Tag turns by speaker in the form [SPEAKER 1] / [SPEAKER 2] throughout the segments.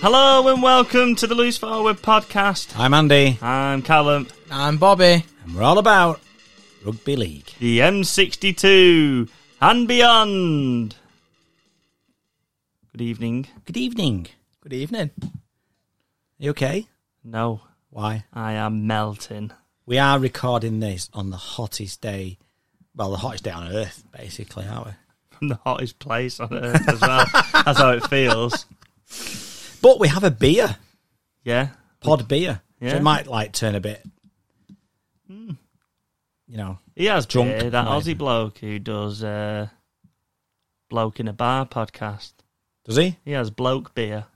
[SPEAKER 1] Hello and welcome to the Loose Forward podcast.
[SPEAKER 2] I'm Andy.
[SPEAKER 1] I'm Callum,
[SPEAKER 3] I'm Bobby.
[SPEAKER 2] And we're all about rugby league.
[SPEAKER 1] the M62 and beyond. Good evening.
[SPEAKER 2] Good evening.
[SPEAKER 3] Good evening.
[SPEAKER 2] you okay?
[SPEAKER 1] No,
[SPEAKER 2] Why?
[SPEAKER 1] I am melting.
[SPEAKER 2] We are recording this on the hottest day, well, the hottest day on earth, basically, aren't we?
[SPEAKER 1] From the hottest place on earth as well. That's how it feels.
[SPEAKER 2] But we have a beer,
[SPEAKER 1] Yeah.
[SPEAKER 2] pod beer. So
[SPEAKER 1] Yeah.
[SPEAKER 2] it might like turn a bit, you know,
[SPEAKER 1] He has
[SPEAKER 2] Drunk
[SPEAKER 1] beer, that
[SPEAKER 2] mind.
[SPEAKER 1] Aussie bloke who does uh, Bloke in a Bar podcast.
[SPEAKER 2] does he?
[SPEAKER 1] He has bloke beer.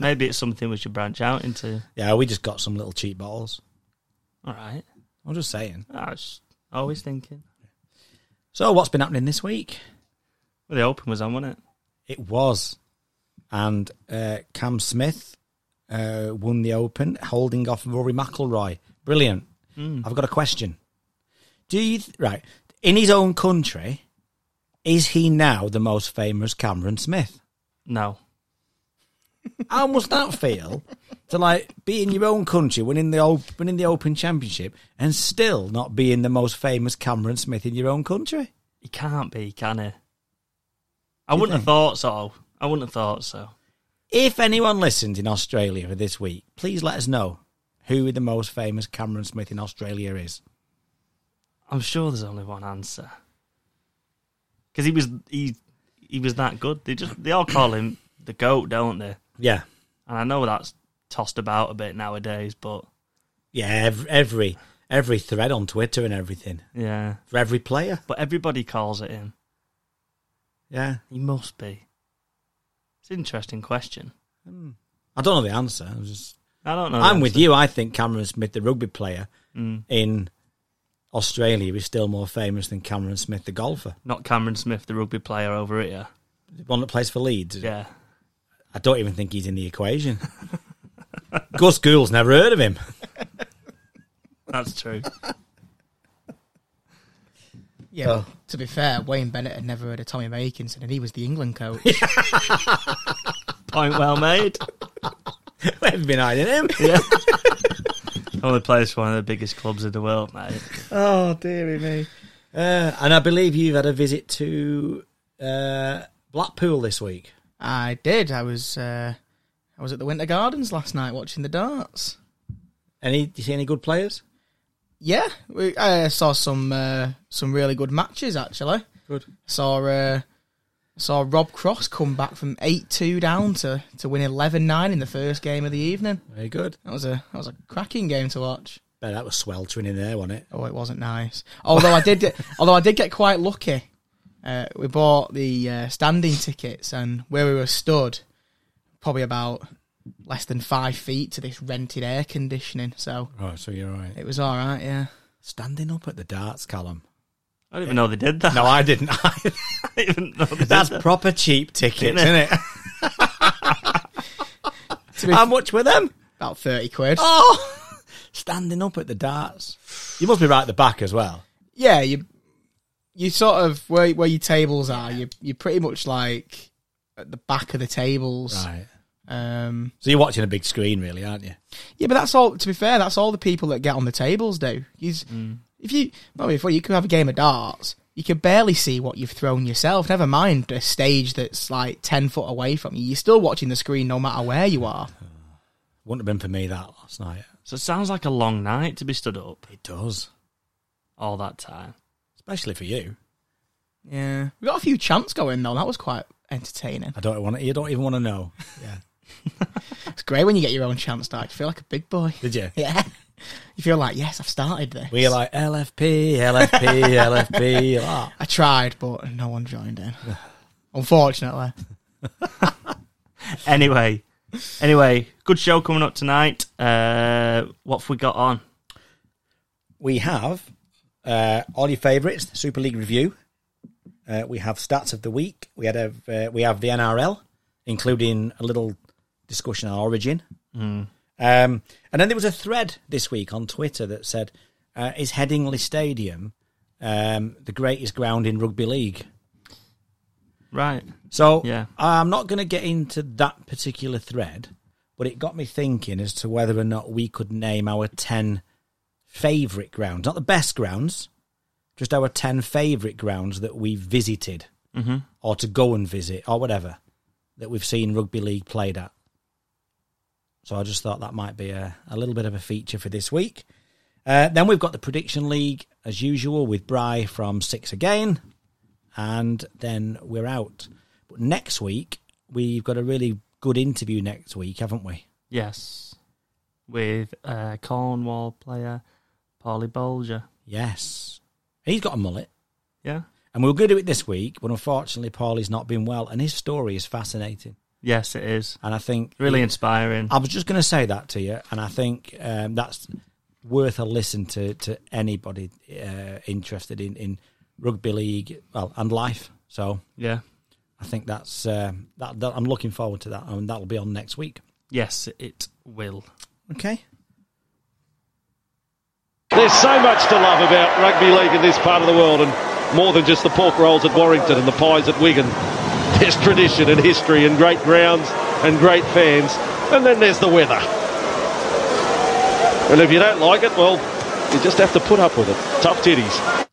[SPEAKER 1] Maybe it's something we should branch out into.
[SPEAKER 2] Yeah, we just got some little cheap bottles.
[SPEAKER 1] All right.
[SPEAKER 2] I'm just saying.
[SPEAKER 1] I was always thinking.
[SPEAKER 2] So, what's been happening this week?
[SPEAKER 1] Well, the Open was on, wasn't it?
[SPEAKER 2] It was. And uh, Cam Smith uh, won the Open, holding off Rory McIlroy. Brilliant. I've got a question. Do you th- right in his own country? Is he now the most famous Cameron Smith?
[SPEAKER 1] No.
[SPEAKER 2] How must that feel to like be in your own country, winning the op- winning the Open Championship, and still not being the most famous Cameron Smith in your own country?
[SPEAKER 1] He can't be, can he? I wouldn't have thought so. I wouldn't have thought so.
[SPEAKER 2] If anyone listened in Australia for this week, please let us know who the most famous Cameron Smith in Australia is.
[SPEAKER 1] I'm sure there's only one answer. Because he was he he was that good. They just they all call him the goat, don't they?
[SPEAKER 2] Yeah,
[SPEAKER 1] And I know that's tossed about a bit nowadays, but
[SPEAKER 2] yeah. Every every, every thread on Twitter and everything
[SPEAKER 1] yeah.
[SPEAKER 2] for every player.
[SPEAKER 1] But everybody calls it him.
[SPEAKER 2] Yeah,
[SPEAKER 1] He must be. It's an interesting question.
[SPEAKER 2] I don't know the answer. I'm, just,
[SPEAKER 1] I don't know. the
[SPEAKER 2] I'm with
[SPEAKER 1] answer.
[SPEAKER 2] you. I think Cameron Smith, the rugby player in Australia, is still more famous than Cameron Smith, the golfer,
[SPEAKER 1] Not Cameron Smith, the rugby player over here.
[SPEAKER 2] the one that plays for Leeds.
[SPEAKER 1] Yeah.
[SPEAKER 2] I don't even think he's in the equation. Gus Gould's never heard of him.
[SPEAKER 1] That's true.
[SPEAKER 3] Yeah.
[SPEAKER 2] Oh.
[SPEAKER 3] but To be fair, Wayne Bennett had never heard of Tommy Makinson, and he was the England coach.
[SPEAKER 1] Point well made.
[SPEAKER 2] We've been hiding him.
[SPEAKER 1] Yeah. Only plays for one of the biggest clubs in the world, mate.
[SPEAKER 2] Oh, dearie me. Uh, and I believe you've had a visit to uh, Blackpool this week.
[SPEAKER 3] I did. I was uh, I was at the Winter Gardens last night watching the darts.
[SPEAKER 2] Any, do you see any good players?
[SPEAKER 3] Yeah, we, I saw some uh, some really good matches actually.
[SPEAKER 2] Good.
[SPEAKER 3] Saw uh, saw Rob Cross come back from eight two down to to win 11-9 in the first game of the evening.
[SPEAKER 2] Very good.
[SPEAKER 3] That was a that was a cracking game to watch.
[SPEAKER 2] Bet that was sweltering in there, wasn't it?
[SPEAKER 3] Oh, it wasn't nice. Although I did, although I did get quite lucky. Uh, we bought the uh, standing tickets, and where we were stood, probably about less than five feet to this rented air conditioning. So
[SPEAKER 2] Right, so you're right.
[SPEAKER 3] it was all right. Yeah,
[SPEAKER 2] Standing up at the darts column.
[SPEAKER 1] I didn't even know they did that.
[SPEAKER 2] No, I didn't.
[SPEAKER 1] I didn't even know they did
[SPEAKER 2] That's
[SPEAKER 1] that.
[SPEAKER 2] proper cheap tickets,
[SPEAKER 1] Isn't
[SPEAKER 2] isn't it?
[SPEAKER 3] To be
[SPEAKER 2] How much were them?
[SPEAKER 3] about thirty quid.
[SPEAKER 2] Oh, standing up at the darts. You must be right at the back as well.
[SPEAKER 3] Yeah, you you sort of where where your tables are. You you're pretty much like at the back of the tables.
[SPEAKER 2] Right.
[SPEAKER 3] Um,
[SPEAKER 2] So you're watching a big screen, really, aren't you?
[SPEAKER 3] Yeah, but that's all. To be fair, that's all the people that get on the tables do. He's,
[SPEAKER 2] Mm.
[SPEAKER 3] If you, well, before you could have a game of darts, you could barely see what you've thrown yourself. Never mind a stage that's like ten foot away from you. You're still watching the screen, no matter where you are.
[SPEAKER 2] Wouldn't have been for me that last night.
[SPEAKER 1] So it sounds like a long night to be stood up
[SPEAKER 2] It does,
[SPEAKER 1] all that time.
[SPEAKER 2] especially for you.
[SPEAKER 3] Yeah, we got a few chants going though. That was quite entertaining.
[SPEAKER 2] I don't want to. You don't even want to know. Yeah.
[SPEAKER 3] It's great when you get your own chant start. You feel like a big boy.
[SPEAKER 2] Did you?
[SPEAKER 3] Yeah, you feel like yes, I've started this.
[SPEAKER 2] We're like LFP, LFP, LFP. ah.
[SPEAKER 3] I tried, but no one joined in. Unfortunately,
[SPEAKER 1] Anyway, anyway, good show coming up tonight. Uh, what have we got on?
[SPEAKER 2] we have uh, all your favourites, Super League review. Uh, we have stats of the week. We had a, uh, we have the NRL, including a little discussion on Origin. Um, and then there was a thread this week on Twitter that said, uh, "Is Headingley Stadium um, the greatest ground in rugby league?"
[SPEAKER 1] Right.
[SPEAKER 2] So
[SPEAKER 1] Yeah.
[SPEAKER 2] I'm not going to get into that particular thread, but it got me thinking as to whether or not we could name our 10 favourite grounds, not the best grounds, just our 10 favourite grounds that we visited or to go and visit or whatever that we've seen rugby league played at. So I just thought that might be a, a little bit of a feature for this week. Uh, then we've got the prediction league as usual with Bry from six again and then we're out. But next week, we've got a really good interview next week, haven't we?
[SPEAKER 1] Yes. With uh, Cornwall player Polly Bolger.
[SPEAKER 2] Yes. He's got a mullet.
[SPEAKER 1] Yeah.
[SPEAKER 2] And we were going to do it this week, but unfortunately, Paulie's not been well, and his story is fascinating.
[SPEAKER 1] Yes, it is.
[SPEAKER 2] And I think.
[SPEAKER 1] Really inspiring.
[SPEAKER 2] I was just going to say that to you, and I think um, that's worth a listen to, to anybody uh, interested in, in rugby league well, and life. So
[SPEAKER 1] Yeah.
[SPEAKER 2] I think that's uh, that, that. I'm looking forward to that, and that'll be on next week.
[SPEAKER 1] Yes, it will.
[SPEAKER 2] Okay.
[SPEAKER 4] There's so much to love about rugby league in this part of the world, and more than just the pork rolls at Warrington and the pies at Wigan. There's tradition and history and great grounds and great fans, and then there's the weather. And if you don't like it, well, you just have to put up with it. Tough titties.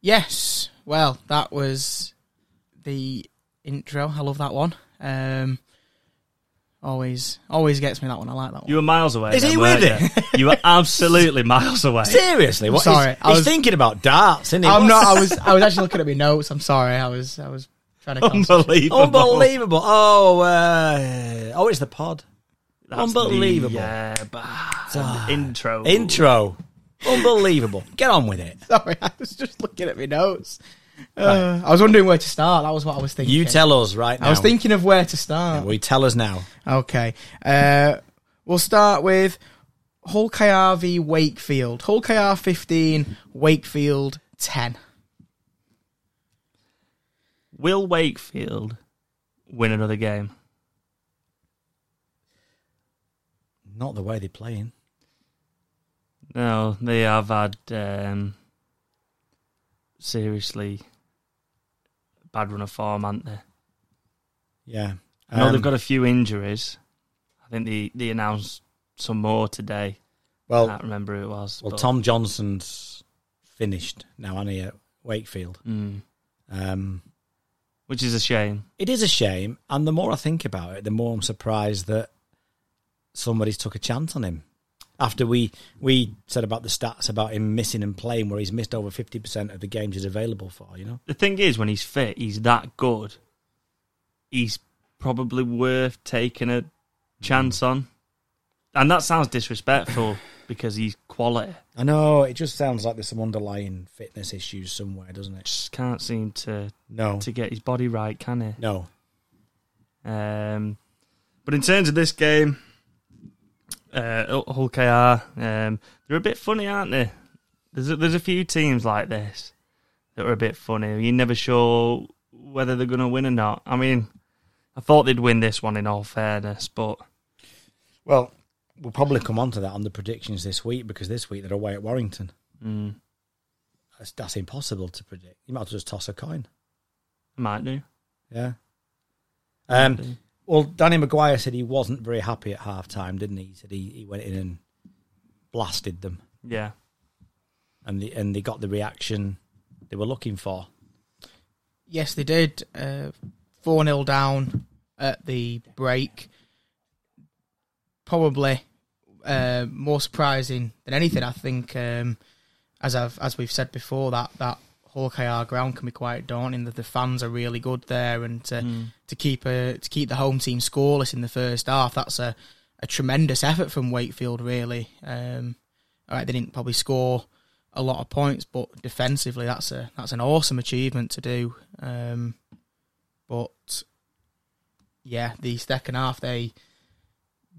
[SPEAKER 3] Yes. Well, that was the intro. I love that one. Um, always, always gets me that one. I like that one.
[SPEAKER 1] You were miles away.
[SPEAKER 2] Is
[SPEAKER 1] then,
[SPEAKER 2] he
[SPEAKER 1] weren't
[SPEAKER 2] with
[SPEAKER 1] you? You were absolutely miles away.
[SPEAKER 2] Seriously, what?
[SPEAKER 3] sorry,
[SPEAKER 2] he's,
[SPEAKER 3] I
[SPEAKER 2] he's
[SPEAKER 3] was-
[SPEAKER 2] thinking about darts, isn't he?
[SPEAKER 3] I'm
[SPEAKER 2] What's-
[SPEAKER 3] not. I was. I was actually looking at my notes. I'm sorry. I was. I was trying to. concentrate.
[SPEAKER 1] Unbelievable.
[SPEAKER 2] Unbelievable! Oh, uh, oh, it's the pod
[SPEAKER 1] That's
[SPEAKER 2] Unbelievable.
[SPEAKER 1] The, uh, bad intro.
[SPEAKER 2] Ah, intro. Unbelievable! Get on with it.
[SPEAKER 3] Sorry, I was just looking at my notes. Uh, I was wondering where to start. That was what I was thinking.
[SPEAKER 2] You tell us right now.
[SPEAKER 3] I was thinking of where to start.
[SPEAKER 2] We tell us now.
[SPEAKER 3] Okay. Uh, we'll start with Hull KR v Wakefield. Hull KR 15, Wakefield 10.
[SPEAKER 1] Will Wakefield win another game?
[SPEAKER 2] Not the way they're playing.
[SPEAKER 1] No, they have had um, seriously bad run of form, haven't they?
[SPEAKER 2] Yeah.
[SPEAKER 1] I know
[SPEAKER 2] Um,
[SPEAKER 1] they've got a few injuries. I think they, they announced some more today. I
[SPEAKER 2] well.
[SPEAKER 1] can't remember who it was.
[SPEAKER 2] Well,
[SPEAKER 1] but-
[SPEAKER 2] Tom Johnson's finished now, hasn't he? At Wakefield.
[SPEAKER 1] Mm.
[SPEAKER 2] Um,
[SPEAKER 1] which is a shame.
[SPEAKER 2] it is a shame, and the more I think about it, the more I'm surprised that somebody's took a chance on him. After we we said about the stats about him missing and playing, where he's missed over fifty percent of the games he's available for, you know.
[SPEAKER 1] The thing is, when he's fit, he's that good. He's probably worth taking a
[SPEAKER 2] Hmm.
[SPEAKER 1] chance on. And that sounds disrespectful because he's quality.
[SPEAKER 2] I know it just sounds like there's some underlying fitness issues somewhere, doesn't it?
[SPEAKER 1] Just can't seem to,
[SPEAKER 2] No,
[SPEAKER 1] to get his body right, can he?
[SPEAKER 2] no.
[SPEAKER 1] Um, but in terms of this game, uh, Hull KR, um, they're a bit funny, aren't they? There's a, there's a few teams like this that are a bit funny. You're never sure whether they're going to win or not. I mean, I thought they'd win this one in all fairness, but
[SPEAKER 2] Well, we'll probably come on to that on the predictions this week because this week they're away at Warrington.
[SPEAKER 1] mm,
[SPEAKER 2] That's, that's impossible to predict. You might as well just toss a coin.
[SPEAKER 1] I might do.
[SPEAKER 2] Yeah. Um, well, Danny Maguire said he wasn't very happy at half time, didn't he? He said he, he went in and blasted them,
[SPEAKER 1] Yeah.
[SPEAKER 2] and the, and they got the reaction they were looking for.
[SPEAKER 3] Yes, they did. Uh, 4 0 down at the break. Probably uh, more surprising than anything. I think, um, as I've as we've said before, that that Hull KR ground can be quite daunting. That the fans are really good there, and to, to keep a, to keep the home team scoreless in the first half, that's a, a tremendous effort from Wakefield. Really, um, all right, they didn't probably score a lot of points, but defensively, that's a that's an awesome achievement to do. Um, but yeah, the second half they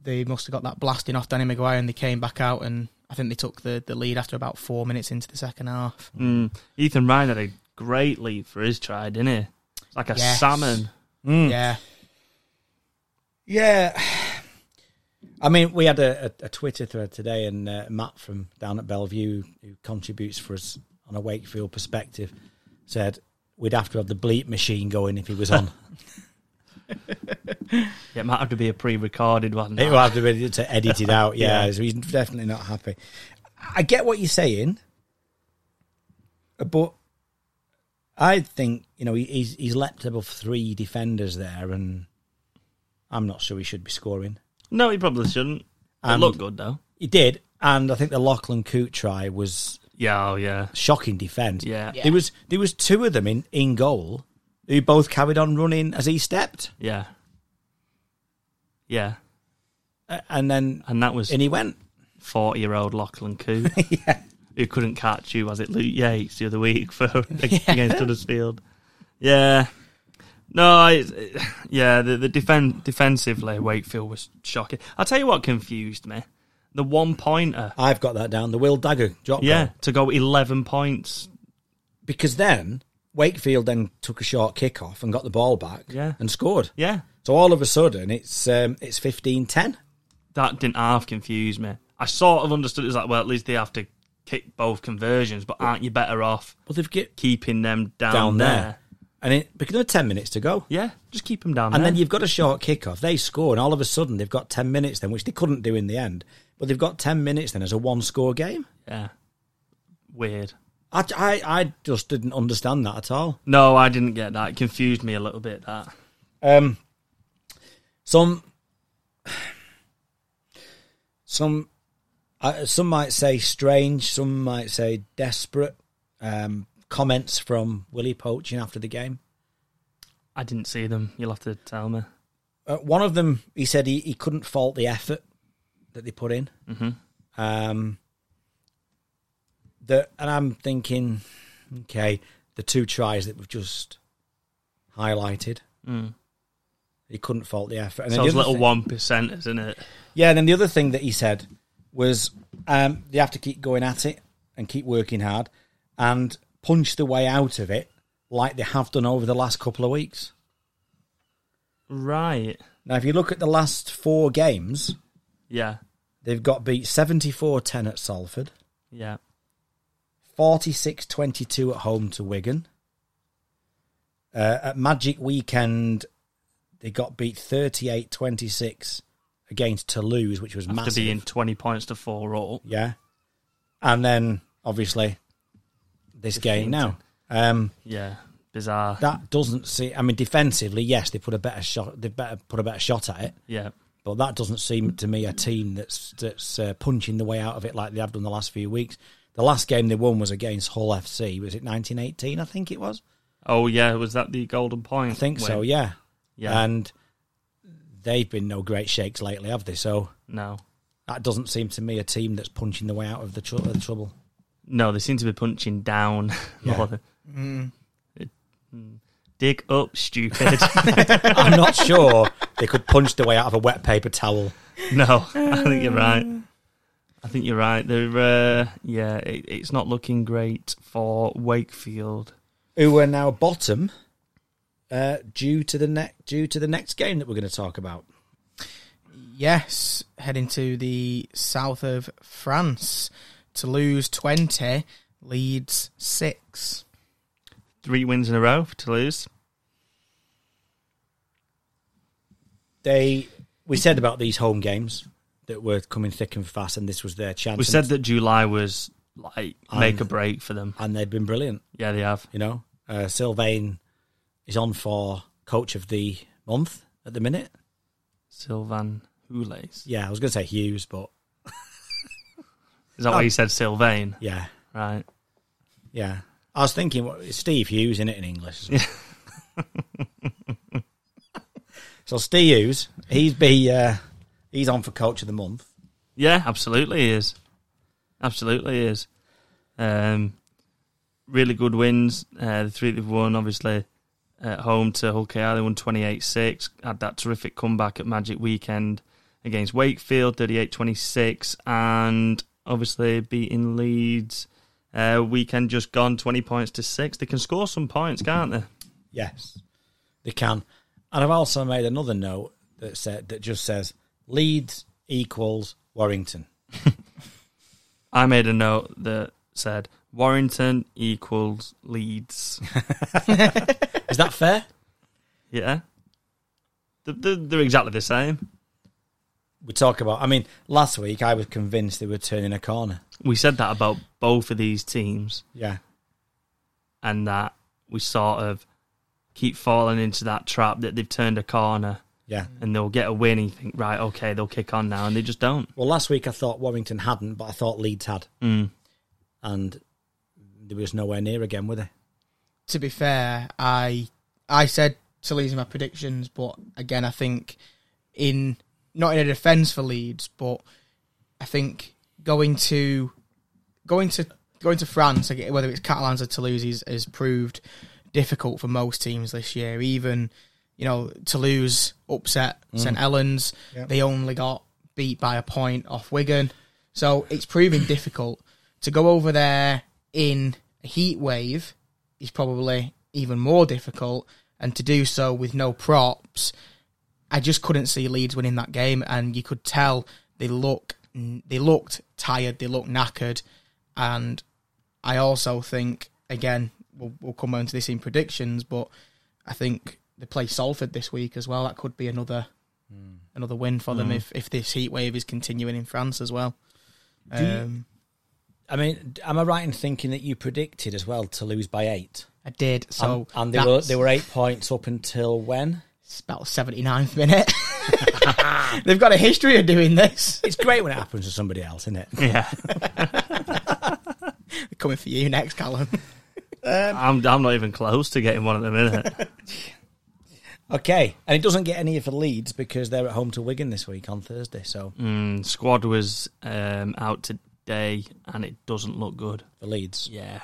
[SPEAKER 3] they must have got that blasting off Danny Maguire and they came back out and I think they took the, the lead after about four minutes into the second half.
[SPEAKER 1] Mm. Ethan Ryan had a great leap for his try, didn't he? It's Like a
[SPEAKER 3] Yes.
[SPEAKER 1] salmon.
[SPEAKER 2] Mm.
[SPEAKER 3] Yeah.
[SPEAKER 2] Yeah. I mean, we had a, a, a Twitter thread today, and uh, Matt from down at Bellevue, who contributes for us on a Wakefield perspective, said we'd have to have the bleep machine going if he was on.
[SPEAKER 1] It might have to be a pre-recorded one.
[SPEAKER 2] it would have to be to edit it out. Yeah,
[SPEAKER 1] Yeah.
[SPEAKER 2] so he's definitely not happy. I get what you're saying, but I think you know he- he's he's leapt above three defenders there, and I'm not sure he should be scoring.
[SPEAKER 1] No, he probably shouldn't. It
[SPEAKER 2] And-
[SPEAKER 1] looked good though.
[SPEAKER 2] He did, and I think the Lachlan Coote try was
[SPEAKER 1] Yeah, oh yeah,
[SPEAKER 2] shocking defence.
[SPEAKER 1] yeah, yeah.
[SPEAKER 2] There was there was two of them in, in goal who both carried on running as he stepped,
[SPEAKER 1] yeah.
[SPEAKER 2] uh, and then
[SPEAKER 1] and that was
[SPEAKER 2] in he went.
[SPEAKER 1] forty-year-old Lachlan Coo, who couldn't catch you, was it Luke Yates the other week for against Huddersfield? Yeah, no, I, yeah, the, the defend defensively Wakefield was shocking. I'll tell you what confused me: the one pointer,
[SPEAKER 2] I've got that down. The Will Dagger drop.
[SPEAKER 1] yeah,
[SPEAKER 2] goal.
[SPEAKER 1] to go eleven points.
[SPEAKER 2] because then Wakefield then took a short kick off and got the ball back.
[SPEAKER 1] Yeah.
[SPEAKER 2] and scored.
[SPEAKER 1] Yeah,
[SPEAKER 2] So all of a sudden it's um, it's 15-10.
[SPEAKER 1] that didn't half confuse me. I sort of understood it was like, well, at least they have to kick both conversions, but aren't you better off
[SPEAKER 2] Well, they've get
[SPEAKER 1] keeping them down,
[SPEAKER 2] down
[SPEAKER 1] there?
[SPEAKER 2] there, and it because there are ten minutes to go.
[SPEAKER 1] Yeah, just keep them down
[SPEAKER 2] And
[SPEAKER 1] there.
[SPEAKER 2] then you've got a short kick off. They score, and all of a sudden they've got ten minutes then, which they couldn't do in the end. But they've got ten minutes then as a one-score game.
[SPEAKER 1] yeah, weird.
[SPEAKER 2] I, I, I just didn't understand that at all.
[SPEAKER 1] No, I didn't get that. It confused me a little bit. That
[SPEAKER 2] Um, some, some, uh, some might say strange. Some might say desperate. Um, comments from Willie Poaching after the game.
[SPEAKER 1] I didn't see them. You'll have to tell me.
[SPEAKER 2] Uh, one of them, he said he, he couldn't fault the effort that they put in. Mm-hmm. Um, the, and I'm thinking, okay, the two tries that we've just highlighted, he couldn't fault the effort. And then the
[SPEAKER 1] Sounds
[SPEAKER 2] other
[SPEAKER 1] little
[SPEAKER 2] thing-
[SPEAKER 1] one percent, isn't it?
[SPEAKER 2] Yeah, and then the other thing that he said was um, you have to keep going at it and keep working hard and punch the way out of it like they have done over the last couple of weeks.
[SPEAKER 1] Right.
[SPEAKER 2] Now, if you look at the last four games,
[SPEAKER 1] Yeah.
[SPEAKER 2] They've got beat 74 10 at Salford,
[SPEAKER 1] Yeah.
[SPEAKER 2] 46 22 at home to Wigan. Uh, at Magic Weekend, they got beat 38 26 against Toulouse, which was
[SPEAKER 1] After
[SPEAKER 2] massive.
[SPEAKER 1] being twenty points to four all.
[SPEAKER 2] yeah. And then, obviously, this game now. Um,
[SPEAKER 1] Yeah. Bizarre.
[SPEAKER 2] that doesn't see. I mean, defensively, yes, they put a better shot. They better put a better shot at it,
[SPEAKER 1] yeah.
[SPEAKER 2] but that doesn't seem to me a team that's that's uh, punching the way out of it like they have done the last few weeks. The last game they won was against Hull FC. Was it 1918? I think it was.
[SPEAKER 1] Oh yeah. Was that the golden point?
[SPEAKER 2] I think so.
[SPEAKER 1] win?
[SPEAKER 2] Yeah.
[SPEAKER 1] Yeah.
[SPEAKER 2] And they've been no great shakes lately, have they? So
[SPEAKER 1] no.
[SPEAKER 2] that doesn't seem to me a team that's punching the way out of the, tr- of the trouble.
[SPEAKER 1] No, they seem to be punching down
[SPEAKER 2] Yeah.
[SPEAKER 1] more than. It- mm. Dig up, stupid.
[SPEAKER 2] I'm not sure they could punch their way out of a wet paper towel.
[SPEAKER 1] no, I think you're right. I think you're right. They're, uh, yeah, it, it's not looking great for Wakefield.
[SPEAKER 2] Who are now bottom uh, due to the next due to the next game that we're going to talk about.
[SPEAKER 3] Yes, heading to the south of France. Toulouse 20, Leeds 6.
[SPEAKER 1] Three wins in a row for Toulouse.
[SPEAKER 2] they we said about these home games that were coming thick and fast, and this was their chance.
[SPEAKER 1] We said that July was like make a break for them.
[SPEAKER 2] and they've been brilliant.
[SPEAKER 1] Yeah, they have.
[SPEAKER 2] You know, uh, Sylvain is on for coach of the month at the minute.
[SPEAKER 1] Sylvan Houles.
[SPEAKER 2] Yeah, I was going to say Hughes, but
[SPEAKER 1] Is that why you said Sylvain?
[SPEAKER 2] yeah,
[SPEAKER 1] Right.
[SPEAKER 2] yeah. I was thinking, what, it's Steve Hughes in it in English. isn't it? so Steve Hughes, he's be uh, he's on for coach of the month.
[SPEAKER 1] Yeah, absolutely he is. Absolutely he is. Um, really good wins. Uh, the three they've won, obviously, at home to Hull KR, they won 28 6. Had that terrific comeback at Magic Weekend. against Wakefield 38 26, and obviously beating Leeds uh, weekend just gone 20 points to 6. They can score some points, can't they?
[SPEAKER 2] Yes, they can. And I've also made another note that said that just says Leeds equals Warrington.
[SPEAKER 1] I made a note that said Warrington equals Leeds.
[SPEAKER 2] Is that fair?
[SPEAKER 1] yeah. They're- They're, they're exactly the same.
[SPEAKER 2] We talk about. I mean, last week I was convinced they were turning a corner.
[SPEAKER 1] We said that about both of these teams,
[SPEAKER 2] Yeah,
[SPEAKER 1] and that we sort of keep falling into that trap that they've turned a corner
[SPEAKER 2] yeah.
[SPEAKER 1] and they'll get a win and you think, right, okay, they'll kick on now, and they just don't.
[SPEAKER 2] Well, last week I thought Warrington hadn't, but I thought Leeds had,
[SPEAKER 1] Mm.
[SPEAKER 2] and they were just nowhere near again, were they?
[SPEAKER 3] to be fair, I I said to Leeds in my predictions, but again, I think in not in a defence for Leeds, but I think going to going to going to France, like, whether it's Catalans or Toulouse, is, has proved difficult for most teams this year. Even you know Toulouse upset St Helens; they only got beat by a point off Wigan, so it's proving difficult to go over there in a heat wave is probably even more difficult, and to do so with no props, I just couldn't see Leeds winning that game, and you could tell they look they looked tired, they looked knackered, and I also think again we'll, we'll come on to this in predictions, but I think they play Salford this week as well. That could be another
[SPEAKER 2] Hmm.
[SPEAKER 3] another win for them if if this heat wave is continuing in France as well.
[SPEAKER 2] Do you-
[SPEAKER 3] Um,
[SPEAKER 2] I mean, d- am I right in thinking that you predicted as well to lose by eight?
[SPEAKER 3] I did so,
[SPEAKER 2] and, and they were
[SPEAKER 3] that's-
[SPEAKER 2] they were eight points up until when?
[SPEAKER 3] It's about 79th minute. They've got a history of doing this.
[SPEAKER 2] It's great when it happens to somebody else, isn't it?
[SPEAKER 1] Yeah.
[SPEAKER 3] They're coming for you next, Callum.
[SPEAKER 1] I'm, I'm not even close to getting one at the minute.
[SPEAKER 2] Okay, and it doesn't get any for Leeds because they're at home to Wigan this week on Thursday. So
[SPEAKER 1] mm, squad was um, out today, and it doesn't look good.
[SPEAKER 2] for Leeds,
[SPEAKER 1] Yeah.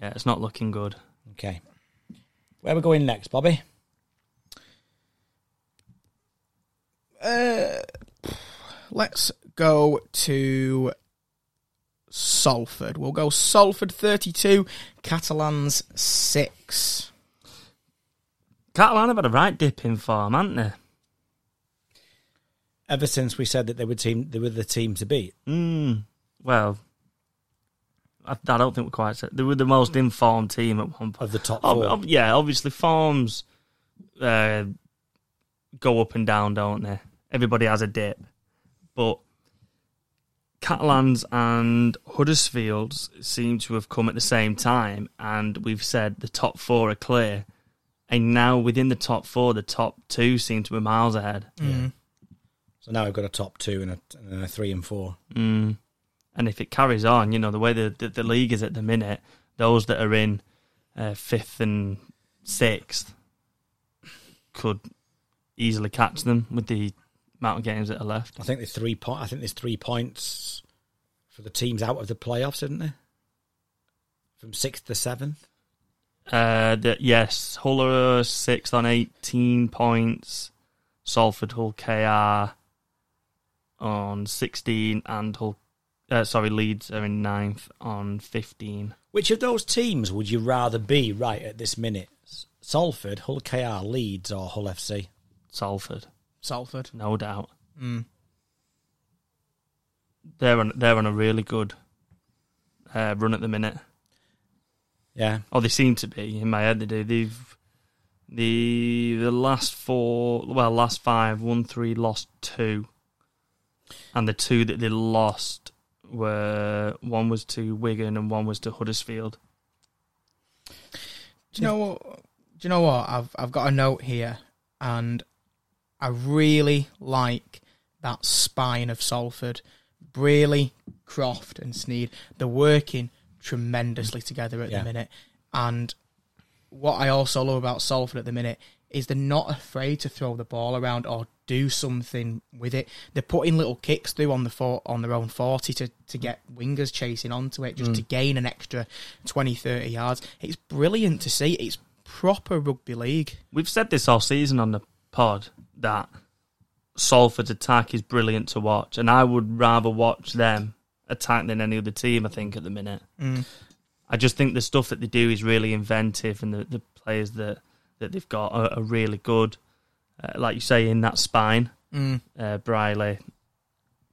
[SPEAKER 1] Yeah, it's not looking good.
[SPEAKER 2] okay. Where we going next, Bobby?
[SPEAKER 3] Let's go to Salford. We'll go Salford 32, Catalans 6.
[SPEAKER 1] Catalan have had a right dip in form, haven't they?
[SPEAKER 2] Ever since we said that they were team, they were the team to beat.
[SPEAKER 1] Mm, well, I, I don't think we're quite. set. They were the most informed team at one point.
[SPEAKER 2] Of the top
[SPEAKER 1] Ob-
[SPEAKER 2] four.
[SPEAKER 1] ob- yeah, obviously forms uh, go up and down, don't they? Everybody has a dip, but Catalans and Huddersfields seem to have come at the same time, and we've said the top four are clear, and now within the top four, the top two seem to be miles ahead.
[SPEAKER 3] Mm,
[SPEAKER 2] So now we've got a top two and a, and a three and four.
[SPEAKER 1] Mm. And if it carries on, you know, the way the, the, the league is at the minute, those that are in uh, fifth and sixth could easily catch them with the amount of games that are left.
[SPEAKER 2] I think there's three point. I think there's three points for the teams out of the playoffs, isn't there? From sixth to seventh.
[SPEAKER 1] Uh, the, yes, Hull are sixth on 18 points, Salford Hull KR on 16, and Hull, uh, sorry, Leeds are in ninth on 15.
[SPEAKER 2] Which of those teams would you rather be right at this minute? S- Salford, Hull KR, Leeds, or Hull FC?
[SPEAKER 1] Salford.
[SPEAKER 3] Salford. Mm.
[SPEAKER 1] no doubt. They're on they're on a really good uh, run at the minute,
[SPEAKER 2] Yeah,
[SPEAKER 1] or they seem to be. In my head, they do. They've the the last four, well, last five, won three, lost two, and the two that they lost were one was to Wigan and one was to Huddersfield.
[SPEAKER 3] Do you know what? Do you know what? I've I've got a note here, and I really like that spine of Salford. Really, Croft and Sneed. They're working tremendously together at
[SPEAKER 2] Yeah.
[SPEAKER 3] the minute, and what I also love about Salford at the minute is they're not afraid to throw the ball around or do something with it. They're putting little kicks through on the for, on their own 40 to, to get wingers chasing onto it just to gain an extra 20, 30 yards. It's brilliant to see. It's proper rugby league.
[SPEAKER 1] We've said this all season on the pod that Salford's attack is brilliant to watch, and I would rather watch them attack than any other team. I think at the minute, I just think the stuff that they do is really inventive, and the, the players that, that they've got are, are really good. Uh, like you say, in that spine, uh, Briley,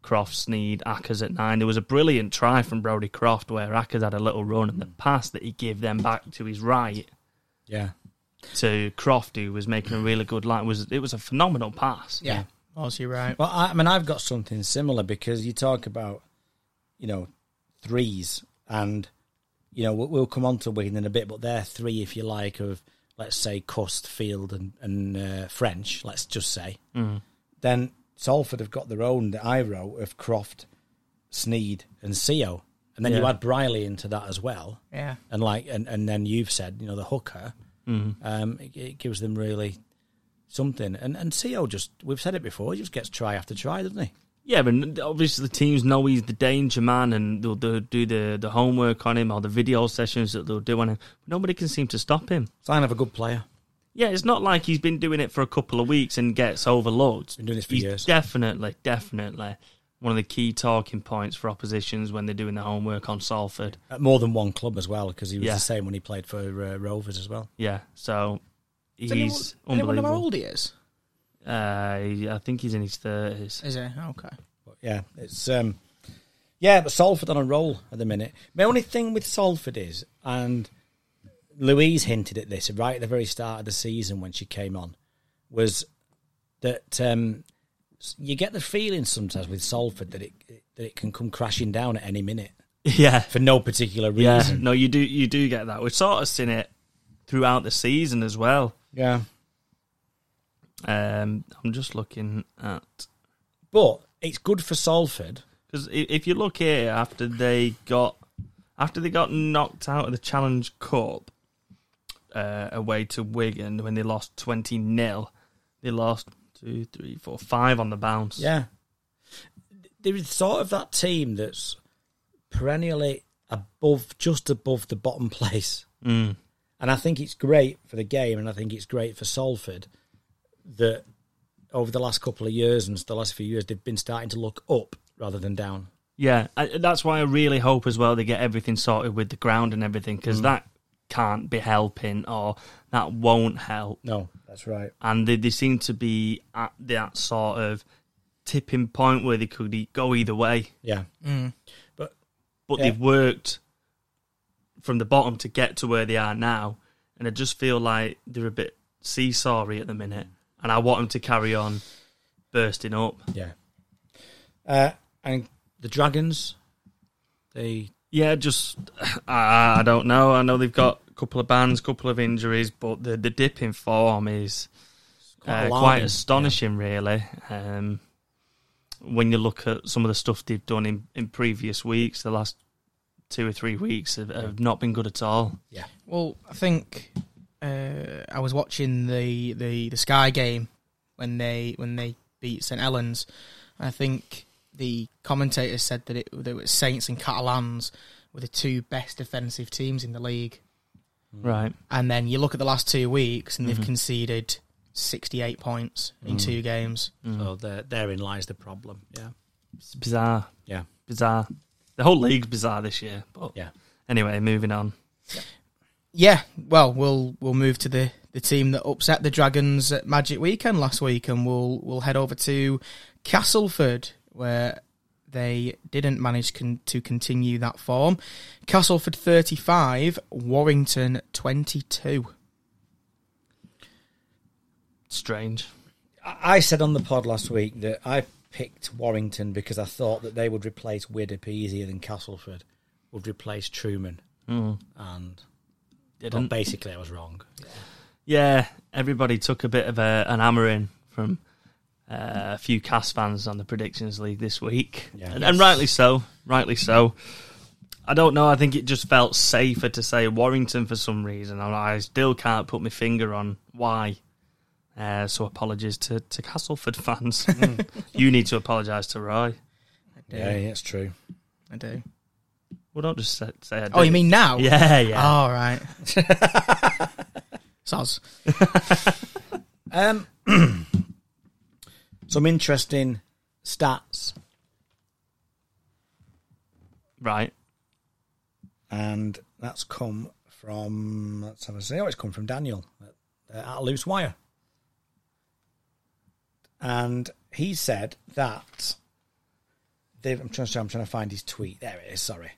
[SPEAKER 1] Croft, Sneed, Ackers at nine. There was a brilliant try from Brody Croft where Ackers had a little run, and the pass that he gave them back to his right
[SPEAKER 2] Yeah.
[SPEAKER 1] to Croft, who was making a really good line, was it was a phenomenal pass.
[SPEAKER 3] Yeah. Oh, so you're right.
[SPEAKER 2] Well, I, I mean, I've got something similar because you talk about, you know, threes, and you know we'll, we'll come on to Wigan in a bit, but they're three, if you like, of let's say Cust, Field, and and uh, French. Let's just say. Then Salford have got their own that I wrote of Croft, Sneed, and Seo, and then you
[SPEAKER 1] Yeah.
[SPEAKER 2] add Briley into that as well,
[SPEAKER 3] Yeah.
[SPEAKER 2] and like and and then you've said you know the hooker, um, it, it gives them really. Something and and Co just we've said it before. He just gets try after try, doesn't he?
[SPEAKER 1] Yeah, but obviously the teams know he's the danger man, and they'll, they'll do the, the homework on him or the video sessions that they'll do on him. Nobody can seem to stop him.
[SPEAKER 2] Sign of a good player.
[SPEAKER 1] Yeah, it's not like he's been doing it for a couple of weeks and gets overlooked.
[SPEAKER 2] Been doing this for
[SPEAKER 1] he's
[SPEAKER 2] years.
[SPEAKER 1] Definitely, definitely one of the key talking points for oppositions when they're doing the homework on Salford.
[SPEAKER 2] At more than one club as well, because he was
[SPEAKER 1] Yeah.
[SPEAKER 2] the same when he played for uh, Rovers as well.
[SPEAKER 1] Yeah, so he's
[SPEAKER 3] Does anyone- anyone know how
[SPEAKER 1] unbelievable.
[SPEAKER 3] old he is?
[SPEAKER 1] Uh, he- I think he's in his thirties.
[SPEAKER 3] Is he? Okay.
[SPEAKER 2] But yeah, it's um, yeah, but Salford on a roll at the minute. My only thing with Salford is, and Louise hinted at this right at the very start of the season when she came on, was that um, s- you get the feeling sometimes with Salford that it that it can come crashing down at any minute
[SPEAKER 1] Yeah,
[SPEAKER 2] for no particular
[SPEAKER 1] yeah.
[SPEAKER 2] reason.
[SPEAKER 1] No, you do, you do get that. We've sort of seen it throughout the season as well.
[SPEAKER 2] yeah.
[SPEAKER 1] Um, I'm just looking at
[SPEAKER 2] But it's good for Salford
[SPEAKER 1] because if you look here after they got after they got knocked out of the Challenge Cup uh, away to Wigan when they lost twenty 0 they lost two, three, four, five on the bounce.
[SPEAKER 2] Yeah. There is sort of that team that's perennially above, just above the bottom place.
[SPEAKER 1] Mm.
[SPEAKER 2] And I think it's great for the game, and I think it's great for Salford that over the last couple of years and the last few years, they've been starting to look up rather than down.
[SPEAKER 1] yeah. I, that's why I really hope as well they get everything sorted with the ground and everything because that can't be helping or that won't help.
[SPEAKER 2] No, that's right.
[SPEAKER 1] and they, they seem to be at that sort of tipping point where they could e- go either way.
[SPEAKER 2] Yeah.
[SPEAKER 1] But
[SPEAKER 2] Yeah.
[SPEAKER 1] they've worked from the bottom to get to where they are now, and I just feel like they're a bit seesawy at the minute, and I want them to carry on bursting up.
[SPEAKER 2] Yeah. Uh, and the Dragons, they.
[SPEAKER 1] Yeah, just I, I don't know. I know they've got a couple of bans, couple of injuries, but the the dip in form is
[SPEAKER 2] quite
[SPEAKER 1] uh, quite
[SPEAKER 2] alarming.
[SPEAKER 1] astonishing, really. Um, when you look at some of the stuff they've done in, in previous weeks, the last two or three weeks have, have not been good at all.
[SPEAKER 3] Well, I think uh, I was watching the, the, the Sky game when they when they beat St Helens. I think the commentator said that it, that it was Saints and Catalans were the two best defensive teams in the league.
[SPEAKER 1] Right.
[SPEAKER 3] And then you look at the last two weeks, and they've conceded sixty-eight points in two games.
[SPEAKER 2] So there, therein lies the problem. Yeah.
[SPEAKER 1] It's bizarre.
[SPEAKER 2] Yeah.
[SPEAKER 1] Bizarre. The whole league's bizarre this year. But
[SPEAKER 2] Yeah.
[SPEAKER 1] anyway, moving on.
[SPEAKER 3] Yeah, well, we'll we'll move to the, the team that upset the Dragons at Magic Weekend last week, and we'll we'll head over to Castleford where they didn't manage con- to continue that form. Castleford thirty five, Warrington twenty two.
[SPEAKER 1] Strange.
[SPEAKER 2] I I said on the pod last week that I picked Warrington because I thought that they would replace Widdop easier than Castleford would replace Truman, and but
[SPEAKER 1] Hmm. Didn't.
[SPEAKER 2] basically I was wrong.
[SPEAKER 1] Yeah, everybody took a bit of a, an hammering from uh, a few Cast fans on the Predictions League this week,
[SPEAKER 2] Yeah.
[SPEAKER 1] and, and rightly so, rightly so. I don't know. I think it just felt safer to say Warrington for some reason. and I still can't put my finger on why. Uh, so apologies to, to Castleford fans.
[SPEAKER 3] Hmm.
[SPEAKER 1] you need to apologise to Roy.
[SPEAKER 3] Yeah,
[SPEAKER 2] that's true.
[SPEAKER 3] I do.
[SPEAKER 1] Well, don't just say, say I
[SPEAKER 3] Oh, you
[SPEAKER 1] did.
[SPEAKER 3] mean Ah. now?
[SPEAKER 1] Yeah, yeah.
[SPEAKER 3] All right. Soz.
[SPEAKER 2] Um, Some interesting stats
[SPEAKER 1] Right.
[SPEAKER 2] and that's come from let's have a see. Oh, it's come from Daniel at, uh, at Loose Wire, and he said that they've, I'm trying to I'm trying to find his tweet. There it is. Sorry.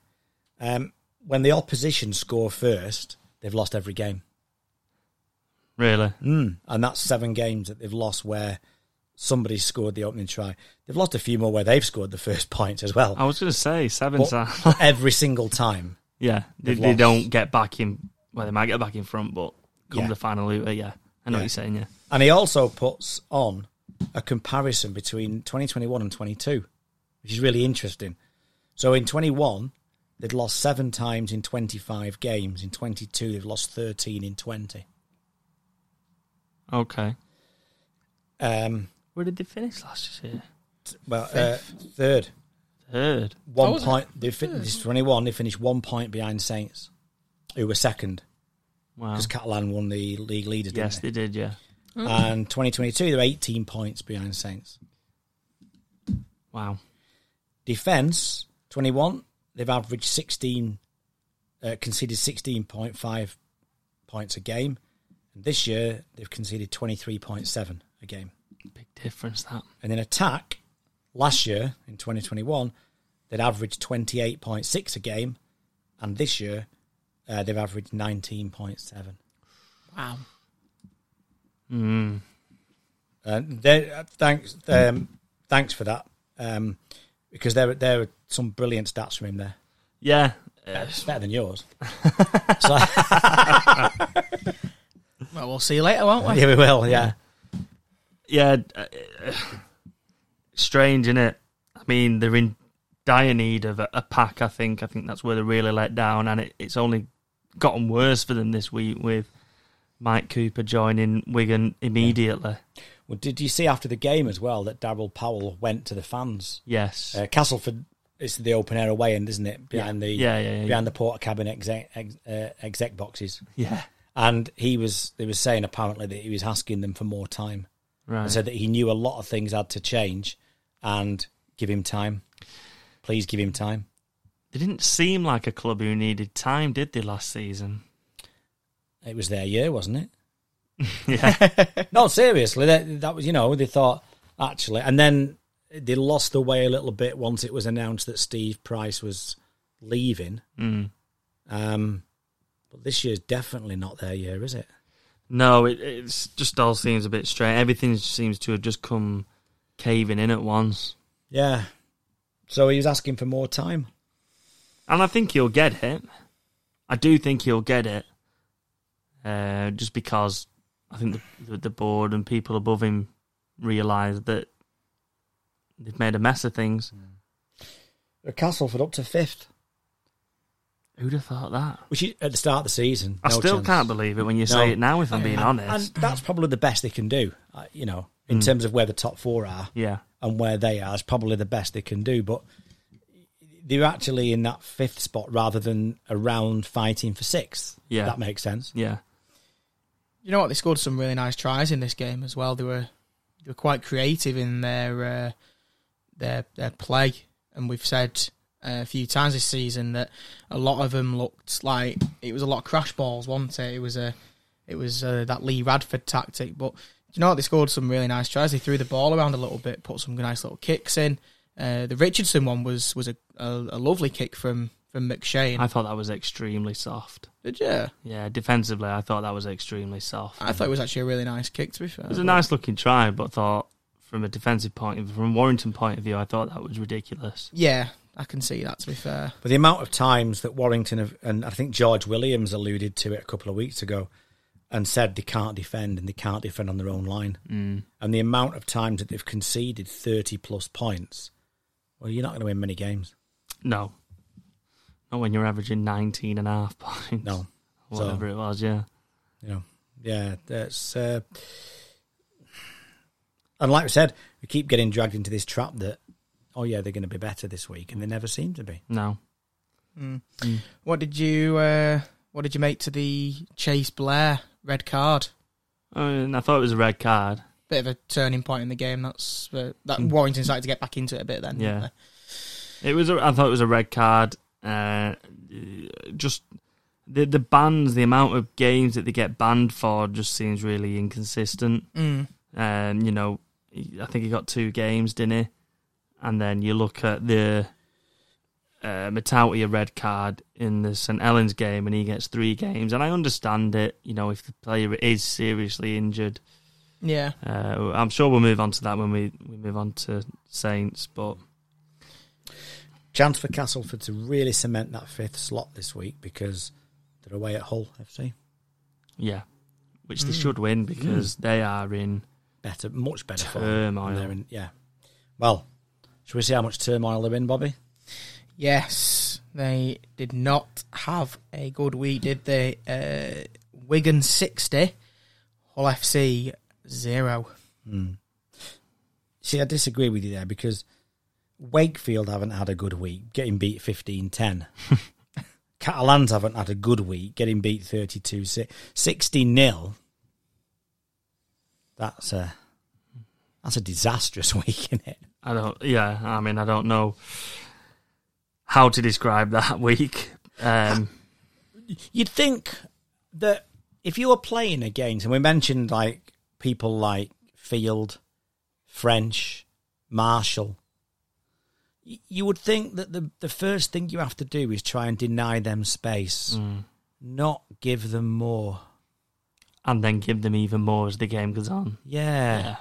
[SPEAKER 2] Um, when the opposition score first, they've lost every game,
[SPEAKER 1] Really.
[SPEAKER 2] and that's seven games that they've lost where somebody scored the opening try. They've lost a few more where they've scored the first points as well.
[SPEAKER 1] I was going to say seven.
[SPEAKER 2] But
[SPEAKER 1] times.
[SPEAKER 2] every single time.
[SPEAKER 1] yeah, they,
[SPEAKER 2] They've
[SPEAKER 1] they
[SPEAKER 2] lost.
[SPEAKER 1] don't get back in. Well, they might get back in front, but come
[SPEAKER 2] Yeah.
[SPEAKER 1] the final looter, yeah. I know what
[SPEAKER 2] Yeah.
[SPEAKER 1] you're saying. Yeah.
[SPEAKER 2] And he also puts on a comparison between 2021 and 22, which is really interesting. So in 21, they'd lost seven times in 25 games. In 22, they've lost 13 in 20.
[SPEAKER 1] Okay.
[SPEAKER 2] Um,
[SPEAKER 1] Where did they finish last year?
[SPEAKER 2] t- well, uh, third,
[SPEAKER 1] Third.
[SPEAKER 2] one
[SPEAKER 3] was it?
[SPEAKER 2] point. They finished 21. They finished one point behind Saints, who were second
[SPEAKER 1] Wow.
[SPEAKER 2] because Catalan won the league leader. Didn't
[SPEAKER 1] Yes,
[SPEAKER 2] they?
[SPEAKER 1] they did. Yeah.
[SPEAKER 2] And 2022, they're 18 points behind Saints.
[SPEAKER 1] Wow.
[SPEAKER 2] Defense 21, they've averaged 16, uh, conceded 16.5 points a game. And this year, they've conceded 23.7 a game.
[SPEAKER 1] Big difference that.
[SPEAKER 2] And in attack, last year in 2021, they'd averaged 28.6 a game. And this year, uh, they've averaged 19.7.
[SPEAKER 3] Wow.
[SPEAKER 1] Mm.
[SPEAKER 2] And they, uh, thanks, um, thanks for that. Um, because there, there are some brilliant stats from him there.
[SPEAKER 1] Yeah. Uh,
[SPEAKER 2] It's better than yours. so,
[SPEAKER 3] Well, we'll see you later, won't we?
[SPEAKER 2] yeah, we will. Yeah.
[SPEAKER 1] yeah, uh, uh, strange, is it? I mean, they're in dire need of a, a pack. I think. I think that's where they're really let down, and it, it's only gotten worse for them this week with Mike Cooper joining Wigan immediately.
[SPEAKER 2] Well, did you see after the game as well that Daryl Powell went to the fans?
[SPEAKER 1] Yes.
[SPEAKER 2] Uh, Castleford is the open air away end, isn't it? Behind the
[SPEAKER 1] Yeah, yeah, yeah,
[SPEAKER 2] behind the porter cabin exec, ex, uh, exec boxes,
[SPEAKER 1] yeah.
[SPEAKER 2] and he was they were saying apparently that he was asking them for more time,
[SPEAKER 1] Right.
[SPEAKER 2] and said that he knew a lot of things had to change, and give him time. Please give him time.
[SPEAKER 1] they didn't seem like a club who needed time, did they last season?
[SPEAKER 2] It was their year, wasn't it?
[SPEAKER 1] yeah.
[SPEAKER 2] No, seriously, that, that was you know they thought actually, and then they lost their way a little bit once it was announced that Steve Price was leaving.
[SPEAKER 1] Mm.
[SPEAKER 2] Um, but this year's definitely not their year, is it?
[SPEAKER 1] No, it it's just all seems a bit strange. Everything seems to have just come caving in at once.
[SPEAKER 2] Yeah. So he was asking for more time.
[SPEAKER 1] And I think he'll get it. I do think he'll get it. Uh, just because I think the, the board and people above him realise that they've made a mess of things.
[SPEAKER 2] Castleford up to fifth,
[SPEAKER 1] Who'd have thought that?
[SPEAKER 2] which is at the start of the season.
[SPEAKER 1] I
[SPEAKER 2] no
[SPEAKER 1] still
[SPEAKER 2] chance.
[SPEAKER 1] can't believe it when you say
[SPEAKER 2] No.
[SPEAKER 1] it now, if I'm being
[SPEAKER 2] And, and
[SPEAKER 1] honest. Mm.
[SPEAKER 2] that's probably the best they can do, uh, you know, in terms of where the top four are.
[SPEAKER 1] yeah.
[SPEAKER 2] and where they are is probably the best they can do. But they're actually in that fifth spot rather than around fighting for sixth.
[SPEAKER 1] Yeah.
[SPEAKER 2] that makes sense.
[SPEAKER 1] Yeah.
[SPEAKER 3] You know what? They scored some really nice tries in this game as well. They were they were quite creative in their uh, their their play, and we've said uh, a few times this season that a lot of them looked like it was a lot of crash balls, wasn't it? It was a it was uh, that Lee Radford tactic. But you know what? They scored some really nice tries. They threw the ball around a little bit, put some nice little kicks in. Uh, the Richardson one was was a, a, a lovely kick from from McShane.
[SPEAKER 1] I thought that was extremely soft.
[SPEAKER 3] Did you?
[SPEAKER 1] Yeah, defensively, I thought that was extremely soft.
[SPEAKER 3] I thought it was actually a really nice kick. To be fair,
[SPEAKER 1] It was a nice looking try, but I thought from a defensive point of view, from Warrington point of view, I thought that was ridiculous.
[SPEAKER 3] Yeah, I can see that. To be fair,
[SPEAKER 2] But the amount of times that Warrington have, and I think George Williams alluded to it a couple of weeks ago and said they can't defend and they can't defend on their own line, mm. and the amount of times that they've conceded thirty plus points. Well, you're not going to win many games.
[SPEAKER 1] No. Not when you're averaging 19 and a half points.
[SPEAKER 2] No,
[SPEAKER 1] Or Whatever it was, yeah.
[SPEAKER 2] you know, yeah, that's. Uh, and like we said, we keep getting dragged into this trap that, oh yeah, they're going to be better this week, and they never seem to be.
[SPEAKER 1] No.
[SPEAKER 2] Mm.
[SPEAKER 3] what did you uh, what did you make to the Chase Blair red card?
[SPEAKER 1] I, mean, I thought it was a red card.
[SPEAKER 3] bit of a turning point in the game. That's uh, that Warrington started to get back into it a bit then. didn't
[SPEAKER 1] Yeah. It was. A, I thought it was a red card. Uh, just the the bans, the amount of games that they get banned for, just seems really inconsistent.
[SPEAKER 3] they? Mm.
[SPEAKER 1] Um, you know, I think he got two games, didn't he? And then you look at the uh, Matauti a red card in the St Helens game, and he gets three games. And I understand it. You know, if the player is seriously injured,
[SPEAKER 3] Yeah.
[SPEAKER 1] uh, I'm sure we'll move on to that when we we move on to Saints. But
[SPEAKER 2] Chance for Castleford to really cement that fifth slot this week because they're away at Hull FC.
[SPEAKER 1] Yeah, which
[SPEAKER 2] Mm.
[SPEAKER 1] they should win because they are in.
[SPEAKER 2] Better, much better form.
[SPEAKER 1] Turmoil.
[SPEAKER 2] They're in- yeah. Well, shall we see how much turmoil they're in, Bobby?
[SPEAKER 3] Yes, they did not have a good week, did they? Uh, Wigan sixty, Hull FC zero.
[SPEAKER 2] Mm. See, I disagree with you there because Wakefield haven't had a good week, getting beat 15 10. Catalans haven't had a good week, getting beat 32 16 0. That's a, that's a disastrous week, isn't it?
[SPEAKER 1] I don't. Yeah, I mean, I don't know how to describe that week. Um,
[SPEAKER 2] You'd think that if you were playing against, and we mentioned like people like Field, French, Marshall, y- you would think that the the first thing you have to do is try and deny them space, not give them more.
[SPEAKER 1] and then give them even more as the game goes on.
[SPEAKER 2] Yeah.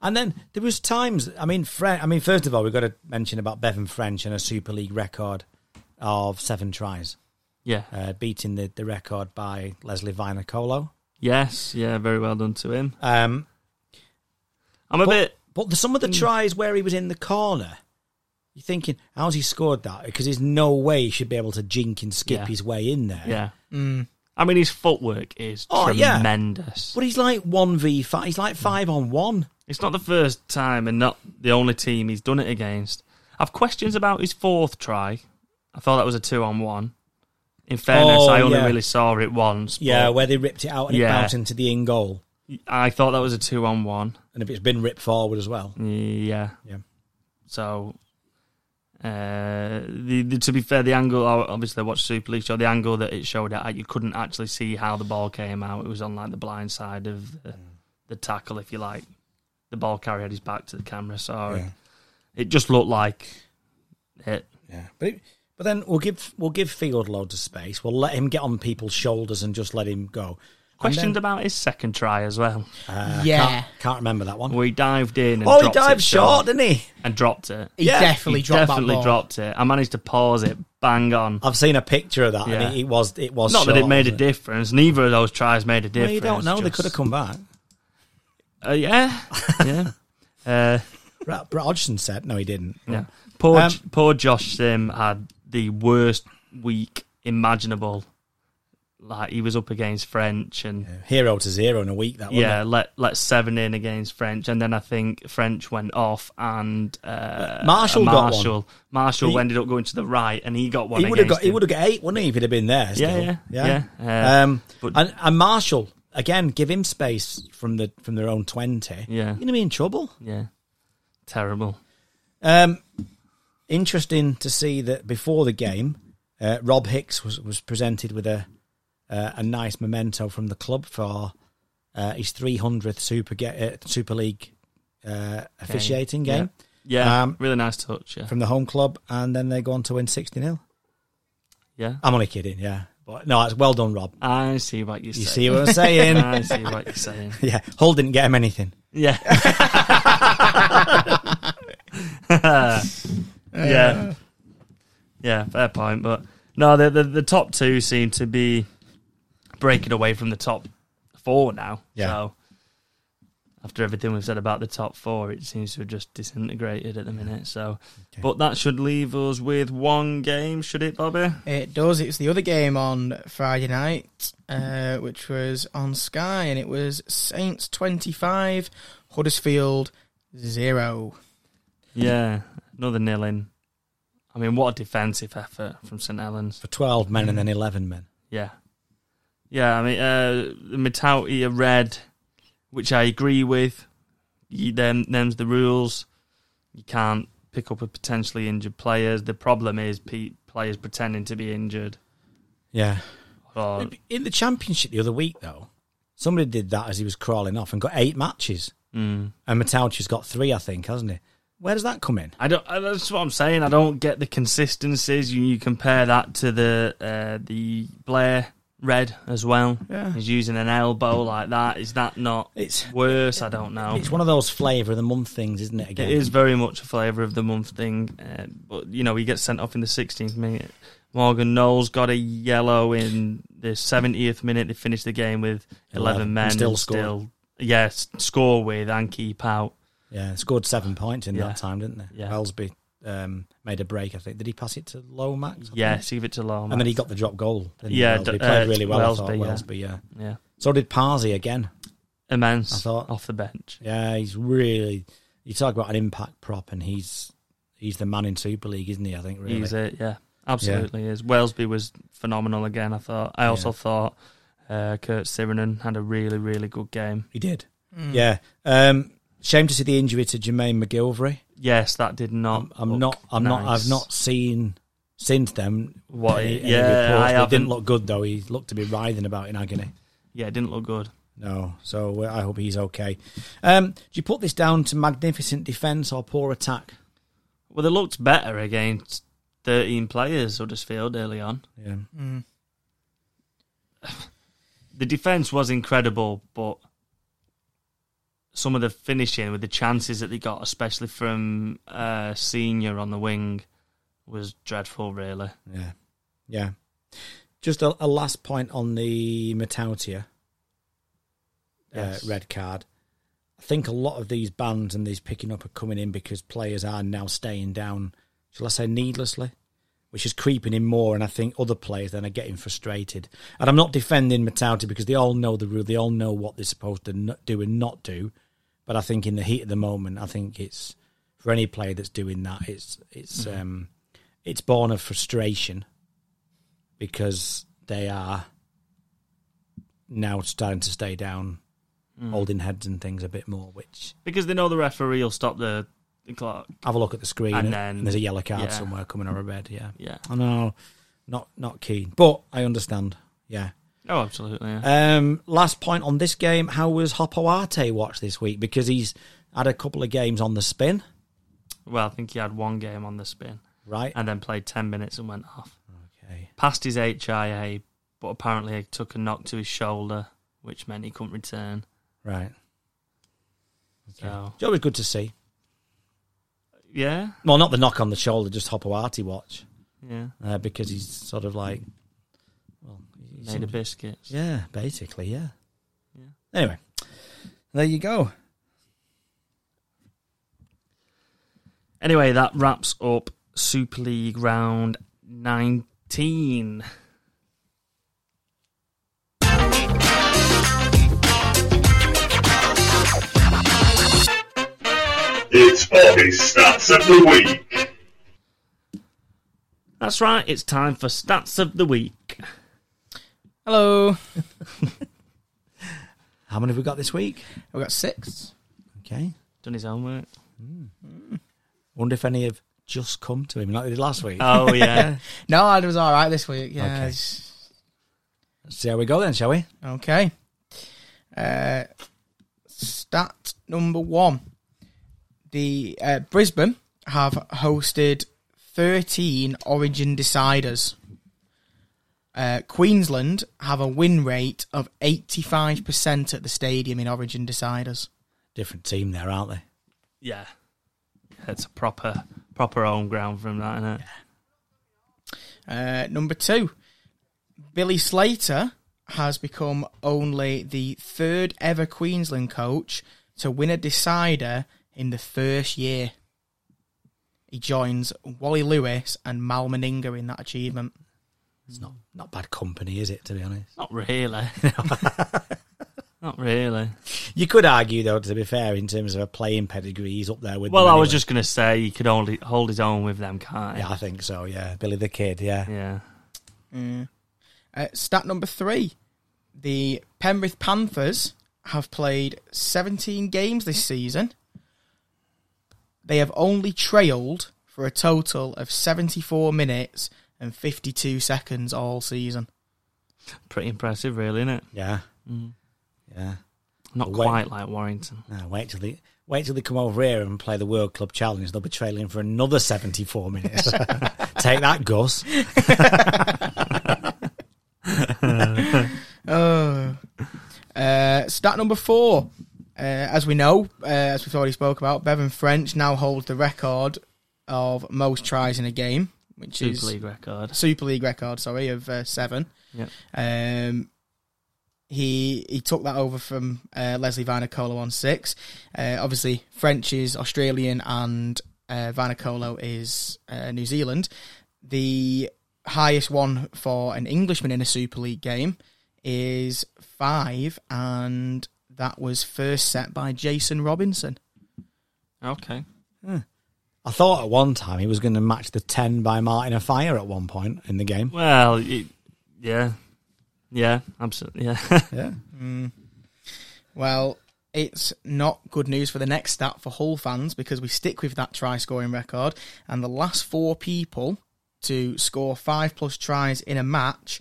[SPEAKER 2] And then there was times. I mean, French. I mean, first of all, we've got to mention about Bevan French and a Super League record of seven tries,
[SPEAKER 1] Yeah.
[SPEAKER 2] uh, beating the, the record by Leslie Vinacolo.
[SPEAKER 1] Yes. Yeah. Very well done to him.
[SPEAKER 2] Um,
[SPEAKER 1] I'm a bit.
[SPEAKER 2] But the, Hmm. some of the tries where he was in the corner, you're thinking, how's he scored that? Because there's no way he should be able to jink and skip
[SPEAKER 1] Yeah.
[SPEAKER 2] his way in there.
[SPEAKER 1] Yeah. I mean, his footwork is
[SPEAKER 2] Mm. Oh, yeah.
[SPEAKER 1] tremendous.
[SPEAKER 2] But he's like 1v5. He's like 5 on 1.
[SPEAKER 1] It's not the first time and not the only team he's done it against. I've questions about his fourth try. I thought that was a two on one. In fairness,
[SPEAKER 2] Oh,
[SPEAKER 1] I only
[SPEAKER 2] yeah.
[SPEAKER 1] really saw it once.
[SPEAKER 2] Yeah,
[SPEAKER 1] but-
[SPEAKER 2] where they ripped it out and
[SPEAKER 1] Yeah.
[SPEAKER 2] it bounced into the in goal.
[SPEAKER 1] I thought that was a two on one.
[SPEAKER 2] And if it's been ripped forward as well.
[SPEAKER 1] Yeah.
[SPEAKER 2] Yeah.
[SPEAKER 1] So, uh, the, the to be fair, the angle I- obviously I watched Super League, so the angle that it showed at, you couldn't actually see how the ball came out. It was on like the blind side of
[SPEAKER 2] Mm.
[SPEAKER 1] the, the tackle, if you like. The ball carrier had his back to the camera, so
[SPEAKER 2] Yeah.
[SPEAKER 1] it, it just looked like it.
[SPEAKER 2] Yeah. But it, but then we'll give we'll give Field loads of space. We'll let him get on people's shoulders and just let him go. And
[SPEAKER 1] Questioned
[SPEAKER 2] then-
[SPEAKER 1] about his second try as well.
[SPEAKER 2] uh,
[SPEAKER 3] Yeah.
[SPEAKER 2] Can't, can't remember that one.
[SPEAKER 1] Where he dived in and
[SPEAKER 2] oh, he
[SPEAKER 1] dropped it
[SPEAKER 2] dived short, didn't he?
[SPEAKER 1] and dropped it.
[SPEAKER 3] He
[SPEAKER 2] Yeah,
[SPEAKER 3] definitely
[SPEAKER 1] He
[SPEAKER 3] dropped
[SPEAKER 1] definitely
[SPEAKER 3] that ball.
[SPEAKER 1] dropped it. I managed to pause it, bang on.
[SPEAKER 2] I've seen a picture of that,
[SPEAKER 1] Yeah.
[SPEAKER 2] and it, it was it was
[SPEAKER 1] Not that it
[SPEAKER 2] short,
[SPEAKER 1] made a
[SPEAKER 2] wasn't it?
[SPEAKER 1] difference. Neither of those tries made a difference.
[SPEAKER 2] Well, you don't know. They
[SPEAKER 1] just-
[SPEAKER 2] could have come back.
[SPEAKER 1] Uh, yeah, yeah, uh,
[SPEAKER 2] Brad, Brad Hodgson said, no, he didn't.
[SPEAKER 1] yeah. Poor,
[SPEAKER 2] Um,
[SPEAKER 1] poor Josh Sim had the worst week imaginable. Like he was up against French and
[SPEAKER 2] Hero to zero in a week, that one.
[SPEAKER 1] yeah, let let seven in against French, and then I think French went off and uh,
[SPEAKER 2] Marshall got one.
[SPEAKER 1] Marshall, Marshall
[SPEAKER 2] He-
[SPEAKER 1] ended up going to the right, and he got one.
[SPEAKER 2] He would have
[SPEAKER 1] against
[SPEAKER 2] got. He
[SPEAKER 1] him.
[SPEAKER 2] would have got eight, wouldn't he, if he'd have been there?
[SPEAKER 1] Yeah,
[SPEAKER 2] still?
[SPEAKER 1] yeah, yeah, uh,
[SPEAKER 2] yeah. Um,
[SPEAKER 1] but-
[SPEAKER 2] and, and Marshall again, give him space from the from their own twenty.
[SPEAKER 1] Yeah.
[SPEAKER 2] you're gonna be in trouble.
[SPEAKER 1] Yeah, terrible.
[SPEAKER 2] Um, interesting to see that before the game, uh, Rob Hicks was, was presented with a uh, a nice memento from the club for uh, his 300th Super ga- uh, Super League uh, officiating
[SPEAKER 1] Yeah.
[SPEAKER 2] game
[SPEAKER 1] Yeah,
[SPEAKER 2] Um,
[SPEAKER 1] really nice touch. Yeah,
[SPEAKER 2] from the home club, and then they go on to win 60 0.
[SPEAKER 1] yeah.
[SPEAKER 2] I'm only kidding, yeah. But no, it's well done, Rob.
[SPEAKER 1] I see what you're
[SPEAKER 2] You
[SPEAKER 1] saying.
[SPEAKER 2] see what I'm saying?
[SPEAKER 1] I see what you're saying.
[SPEAKER 2] yeah, Hull didn't get him anything.
[SPEAKER 1] Yeah. yeah. Yeah, fair point. But no, the, the the top two seem to be breaking away from the top four now.
[SPEAKER 2] Yeah.
[SPEAKER 1] So after everything we've said about the top four, it seems to have just disintegrated at the minute. So but that should leave us with one game, should it, Bobby?
[SPEAKER 3] It does. It's the other game on Friday night, uh, which was on Sky, and it was Saints 25, Huddersfield 0.
[SPEAKER 1] Yeah. Another nil in. I mean, what a defensive effort from St. Helens.
[SPEAKER 2] For 12 men and then 11 men.
[SPEAKER 1] Yeah. Yeah, I mean, uh, Matauti a red, which I agree with. you, them them's the rules. You can't pick up a potentially injured players. The problem is pe- players pretending to be injured.
[SPEAKER 2] Yeah.
[SPEAKER 1] Or,
[SPEAKER 2] In the championship the other week, though, somebody did that as he was crawling off and got eight matches. Mm. And Mataucci's got three, I think, hasn't he? Where does that come in?
[SPEAKER 1] I don't. uh, That's what I'm saying. I don't get the consistencies. You, you compare that to the uh, the Blair red as well.
[SPEAKER 2] Yeah.
[SPEAKER 1] He's using an elbow like that. Is that not
[SPEAKER 2] It's-
[SPEAKER 1] worse? I don't know.
[SPEAKER 2] It's one of those flavour of the month things, isn't it? Again,
[SPEAKER 1] It is very much a flavour of the month thing. Uh, but, you know, he gets sent off in the 16th minute. Morgan Knowles got a yellow in the 70th minute. They finished the game with 11,
[SPEAKER 2] 11,
[SPEAKER 1] men.
[SPEAKER 2] still
[SPEAKER 1] and
[SPEAKER 2] scored.
[SPEAKER 1] Yes, score with and keep out.
[SPEAKER 2] Yeah, scored seven points in
[SPEAKER 1] Yeah.
[SPEAKER 2] that time, didn't they?
[SPEAKER 1] Yeah.
[SPEAKER 2] Wellesby um, made a break, I think. Did he pass it to Lomax? I think?
[SPEAKER 1] Yes, give it to Loma.
[SPEAKER 2] And then he got the drop goal. didn't he,
[SPEAKER 1] Yeah,
[SPEAKER 2] Wellesby?
[SPEAKER 1] d-
[SPEAKER 2] He played
[SPEAKER 1] uh,
[SPEAKER 2] really well, I
[SPEAKER 1] Wellesby,
[SPEAKER 2] thought.
[SPEAKER 1] yeah.
[SPEAKER 2] Wellesby, yeah.
[SPEAKER 1] Yeah.
[SPEAKER 2] So did Parsley again.
[SPEAKER 1] Immense.
[SPEAKER 2] I thought-
[SPEAKER 1] Off the bench.
[SPEAKER 2] Yeah, he's really. You talk about an impact prop, and he's he's the man in Super League, isn't he? I think, really.
[SPEAKER 1] He's it, yeah. Absolutely is. Wellesby was phenomenal again, I thought. I also
[SPEAKER 2] Yeah.
[SPEAKER 1] thought uh, Kurt Sirenen had a really, really good game.
[SPEAKER 2] He did. Yeah. Um, shame to see the injury to Jermaine McGilvery.
[SPEAKER 1] Yes, that did not.
[SPEAKER 2] I'm, I'm
[SPEAKER 1] look
[SPEAKER 2] not. I'm not.
[SPEAKER 1] nice.
[SPEAKER 2] I've not seen since then.
[SPEAKER 1] What
[SPEAKER 2] Any,
[SPEAKER 1] he-
[SPEAKER 2] any
[SPEAKER 1] yeah, I
[SPEAKER 2] reports, but he
[SPEAKER 1] haven't.
[SPEAKER 2] didn't look good though. He looked to be writhing about in agony.
[SPEAKER 1] Yeah, it didn't look good.
[SPEAKER 2] No, so uh, I hope he's okay. Um, do you put this down to magnificent defence or poor attack?
[SPEAKER 1] Well, they looked better against 13 players Huddersfield early on.
[SPEAKER 2] Yeah,
[SPEAKER 3] Mm-hmm.
[SPEAKER 1] The defence was incredible, but some of the finishing with the chances that they got, especially from uh, Senior on the wing, was dreadful, really.
[SPEAKER 2] yeah, yeah. Just a, a last point on the Matautia
[SPEAKER 1] Yes.
[SPEAKER 2] uh, red card. I think a lot of these bans and these picking up are coming in because players are now staying down. Shall I say needlessly? Which is creeping in more, and I think other players then are getting frustrated. And I'm not defending Matauti because they all know the rule, they all know what they're supposed to n- do and not do. But I think in the heat of the moment, I think it's for any player that's doing that, it's it's um, it's born of frustration because they are now starting to stay down, holding heads and things a bit more. Which
[SPEAKER 1] Because they know the referee will stop the, the clock.
[SPEAKER 2] have a look at the screen,
[SPEAKER 1] And
[SPEAKER 2] and,
[SPEAKER 1] then-
[SPEAKER 2] there's a yellow card
[SPEAKER 1] yeah.
[SPEAKER 2] somewhere coming over bed. Yeah,
[SPEAKER 1] Yeah.
[SPEAKER 2] I know, not not keen, but I understand. Yeah.
[SPEAKER 1] Oh, absolutely. Yeah.
[SPEAKER 2] Um, last point on this game: How was Hopoate watched this week? Because he's had a couple of games on the spin,
[SPEAKER 1] well, I think he had one game on the spin
[SPEAKER 2] right?
[SPEAKER 1] and then played 10 minutes and went off.
[SPEAKER 2] Okay.
[SPEAKER 1] Passed his HIA, but apparently he took a knock to his shoulder, which meant he couldn't return.
[SPEAKER 2] Right.
[SPEAKER 1] So,
[SPEAKER 2] It's always good to see.
[SPEAKER 1] yeah,
[SPEAKER 2] Well, not the knock on the shoulder, just Hopoate watch.
[SPEAKER 1] yeah.
[SPEAKER 2] uh, because he's sort of like, well, he
[SPEAKER 1] Made of
[SPEAKER 2] seems-
[SPEAKER 1] biscuits.
[SPEAKER 2] yeah, basically, yeah.
[SPEAKER 1] Yeah.
[SPEAKER 2] Anyway, there you go.
[SPEAKER 1] Anyway, that wraps up Super League round 19.
[SPEAKER 5] It's Bobby's Stats of the Week.
[SPEAKER 1] That's right, it's time for Stats of the Week.
[SPEAKER 3] Hello.
[SPEAKER 2] How many have we got this week?
[SPEAKER 3] We've got six.
[SPEAKER 2] Okay.
[SPEAKER 1] Done his homework.
[SPEAKER 2] Wonder if any have just come to him like they did last week.
[SPEAKER 1] Oh, yeah.
[SPEAKER 3] No, I was all right this week. Yeah.
[SPEAKER 2] Okay.
[SPEAKER 3] it's-
[SPEAKER 2] See how we go then, shall we?
[SPEAKER 3] Okay. Uh, stat number one: the uh, Brisbane have hosted thirteen Origin deciders. Uh, Queensland have a win rate of eighty-five percent at the stadium in Origin deciders.
[SPEAKER 2] Different team there, aren't they?
[SPEAKER 1] yeah. It's a proper proper home ground from that, isn't it?
[SPEAKER 3] Uh, number two, Billy Slater has become only the third ever Queensland coach to win a decider in the first year. He joins Wally Lewis and Mal Meninga in that achievement.
[SPEAKER 1] Mm.
[SPEAKER 2] It's not not bad company, is it? To be honest,
[SPEAKER 1] Not really. Not really.
[SPEAKER 2] you could argue though. To be fair, in terms of a playing pedigree, he's up there with.
[SPEAKER 1] Well,
[SPEAKER 2] them
[SPEAKER 1] I was
[SPEAKER 2] anyway.
[SPEAKER 1] just going to say he could only hold his own with them, can't he?
[SPEAKER 2] Yeah, I think so. Yeah, Billy the Kid. Yeah,
[SPEAKER 1] Yeah.
[SPEAKER 3] Uh, stat number three, the Penrith Panthers have played 17 games this season They have only trailed for a total of 74 minutes and 52 seconds all season.
[SPEAKER 1] Pretty impressive, really, isn't it?
[SPEAKER 2] Yeah.
[SPEAKER 1] Mm.
[SPEAKER 2] Yeah.
[SPEAKER 1] Not
[SPEAKER 2] Wait.
[SPEAKER 1] quite like Warrington.
[SPEAKER 2] No, wait till they wait till they come over here and play the World Club Challenge. They'll be trailing for another seventy four minutes. Take that, Gus.
[SPEAKER 3] Oh. Uh, stat number four. Uh, as we know, uh, as we've already spoke about, Bevan French now holds the record of most tries in a game, which
[SPEAKER 1] Super
[SPEAKER 3] is
[SPEAKER 1] League record.
[SPEAKER 3] Super League record, sorry, of uh, seven.
[SPEAKER 1] Yep.
[SPEAKER 3] Um, he he took that over from uh, Leslie Vinacolo on six. Uh, obviously, French is Australian and uh, Vinacolo is uh, New Zealand. The highest one for an Englishman in a Super League game is five, and that was first set by Jason Robinson.
[SPEAKER 1] Okay.
[SPEAKER 2] I thought at one time he was going to match the ten by Martin of Fire at one point in the game.
[SPEAKER 1] Well, y yeah, yeah, absolutely, yeah.
[SPEAKER 2] Yeah.
[SPEAKER 3] Well, it's not good news for the next stat for Hull fans because we stick with that try scoring record, and the last four people to score five plus tries in a match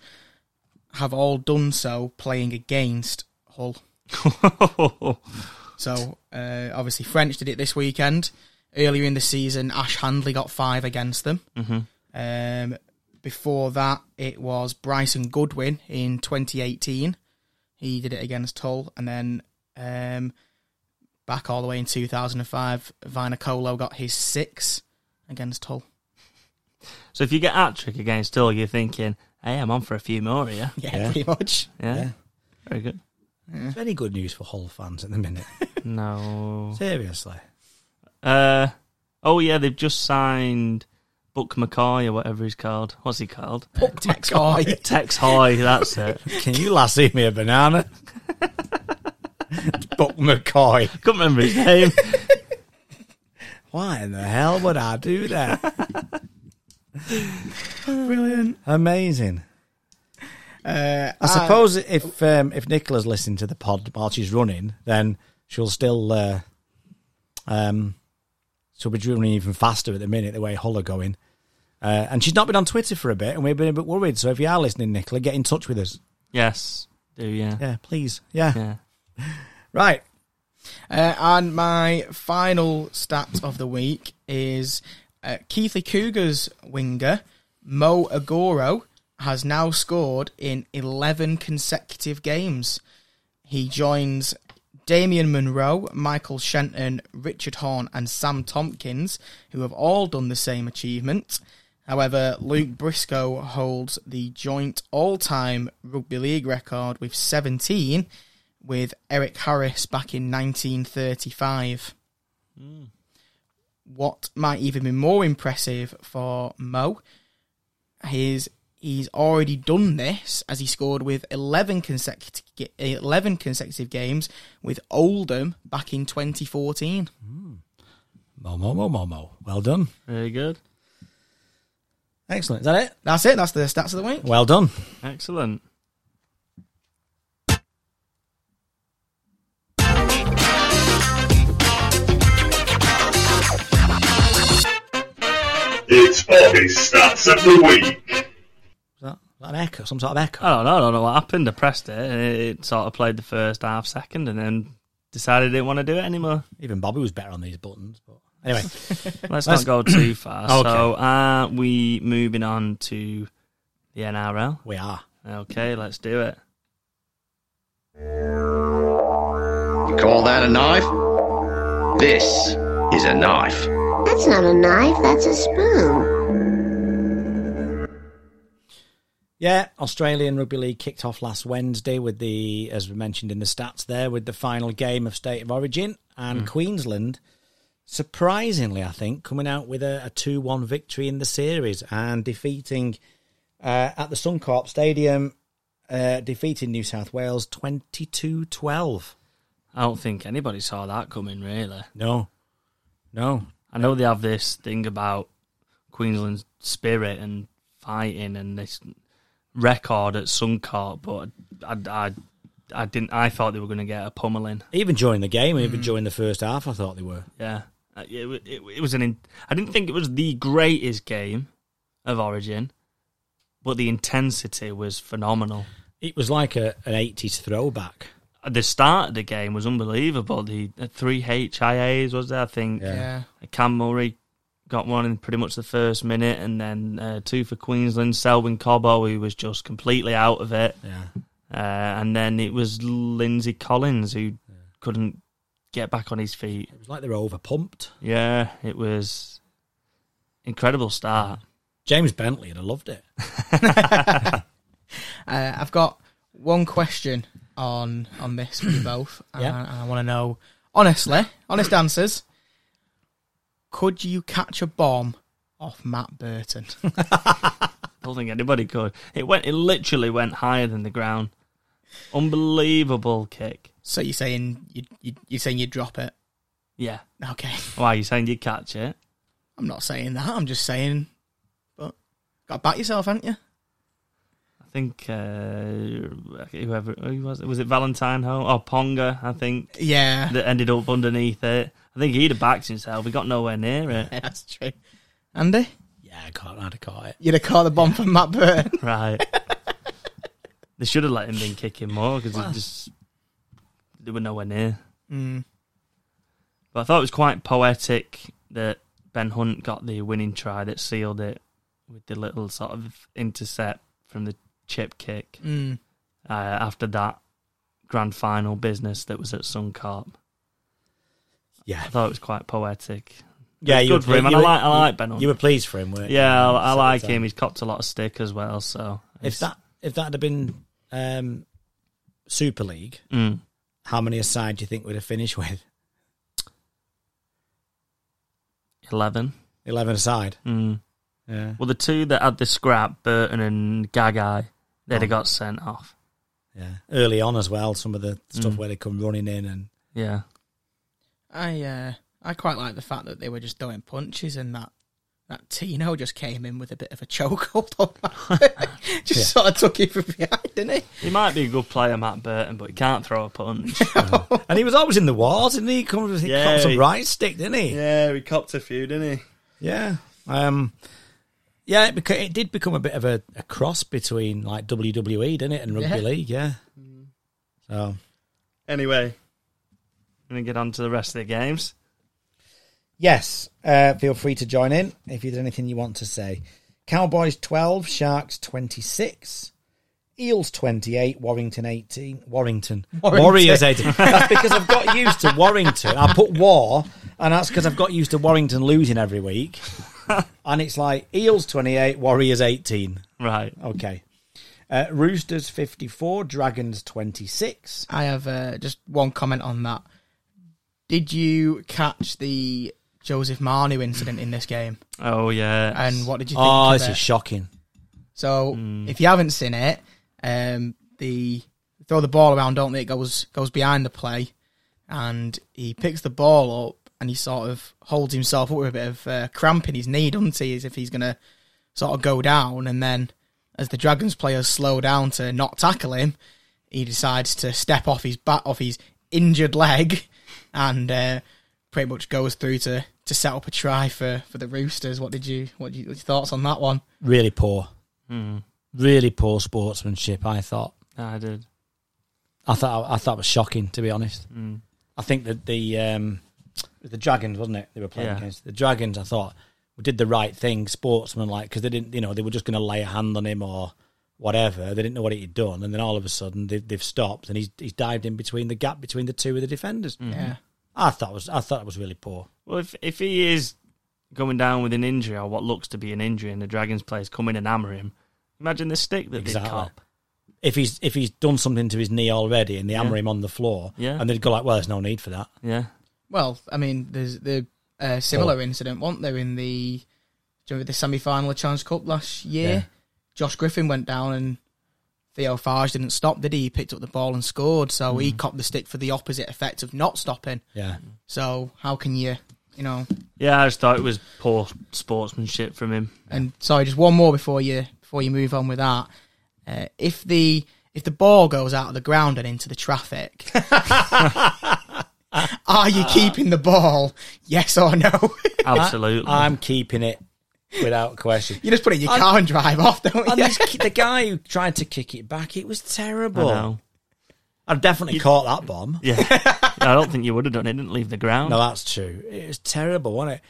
[SPEAKER 3] have all done so playing against Hull. So uh, obviously French did it this weekend. Earlier in the season, Ash Handley got five against them. Mm-hmm. Um, before that, it was Bryson Goodwin in 2018. He did it against Hull, and then um, back all the way in 2005, Vinacolo got his six against Hull.
[SPEAKER 1] so if you get hat trick against Hull, you're thinking, "Hey, I'm on for a few more here."
[SPEAKER 3] Yeah,
[SPEAKER 2] Yeah.
[SPEAKER 3] pretty much.
[SPEAKER 1] Yeah,
[SPEAKER 2] Yeah.
[SPEAKER 1] very good.
[SPEAKER 2] Very good news for Hull fans at the minute.
[SPEAKER 1] No.
[SPEAKER 2] Seriously.
[SPEAKER 1] Uh, oh yeah, they've just signed Buck McCoy or whatever he's called. What's he called?
[SPEAKER 3] Puck Tex Hoy.
[SPEAKER 1] Tex Hoy. That's it.
[SPEAKER 2] Can you last see me a banana? Buck McCoy.
[SPEAKER 1] Couldn't remember his name.
[SPEAKER 2] Why in the hell would I do that? Brilliant. Amazing.
[SPEAKER 3] Uh,
[SPEAKER 2] I suppose if um, if Nicola's listening to the pod while she's running, then she'll still uh, um, she'll be running even faster at the minute the way Hull are going. Uh, and she's not been on Twitter for a bit, and we've been a bit worried. So if you are listening, Nicola, get in touch with us.
[SPEAKER 1] yes. Do yeah.
[SPEAKER 2] Yeah, please. Yeah.
[SPEAKER 1] Yeah.
[SPEAKER 2] Right.
[SPEAKER 3] Uh, and my final stat of the week is uh, Keithley Cougars winger Mo Agoro has now scored in 11 consecutive games. He joins Damian Munro, Michael Shenton, Richard Horn, and Sam Tompkins, who have all done the same achievement. However, Luke Briscoe holds the joint all time rugby league record with 17 with Eric Harris back in 1935. What might even be more impressive for Mo is he's already done this as he scored with 11 consecutive 11 consecutive games with Oldham back in 2014.
[SPEAKER 2] Mo, mo, mo, mo, mo. Well done.
[SPEAKER 1] Very good.
[SPEAKER 2] Excellent. Is that it?
[SPEAKER 3] That's it. That's the stats of the week.
[SPEAKER 2] Well done.
[SPEAKER 1] Excellent.
[SPEAKER 5] It's Bobby's Stats of the Week.
[SPEAKER 2] Was that, was that an echo? Some sort of echo?
[SPEAKER 1] I don't know. I don't know what happened. I pressed it, and it, it sort of played the first half second, and then decided it didn't want to do it anymore.
[SPEAKER 2] Even Bobby was better on these buttons. But anyway,
[SPEAKER 1] Let's
[SPEAKER 2] Let's-
[SPEAKER 1] not go too far.
[SPEAKER 2] Okay.
[SPEAKER 1] So are we moving on to the NRL?
[SPEAKER 2] we are.
[SPEAKER 1] Okay, let's do it.
[SPEAKER 6] Call that a knife? This is a knife.
[SPEAKER 7] That's not a knife, that's a spoon.
[SPEAKER 2] Yeah, Australian Rugby League kicked off last Wednesday with the, as we mentioned in the stats there, with the final game of State of Origin and Queensland, surprisingly, I think, coming out with a 2 1 victory in the series and defeating uh, at the Suncorp Stadium, uh, defeating New South Wales 22 12.
[SPEAKER 1] I don't think anybody saw that coming, really.
[SPEAKER 2] No, no.
[SPEAKER 1] I know they have this thing about Queensland's spirit and fighting and this record at Suncorp, but I, I, I didn't. I thought they were going to get a pummeling.
[SPEAKER 2] Hmm. Even during the game, even during the first half, I thought they were.
[SPEAKER 1] Yeah, Uh, It, wa- it, it was an. In, I didn't think it was the greatest game of Origin, but the intensity was phenomenal.
[SPEAKER 2] It was like a, an 80s throwback.
[SPEAKER 1] The start of the game was unbelievable. The uh, three HIAs was there, I think.
[SPEAKER 3] Yeah.
[SPEAKER 1] Cam Murray got one in pretty much the first minute, and then uh, two for Queensland. Selwyn Cobbo, who was just completely out of it,
[SPEAKER 2] Yeah.
[SPEAKER 1] uh, and then it was Lindsay Collins who couldn't get back on his feet.
[SPEAKER 2] It was like they were overpumped.
[SPEAKER 1] Yeah, it was incredible start.
[SPEAKER 2] James Bentley would have loved it.
[SPEAKER 3] Uh, I've got one question on on this for you both, and
[SPEAKER 2] Yeah.
[SPEAKER 3] I, want to know honestly, honest answers. Could you catch a bomb off Matt Burton?
[SPEAKER 1] I don't think anybody could. It went. It literally went higher than the ground. Unbelievable kick.
[SPEAKER 3] so you're saying you, you you're saying you'd drop it?
[SPEAKER 1] Yeah.
[SPEAKER 3] Okay,
[SPEAKER 1] Why are you saying you catch it?
[SPEAKER 3] I'm not saying that. I'm just saying, but got to back yourself, haven't you?
[SPEAKER 1] I think uh, whoever who was it? was it Valentine Ho or Ponga? I think
[SPEAKER 3] Yeah,
[SPEAKER 1] that ended up underneath it. I think he'd have backed himself. He got nowhere near it.
[SPEAKER 3] yeah, that's true. Andy,
[SPEAKER 2] Yeah, I can't, I'd have caught it.
[SPEAKER 3] you'd have caught the bomb from Matt Burton.
[SPEAKER 1] Right. they should have let him been kicking more because it just they were nowhere near.
[SPEAKER 3] Mm.
[SPEAKER 1] But I thought it was quite poetic that Ben Hunt got the winning try that sealed it with the little sort of intercept from the chip kick
[SPEAKER 3] Mm.
[SPEAKER 1] uh, after that grand final business that was at Suncorp.
[SPEAKER 2] Yeah.
[SPEAKER 1] I thought it was quite poetic.
[SPEAKER 2] Yeah,
[SPEAKER 1] good for him, and I like- I like Ben Hunt.
[SPEAKER 2] You were pleased for him, weren't you?
[SPEAKER 1] Yeah, I, I
[SPEAKER 2] At the
[SPEAKER 1] like
[SPEAKER 2] time.
[SPEAKER 1] him. He's copped a lot of stick as well. So
[SPEAKER 2] If that if that had been um, Super League,
[SPEAKER 1] Mm.
[SPEAKER 2] how many aside do you think we'd have finished with?
[SPEAKER 1] eleven.
[SPEAKER 2] Eleven aside.
[SPEAKER 1] Mm.
[SPEAKER 2] Yeah.
[SPEAKER 1] Well, the two that had the scrap, Burton and Gagai, they'd have got sent off.
[SPEAKER 2] Yeah. Early on as well, some of the stuff
[SPEAKER 1] Mm.
[SPEAKER 2] where they come running in and
[SPEAKER 1] Yeah.
[SPEAKER 3] I uh, I quite like the fact that they were just throwing punches and that that Tino just came in with a bit of a chokehold on that. just
[SPEAKER 2] Yeah.
[SPEAKER 3] sort of took him from behind, didn't
[SPEAKER 1] He might be a good player, Matt Burton, but he can't throw a punch.
[SPEAKER 2] and he was always in the wars, didn't he? He come he
[SPEAKER 1] Yeah,
[SPEAKER 2] caught some
[SPEAKER 1] he-
[SPEAKER 2] right stick, didn't he?
[SPEAKER 1] yeah, he copped a few, didn't he?
[SPEAKER 2] Yeah. Um, yeah, it, beca- it did become a bit of a, a cross between like WWE, didn't it, and rugby
[SPEAKER 3] Yeah.
[SPEAKER 2] league. Yeah.
[SPEAKER 1] Mm.
[SPEAKER 2] So
[SPEAKER 1] Anyway, going to get on to the rest of the games.
[SPEAKER 2] yes, uh, feel free to join in if you there's anything you want to say. Cowboys twelve, Sharks twenty six. Eels 28, Warrington 18. Warrington.
[SPEAKER 3] Warrington.
[SPEAKER 2] Warriors 18. That's because I've got used to Warrington. I put war, and that's because I've got used to Warrington losing every week. And it's like Eels 28, Warriors 18.
[SPEAKER 1] Right.
[SPEAKER 2] Okay. Uh, Roosters 54, Dragons 26.
[SPEAKER 3] I have uh, just one comment on that. Did you catch the Joseph Marnu incident in this game?
[SPEAKER 1] Oh, yeah.
[SPEAKER 3] And what did you think?
[SPEAKER 2] Oh,
[SPEAKER 3] of
[SPEAKER 2] this
[SPEAKER 3] it?
[SPEAKER 2] is shocking.
[SPEAKER 3] So if you haven't seen it, um, the throw the ball around, don't they? It goes goes behind the play, and he picks the ball up and he sort of holds himself up with a bit of uh, cramp in his knee, doesn't he? As if he's gonna sort of go down, and then as the Dragons players slow down to not tackle him, he decides to step off his bat off his injured leg, and uh, pretty much goes through to. To set up a try for, for the Roosters, what did you what did you, what's your thoughts on that one?
[SPEAKER 2] Really poor.
[SPEAKER 1] Hmm.
[SPEAKER 2] Really poor sportsmanship, I thought.
[SPEAKER 1] I did.
[SPEAKER 2] I thought I thought it was shocking, to be honest.
[SPEAKER 1] Hmm.
[SPEAKER 2] I think that the um, the Dragons, wasn't it? They were playing
[SPEAKER 1] Yeah.
[SPEAKER 2] against the Dragons. I thought we did the right thing, sportsman like, because they didn't, you know, they were just going to lay a hand on him or whatever. They didn't know what he'd done, and then all of a sudden they, they've stopped and he's he's dived in between the gap between the two of the defenders.
[SPEAKER 1] Hmm.
[SPEAKER 3] Yeah,
[SPEAKER 2] I thought it was I thought it was really poor.
[SPEAKER 1] Well, if, if he is going down with an injury or what looks to be an injury and the Dragons players come in and hammer him, imagine the stick that they
[SPEAKER 2] Exactly.
[SPEAKER 1] cop.
[SPEAKER 2] If he's if he's done something to his knee already and they hammer
[SPEAKER 1] Yeah.
[SPEAKER 2] him on the floor,
[SPEAKER 1] Yeah.
[SPEAKER 2] and they'd go like, well, there's no need for that.
[SPEAKER 1] Yeah.
[SPEAKER 3] Well, I mean, there's the uh, similar incident, wasn't there, in the do you remember the semi-final of Challenge Cup last year?
[SPEAKER 2] Yeah.
[SPEAKER 3] Josh Griffin went down and Theo Farge didn't stop, did he? He picked up the ball and scored, so he copped the stick for the opposite effect of not stopping.
[SPEAKER 2] Yeah,
[SPEAKER 3] So how can you, you know?
[SPEAKER 1] Yeah, I just thought it was poor sportsmanship from him.
[SPEAKER 3] And sorry, just one more before you before you move on with that. Uh, if the if the ball goes out of the ground and into the traffic, Are you keeping the ball? Yes or no?
[SPEAKER 1] Absolutely.
[SPEAKER 2] I'm keeping it without question.
[SPEAKER 3] you just put it in your car and drive off, don't
[SPEAKER 2] And
[SPEAKER 3] you?
[SPEAKER 2] this, ki- the guy who tried to kick it back, it was
[SPEAKER 1] I
[SPEAKER 2] terrible.
[SPEAKER 1] know.
[SPEAKER 2] I've definitely caught that bomb.
[SPEAKER 1] Yeah. I don't think you would have done it. Didn't leave the ground.
[SPEAKER 2] No, that's true. It was terrible, wasn't it?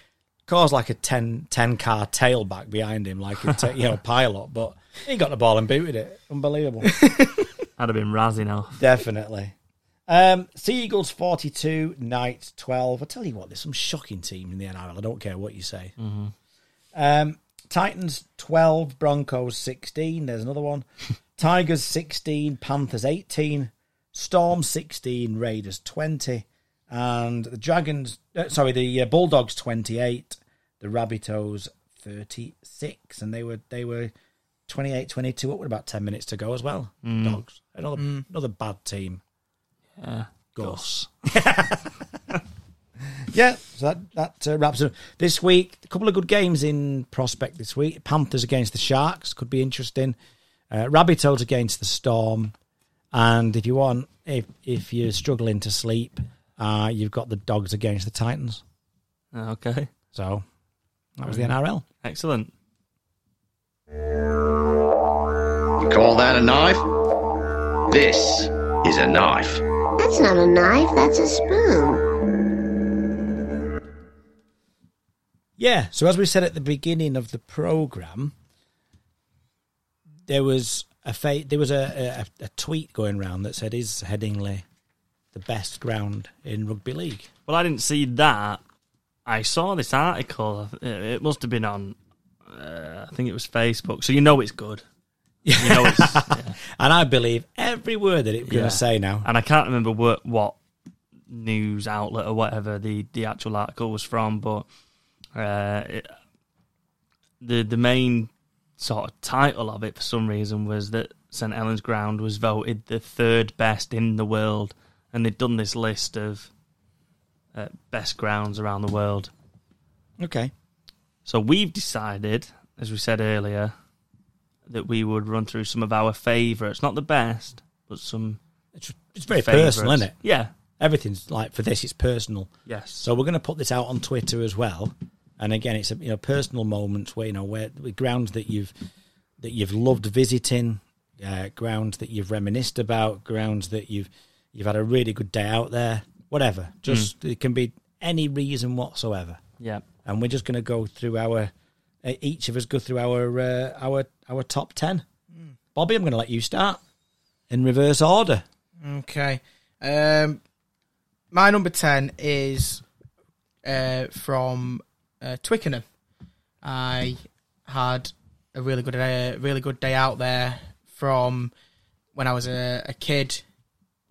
[SPEAKER 2] Caused like a 10, 10 car tailback behind him, like a te- you know pilot. But he got the ball and booted it. Unbelievable.
[SPEAKER 1] I'd have been razzing off.
[SPEAKER 2] Definitely. Um, Seagulls 42, Knights 12. I tell you what, there's some shocking teams in the NRL. I don't care what you say. Um, Titans 12, Broncos 16. There's another one. Tigers 16, Panthers 18, Storm 16, Raiders 20, and the Dragons, uh, sorry, the uh, Bulldogs 28, the Rabbitohs 36. And they were, they were 28 22 up with about 10 minutes to go as well. Dogs. Another, another bad team. Yeah. Gus. yeah, so that, that uh, wraps it up. This week, a couple of good games in prospect this week. Panthers against the Sharks could be interesting. Uh, Rabbitohs against the Storm. And if you want, if, if you're struggling to sleep, uh, you've got the Dogs against the Titans.
[SPEAKER 1] Okay.
[SPEAKER 2] So that was the NRL.
[SPEAKER 1] Excellent.
[SPEAKER 6] You call that a knife? This is a knife.
[SPEAKER 7] That's not a knife, that's a spoon.
[SPEAKER 2] Yeah. So as we said at the beginning of the program, there was a fa- there was a, a, a tweet going round that said, "Is Headingley the best ground in rugby league?"
[SPEAKER 1] Well, I didn't see that. I saw this article. It- It must have been on. Uh, I think it was Facebook. So you know it's good. You know it's. yeah.
[SPEAKER 2] And I believe every word that it's going to
[SPEAKER 1] Yeah.
[SPEAKER 2] say now.
[SPEAKER 1] And I can't remember what what news outlet or whatever the the actual article was from, but uh, it, the the main sort of title of it for some reason was that St Helens Ground was voted the third best in the world, and they'd done this list of uh, best grounds around the world.
[SPEAKER 2] Okay.
[SPEAKER 1] So we've decided, as we said earlier, that we would run through some of our favourites, not the best, but some
[SPEAKER 2] It's, it's very
[SPEAKER 1] favourites.
[SPEAKER 2] personal, isn't it?
[SPEAKER 1] Yeah.
[SPEAKER 2] Everything's like for this, it's personal.
[SPEAKER 1] Yes. So
[SPEAKER 2] So we're going to put this out on Twitter as well. And again, it's a, you know personal moments where you know where with grounds that you've that you've loved visiting, uh, grounds that you've reminisced about, grounds that you've you've had a really good day out there, whatever. Just it can be any reason whatsoever.
[SPEAKER 1] yeah.
[SPEAKER 2] And we're just going to go through our uh, each of us go through our uh, our our top ten. Bobby, I'm going to let you start in reverse order.
[SPEAKER 3] Okay. Um, my number 10 is uh, from uh, Twickenham. I had a really good, uh, really good day out there from when I was a, a kid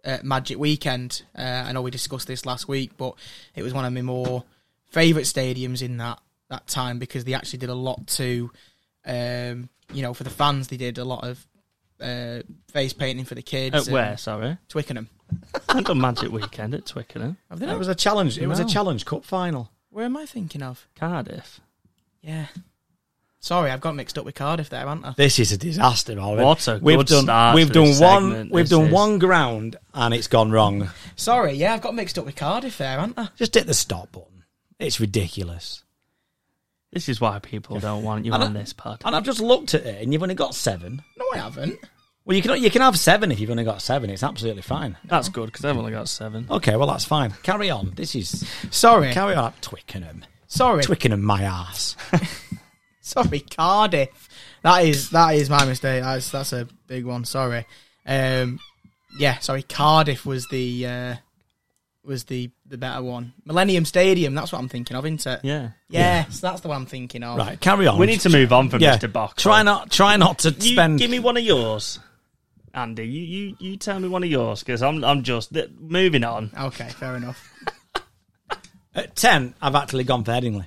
[SPEAKER 3] at Magic Weekend. Uh, I know we discussed this last week, but it was one of my more favourite stadiums in that, that time because they actually did a lot to, um, you know, for the fans, they did a lot of uh, face painting for the kids.
[SPEAKER 1] At
[SPEAKER 3] and-
[SPEAKER 1] where? Sorry.
[SPEAKER 3] Twickenham.
[SPEAKER 1] I've done Magic Weekend at Twickenham,
[SPEAKER 2] It was a challenge. It was a
[SPEAKER 1] No.
[SPEAKER 2] challenge cup final.
[SPEAKER 3] Where am I thinking of?
[SPEAKER 1] Cardiff.
[SPEAKER 3] Yeah. Sorry, I've got mixed up with Cardiff there, haven't I?
[SPEAKER 2] This is a disaster, Alvin.
[SPEAKER 1] What a
[SPEAKER 2] we've
[SPEAKER 1] good
[SPEAKER 2] done,
[SPEAKER 1] start
[SPEAKER 2] We've
[SPEAKER 1] to
[SPEAKER 2] done
[SPEAKER 1] this
[SPEAKER 2] one.
[SPEAKER 1] segment.
[SPEAKER 2] We've
[SPEAKER 1] This
[SPEAKER 2] done
[SPEAKER 1] is-
[SPEAKER 2] one ground, and it's gone wrong.
[SPEAKER 3] Sorry, yeah, I've got mixed up with Cardiff there, haven't I?
[SPEAKER 2] Just hit the stop button. It's ridiculous.
[SPEAKER 1] This is why people don't want you
[SPEAKER 2] And I-
[SPEAKER 1] on this pod.
[SPEAKER 2] And I've just looked at it, and you've only got seven.
[SPEAKER 3] No, I haven't.
[SPEAKER 2] Well, you can you can have seven if you've only got seven. It's absolutely fine.
[SPEAKER 1] That's good because I've only got seven.
[SPEAKER 2] Okay, well that's fine. Carry on. This is
[SPEAKER 3] Sorry.
[SPEAKER 2] carry on. Twickenham,
[SPEAKER 3] sorry.
[SPEAKER 2] Twickenham, my ass.
[SPEAKER 3] sorry, Cardiff. That is that is my mistake. That's that's a big one. Sorry. Um yeah, sorry, Cardiff was the uh was the the better one. Millennium Stadium, that's what I'm thinking of, isn't it?
[SPEAKER 1] Yeah.
[SPEAKER 3] Yes, that's the one I'm thinking of.
[SPEAKER 2] Right, carry on.
[SPEAKER 1] We need to move on from
[SPEAKER 2] Yeah,
[SPEAKER 1] Mr. Bock.
[SPEAKER 2] try not try not to
[SPEAKER 1] You
[SPEAKER 2] spend.
[SPEAKER 1] give me one of yours, Andy. You you, you tell me one of yours because I'm I'm just th- moving on.
[SPEAKER 3] Okay, fair enough.
[SPEAKER 2] At ten, I've actually gone for Headingley.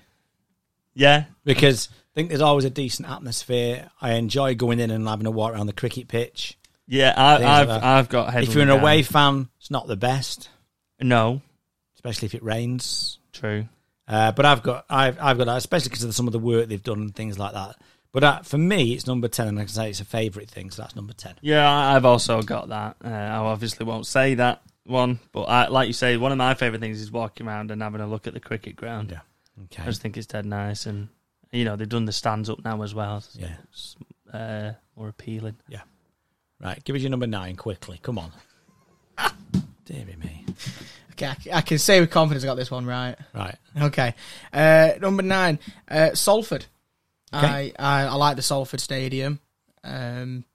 [SPEAKER 1] Yeah.
[SPEAKER 2] because I think there's always a decent atmosphere. I enjoy going in and having a walk around the cricket pitch.
[SPEAKER 1] Yeah. I,
[SPEAKER 2] like
[SPEAKER 1] I've
[SPEAKER 2] that.
[SPEAKER 1] I've got. Headley
[SPEAKER 2] if you're an
[SPEAKER 1] down.
[SPEAKER 2] away fan, it's not the best,
[SPEAKER 1] No.
[SPEAKER 2] especially if it rains.
[SPEAKER 1] True.
[SPEAKER 2] Uh, but I've got I've I've got that, especially because of some of the work they've done and things like that. But uh, for me, it's number ten, and I can say it's a favourite thing, so that's number ten.
[SPEAKER 1] Yeah, I- I've also got that. Uh, I obviously won't say that one, but I, like you say, one of my favourite things is walking around and having a look at the cricket ground.
[SPEAKER 2] Yeah.
[SPEAKER 1] I
[SPEAKER 2] Okay.
[SPEAKER 1] just think it's dead nice, and you know they've done the stands up now as well. so
[SPEAKER 2] Yeah.
[SPEAKER 1] it's, uh, more appealing.
[SPEAKER 2] Right. Give us your number nine quickly. Come on. Dear me.
[SPEAKER 3] Okay, I c- I can say with confidence I got this one right.
[SPEAKER 2] Right.
[SPEAKER 3] Okay. Uh, number nine, uh, Salford.
[SPEAKER 2] Okay.
[SPEAKER 3] I, I I like the Salford Stadium. Um,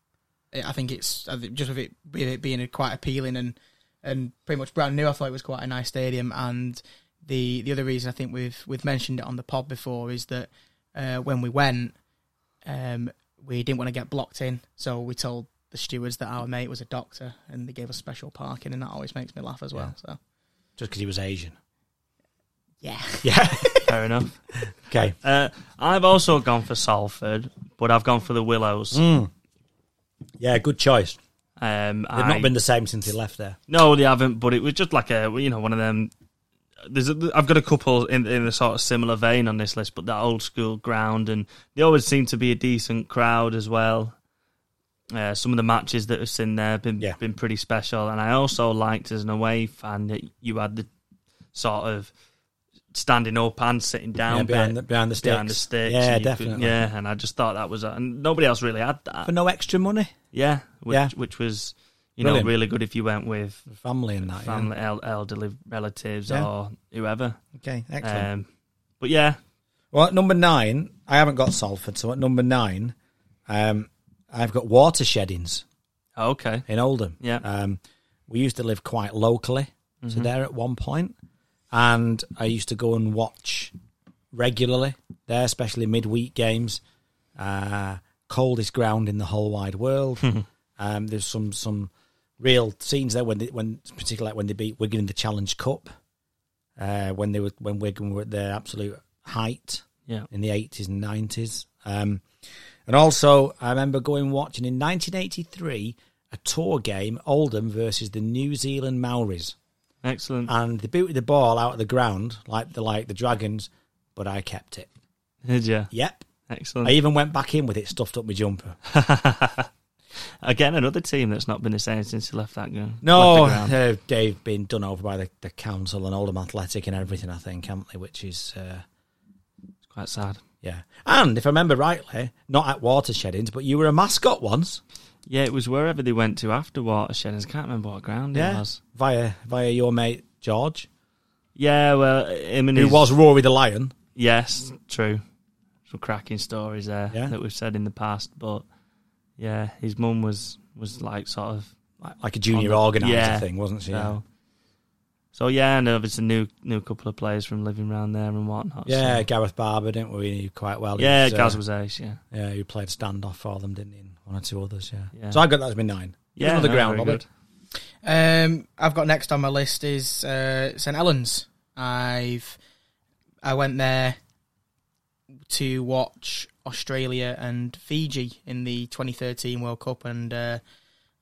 [SPEAKER 3] I I think it's I think just with it, with it being quite appealing and and pretty much brand new. I thought it was quite a nice stadium. And the the other reason I think we've we've mentioned it on the pod before is that uh, when we went, um, we didn't want to get blocked in, so we told the stewards that our mate was a doctor, and they gave us special parking, and that always makes me laugh as well. So
[SPEAKER 2] Just because he was Asian.
[SPEAKER 3] yeah,
[SPEAKER 2] Yeah.
[SPEAKER 1] Fair enough.
[SPEAKER 2] okay.
[SPEAKER 1] Uh, I've also gone for Salford, but I've gone for the Willows.
[SPEAKER 2] Yeah. Good choice.
[SPEAKER 1] Um,
[SPEAKER 2] Mm. They've not been the same since he left there.
[SPEAKER 1] No, they haven't. But it was just like a you know one of them. There's a, I've got a couple in in a sort of similar vein on this list, but that old school ground, and they always seem to be a decent crowd as well. Uh, some of the matches that have seen there have been
[SPEAKER 2] Yeah.
[SPEAKER 1] been pretty special, and I also liked as an away fan that you had the sort of standing up and sitting down
[SPEAKER 2] Yeah, behind
[SPEAKER 1] bit
[SPEAKER 2] the- behind the
[SPEAKER 1] behind the
[SPEAKER 2] sticks.
[SPEAKER 1] sticks.
[SPEAKER 2] Yeah,
[SPEAKER 1] and you could-
[SPEAKER 2] definitely.
[SPEAKER 1] yeah, and I just thought that was, a, and nobody else really had that.
[SPEAKER 2] For no extra money.
[SPEAKER 1] Yeah, which
[SPEAKER 2] Yeah.
[SPEAKER 1] which was you
[SPEAKER 2] Brilliant.
[SPEAKER 1] know really good if you went with
[SPEAKER 2] Family and that.
[SPEAKER 1] family, el- elderly relatives,
[SPEAKER 2] Yeah.
[SPEAKER 1] or whoever.
[SPEAKER 2] Yeah. Okay. Excellent.
[SPEAKER 1] Um, but yeah,
[SPEAKER 2] Well, at number nine, I haven't got Salford, so at number nine, um, I've got watersheddings
[SPEAKER 1] Oh, okay,
[SPEAKER 2] in Oldham.
[SPEAKER 1] Yeah. Mm-hmm.
[SPEAKER 2] Um, we used to live quite locally to there at one point, and I used to go and watch regularly there, especially midweek games. Uh, coldest ground in the whole wide world. um, there's some some real scenes there when they, when particularly like when they beat Wigan in the Challenge Cup, uh, when they were when Wigan were at their absolute height
[SPEAKER 1] yeah,
[SPEAKER 2] in the 80s and 90s. Um, and also, I remember going watching in 1983 a tour game, Oldham versus the New Zealand Maoris.
[SPEAKER 1] excellent.
[SPEAKER 2] And they booted the ball out of the ground like the, like the Dragons, but I kept it.
[SPEAKER 1] Did you?
[SPEAKER 2] Yep. I
[SPEAKER 1] Excellent.
[SPEAKER 2] even went back in with it stuffed up my jumper.
[SPEAKER 1] Again, another team that's not been the same since you left that game.
[SPEAKER 2] No,
[SPEAKER 1] left the ground.
[SPEAKER 2] uh, they've been done over by the, the council and Oldham Athletic and everything, I think, haven't they? Which is, uh,
[SPEAKER 1] it's quite sad.
[SPEAKER 2] yeah. And if I remember rightly, not at Watersheddings, but you were a mascot once.
[SPEAKER 1] Yeah, it was wherever they went to after Watersheds. I can't remember what ground it was.
[SPEAKER 2] Via, via your mate, George.
[SPEAKER 1] Yeah, well, him and
[SPEAKER 2] who
[SPEAKER 1] his-
[SPEAKER 2] was Rory the Lion.
[SPEAKER 1] Yes, true. Some cracking stories there
[SPEAKER 2] Yeah.
[SPEAKER 1] that we've said in the past, but yeah, his mum was was like sort of
[SPEAKER 2] like- like a junior
[SPEAKER 1] On the-
[SPEAKER 2] organizer
[SPEAKER 1] yeah.
[SPEAKER 2] thing, wasn't she?
[SPEAKER 1] So, uh, so yeah, and obviously new new couple of players from living round there and whatnot.
[SPEAKER 2] yeah,
[SPEAKER 1] so.
[SPEAKER 2] Gareth Barber, didn't we? He knew quite well. He
[SPEAKER 1] yeah,
[SPEAKER 2] uh,
[SPEAKER 1] Gaz was ace. Yeah,
[SPEAKER 2] yeah, who played standoff for them, didn't he? And one or two others, yeah.
[SPEAKER 1] Yeah.
[SPEAKER 2] So I got that as my nine. Give
[SPEAKER 1] yeah,
[SPEAKER 2] us another
[SPEAKER 1] no,
[SPEAKER 2] ground,
[SPEAKER 1] very
[SPEAKER 2] Robert.
[SPEAKER 1] good.
[SPEAKER 3] Um, I've got next on my list is uh, St Helens. I've I went there to watch Australia and Fiji in the 2013 World Cup, and uh,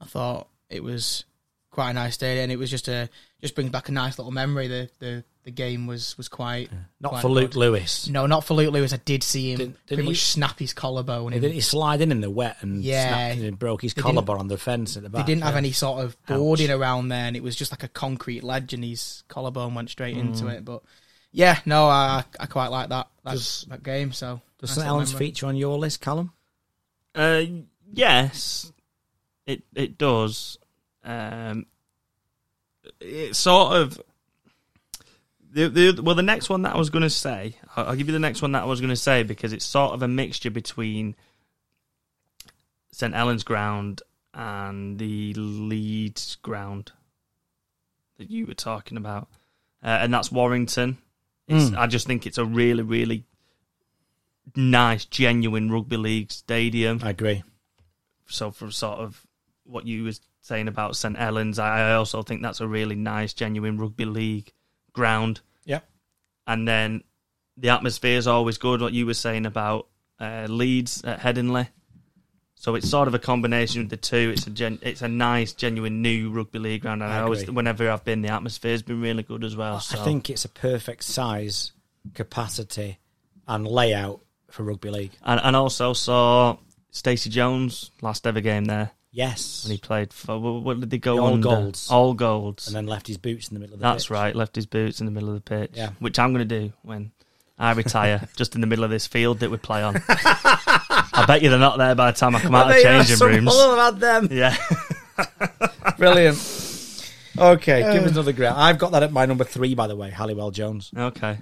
[SPEAKER 3] I thought it was quite a nice day, and it was just a just brings back a nice little memory. The the, the game was was quite
[SPEAKER 2] Not
[SPEAKER 3] quite
[SPEAKER 2] for Luke
[SPEAKER 3] good.
[SPEAKER 2] Lewis.
[SPEAKER 3] No, not for Luke Lewis. I did see him
[SPEAKER 2] Didn't- didn't
[SPEAKER 3] pretty
[SPEAKER 2] he-
[SPEAKER 3] much snap his collarbone. and
[SPEAKER 2] Didn't he slide in in the wet and
[SPEAKER 3] Yeah.
[SPEAKER 2] snapped it and broke his
[SPEAKER 3] They didn't-
[SPEAKER 2] collarbone on the fence at the
[SPEAKER 3] they
[SPEAKER 2] back?
[SPEAKER 3] didn't have
[SPEAKER 2] yeah.
[SPEAKER 3] any sort of
[SPEAKER 2] Ouch.
[SPEAKER 3] boarding around there, and it was just like a concrete ledge, and his collarbone went
[SPEAKER 2] Mm.
[SPEAKER 3] straight into it. But yeah, no, I I quite like that that,
[SPEAKER 2] Does-
[SPEAKER 3] that game. So
[SPEAKER 2] Does
[SPEAKER 3] nice
[SPEAKER 2] St.
[SPEAKER 3] little
[SPEAKER 2] Helens
[SPEAKER 3] memory.
[SPEAKER 2] feature on your list, Callum?
[SPEAKER 1] Uh, yes, it it does. Um, it sort of. The, the, well, the next one that I was going to say, I'll, I'll give you the next one that I was going to say because it's sort of a mixture between St. Helens ground and the Leeds ground that you were talking about, uh, and that's Warrington. It's, I just think it's a really, really nice, genuine rugby league stadium
[SPEAKER 2] I agree.
[SPEAKER 1] so from sort of what you was saying about St Helens, I I also think that's a really nice, genuine rugby league ground.
[SPEAKER 2] Yep.
[SPEAKER 1] And then the atmosphere is always good. What you were saying about uh, Leeds at Headingley, so it's sort of a combination of the two. It's a gen- it's a nice, genuine new rugby league ground, and
[SPEAKER 2] I
[SPEAKER 1] I, always
[SPEAKER 2] agree.
[SPEAKER 1] whenever I've been, the atmosphere's been really good as well. So
[SPEAKER 2] I think it's a perfect size, capacity, and layout for rugby league.
[SPEAKER 1] and, and also saw Stacey Jones last ever game there.
[SPEAKER 2] Yes.
[SPEAKER 1] when he played for what what did they go
[SPEAKER 2] The All
[SPEAKER 1] under?
[SPEAKER 2] Golds.
[SPEAKER 1] All golds.
[SPEAKER 2] And then left his boots in the middle of the
[SPEAKER 1] That's
[SPEAKER 2] pitch.
[SPEAKER 1] right. Left his boots in the middle of the pitch,
[SPEAKER 2] Yeah.
[SPEAKER 1] which I'm going to do when I retire, just in the middle of this field that we play on. I bet you they're not there by the time I come out
[SPEAKER 2] I
[SPEAKER 1] of
[SPEAKER 2] bet you have
[SPEAKER 1] changing
[SPEAKER 2] some
[SPEAKER 1] rooms.
[SPEAKER 2] all about them.
[SPEAKER 1] Yeah,
[SPEAKER 2] Brilliant. Okay, give us another grab. I've got that at my number three, by the way, Halliwell Jones.
[SPEAKER 1] okay.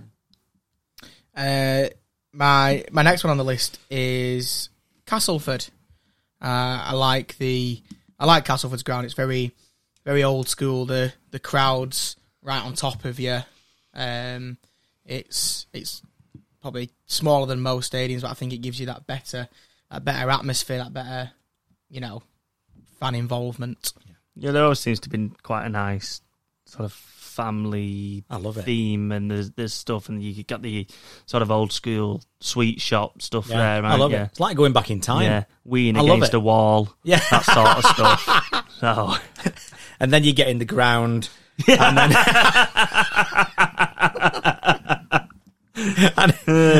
[SPEAKER 3] Uh, my my next one on the list is Castleford. Uh, I like the I like Castleford's ground. It's very very old school. The the crowds right on top of you. Um, it's it's probably smaller than most stadiums, but I think it gives you that better that better atmosphere, that better you know fan involvement.
[SPEAKER 1] Yeah, there always seems to be quite a nice sort of family
[SPEAKER 2] I love it.
[SPEAKER 1] theme, and there's there's stuff, and you got the sort of old school sweet shop stuff
[SPEAKER 2] Yeah,
[SPEAKER 1] there. Right?
[SPEAKER 2] I love
[SPEAKER 1] yeah.
[SPEAKER 2] it. It's like going back in time.
[SPEAKER 1] Yeah, weeing
[SPEAKER 2] I love
[SPEAKER 1] against
[SPEAKER 2] it.
[SPEAKER 1] a wall,
[SPEAKER 2] Yeah.
[SPEAKER 1] that sort of stuff. So
[SPEAKER 2] And then you get in the ground. And then. And-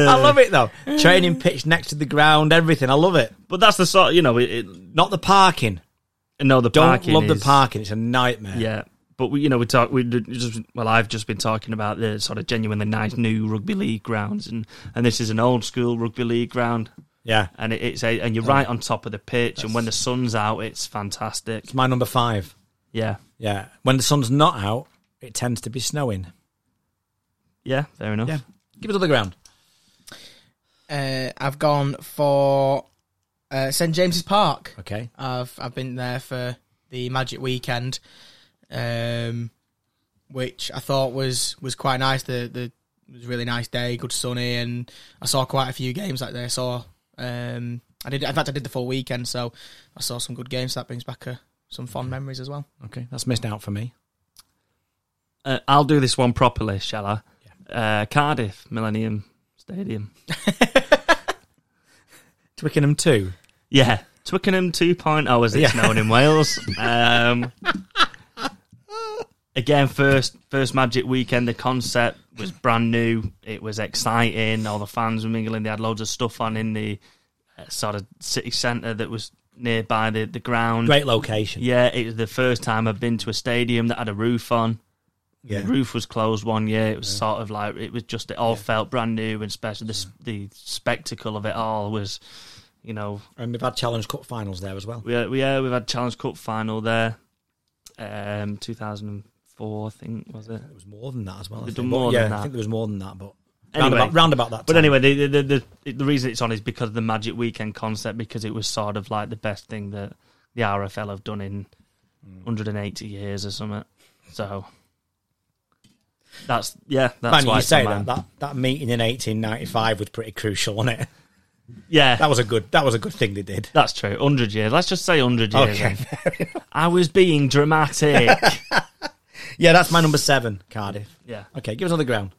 [SPEAKER 2] I love it though. Training pitch next to the ground, everything. I love it.
[SPEAKER 1] But that's the sort, you know. It, it,
[SPEAKER 2] Not the parking.
[SPEAKER 1] no, the
[SPEAKER 2] Don't
[SPEAKER 1] parking
[SPEAKER 2] love
[SPEAKER 1] is-
[SPEAKER 2] the parking. It's a nightmare.
[SPEAKER 1] Yeah, but we, you know, we talk. We did- just well, I've just been talking about the sort of genuinely nice new rugby league grounds, and and this is an old school rugby league ground,
[SPEAKER 2] Yeah.
[SPEAKER 1] and it, it's a, and you're right on top of the pitch, and when the sun's out, it's fantastic.
[SPEAKER 2] It's my number five.
[SPEAKER 1] Yeah,
[SPEAKER 2] Yeah. When the sun's not out, it tends to be snowing.
[SPEAKER 1] yeah, fair enough.
[SPEAKER 2] Yeah. Give us another ground.
[SPEAKER 3] Uh, I've gone for uh, St James's Park.
[SPEAKER 2] Okay.
[SPEAKER 3] I've I've been there for the Magic Weekend, um, which I thought was was quite nice. The the it was a really nice day, good sunny, and I saw quite a few games like there. I saw um, I did in fact I did the full weekend, so I saw some good games. So that brings back uh, some fond memories as well.
[SPEAKER 2] Okay. That's missed out for me.
[SPEAKER 1] Uh, I'll do this one properly, shall I? Uh, Cardiff Millennium Stadium.
[SPEAKER 2] Twickenham too.
[SPEAKER 1] Yeah, Twickenham Oh, 2.0 as it's
[SPEAKER 2] Yeah.
[SPEAKER 1] known in Wales. Um, again, first first Magic Weekend. The concept was brand new. It was exciting. All the fans were mingling. They had loads of stuff on in the uh, sort of city centre that was nearby the the ground.
[SPEAKER 2] Great location.
[SPEAKER 1] Yeah, it was the first time I've been to a stadium that had a roof on.
[SPEAKER 2] Yeah.
[SPEAKER 1] The roof was closed one year. It was sort of like it was just it all felt brand new and special. The s the spectacle of it all was, you know,
[SPEAKER 2] And we've had Challenge Cup finals there as well.
[SPEAKER 1] we we yeah, we've had Challenge Cup final there, um, 2004 I think was it.
[SPEAKER 2] It was more than that as well. I
[SPEAKER 1] They've done
[SPEAKER 2] think.
[SPEAKER 1] more
[SPEAKER 2] But, yeah,
[SPEAKER 1] than
[SPEAKER 2] I
[SPEAKER 1] that.
[SPEAKER 2] think there was more than that, but round,
[SPEAKER 1] Anyway.
[SPEAKER 2] about, round about that.
[SPEAKER 1] But
[SPEAKER 2] time.
[SPEAKER 1] anyway, the the, the the the reason it's on is because of the Magic Weekend concept because it was sort of like the best thing that the RFL have done in
[SPEAKER 2] Mm.
[SPEAKER 1] 180 years or something. So that's yeah, that's
[SPEAKER 2] Man,
[SPEAKER 1] why
[SPEAKER 2] you
[SPEAKER 1] it's
[SPEAKER 2] say
[SPEAKER 1] on mine.
[SPEAKER 2] that, that that meeting in 1895 was pretty crucial, wasn't it?
[SPEAKER 1] yeah,
[SPEAKER 2] That was a good that was a good thing they did.
[SPEAKER 1] that's true. 100 years. Let's just say 100 years.
[SPEAKER 2] Okay,
[SPEAKER 1] then. I was being dramatic.
[SPEAKER 2] yeah, that's my number seven, Cardiff.
[SPEAKER 1] yeah.
[SPEAKER 2] Okay, give us another ground.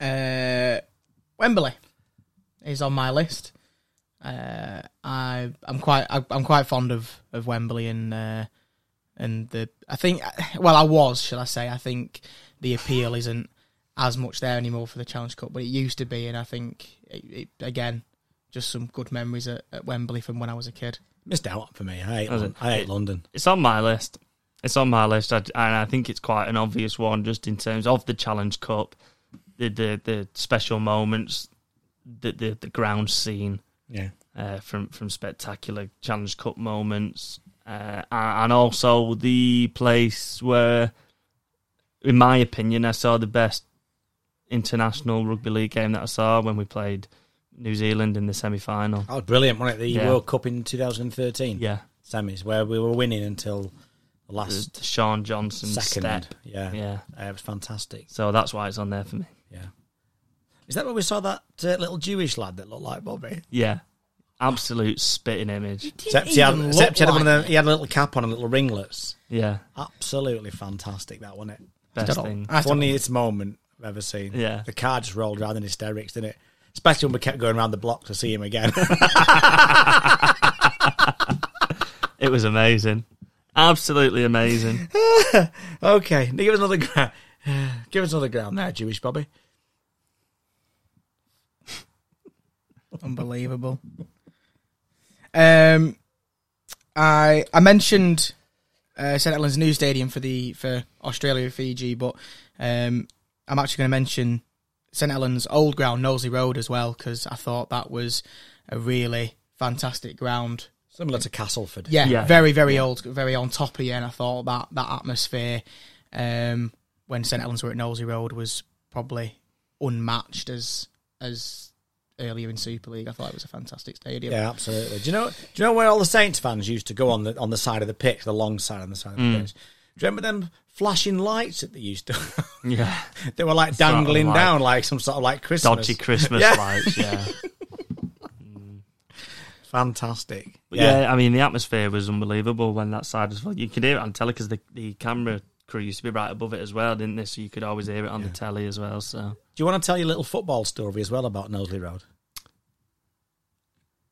[SPEAKER 3] Uh, Wembley is on my list. Uh, I I'm quite I, I'm quite fond of of Wembley and uh, and the I think well I was shall I say I think the appeal isn't as much there anymore for the Challenge Cup, but it used to be, and I think it, it, again just some good memories at, at Wembley from when I was a kid.
[SPEAKER 2] Missed out for me. I hate,
[SPEAKER 1] That was
[SPEAKER 2] Lon-
[SPEAKER 1] it.
[SPEAKER 2] I hate
[SPEAKER 1] It-
[SPEAKER 2] London.
[SPEAKER 1] It's on my list. It's on my list, I, and I think it's quite an obvious one, just in terms of the Challenge Cup, the the, the special moments, the the, the ground scene
[SPEAKER 2] Yeah,
[SPEAKER 1] uh, from from spectacular Challenge Cup moments, uh, and- and also the place where, in my opinion, I saw the best international rugby league game that I saw when we played New Zealand in the semi final.
[SPEAKER 2] that was brilliant, wasn't it? The
[SPEAKER 1] Yeah.
[SPEAKER 2] World Cup in 2013
[SPEAKER 1] Yeah,
[SPEAKER 2] semis, where we were winning until the
[SPEAKER 1] the,
[SPEAKER 2] last
[SPEAKER 1] the Sean Johnson
[SPEAKER 2] second.
[SPEAKER 1] step.
[SPEAKER 2] Yeah,
[SPEAKER 1] Yeah.
[SPEAKER 2] Uh, it was fantastic.
[SPEAKER 1] So that's why it's on there for me.
[SPEAKER 2] Yeah. Is that where we saw that uh, little Jewish lad that looked like Bobby?
[SPEAKER 1] Yeah. Absolute spitting image.
[SPEAKER 2] Except he had,
[SPEAKER 3] even look
[SPEAKER 2] except he had one of
[SPEAKER 3] like
[SPEAKER 2] them, he had a little cap on and little ringlets.
[SPEAKER 1] Yeah.
[SPEAKER 2] Absolutely fantastic, that one. It
[SPEAKER 1] Best thing.
[SPEAKER 3] I don't-
[SPEAKER 2] funniest moment I've ever seen.
[SPEAKER 1] Yeah.
[SPEAKER 2] the car just rolled around in hysterics, didn't it? Especially when we kept going around the block to see him again.
[SPEAKER 1] It was amazing. Absolutely amazing.
[SPEAKER 2] okay, now give us another ground. Give us another ground there, Jewish Bobby.
[SPEAKER 3] Unbelievable. Um, I I mentioned uh, St Helens new stadium for the for Australia Fiji, but um, I'm actually going to mention St Helens old ground Knowsley Road as well because I thought that was a really fantastic ground.
[SPEAKER 2] Similar to Castleford.
[SPEAKER 3] Yeah,
[SPEAKER 1] Yeah.
[SPEAKER 3] very very old, very on top of you, and I thought that that atmosphere um, when St Helens were at Knowsley Road was probably unmatched as as earlier in Super League. I thought it was a fantastic stadium.
[SPEAKER 2] Yeah, absolutely. Do you know? Do you know where all the Saints fans used to go on the on the side of the pitch, the long side on the side of
[SPEAKER 3] Mm.
[SPEAKER 2] the pitch? Do you remember them flashing lights that they used to?
[SPEAKER 1] Yeah.
[SPEAKER 2] they were like dangling
[SPEAKER 1] like-
[SPEAKER 2] down like some sort of like Christmas.
[SPEAKER 1] Dodgy Christmas
[SPEAKER 2] Yeah.
[SPEAKER 1] lights, yeah.
[SPEAKER 2] Fantastic.
[SPEAKER 1] But yeah. I mean, the atmosphere was unbelievable when that side was full. You could hear it on telly because the, the camera crew used to be right above it as well, didn't they? So you could always hear it on the telly as well. So,
[SPEAKER 2] Do you want to tell your little football story as well about Knowsley Road?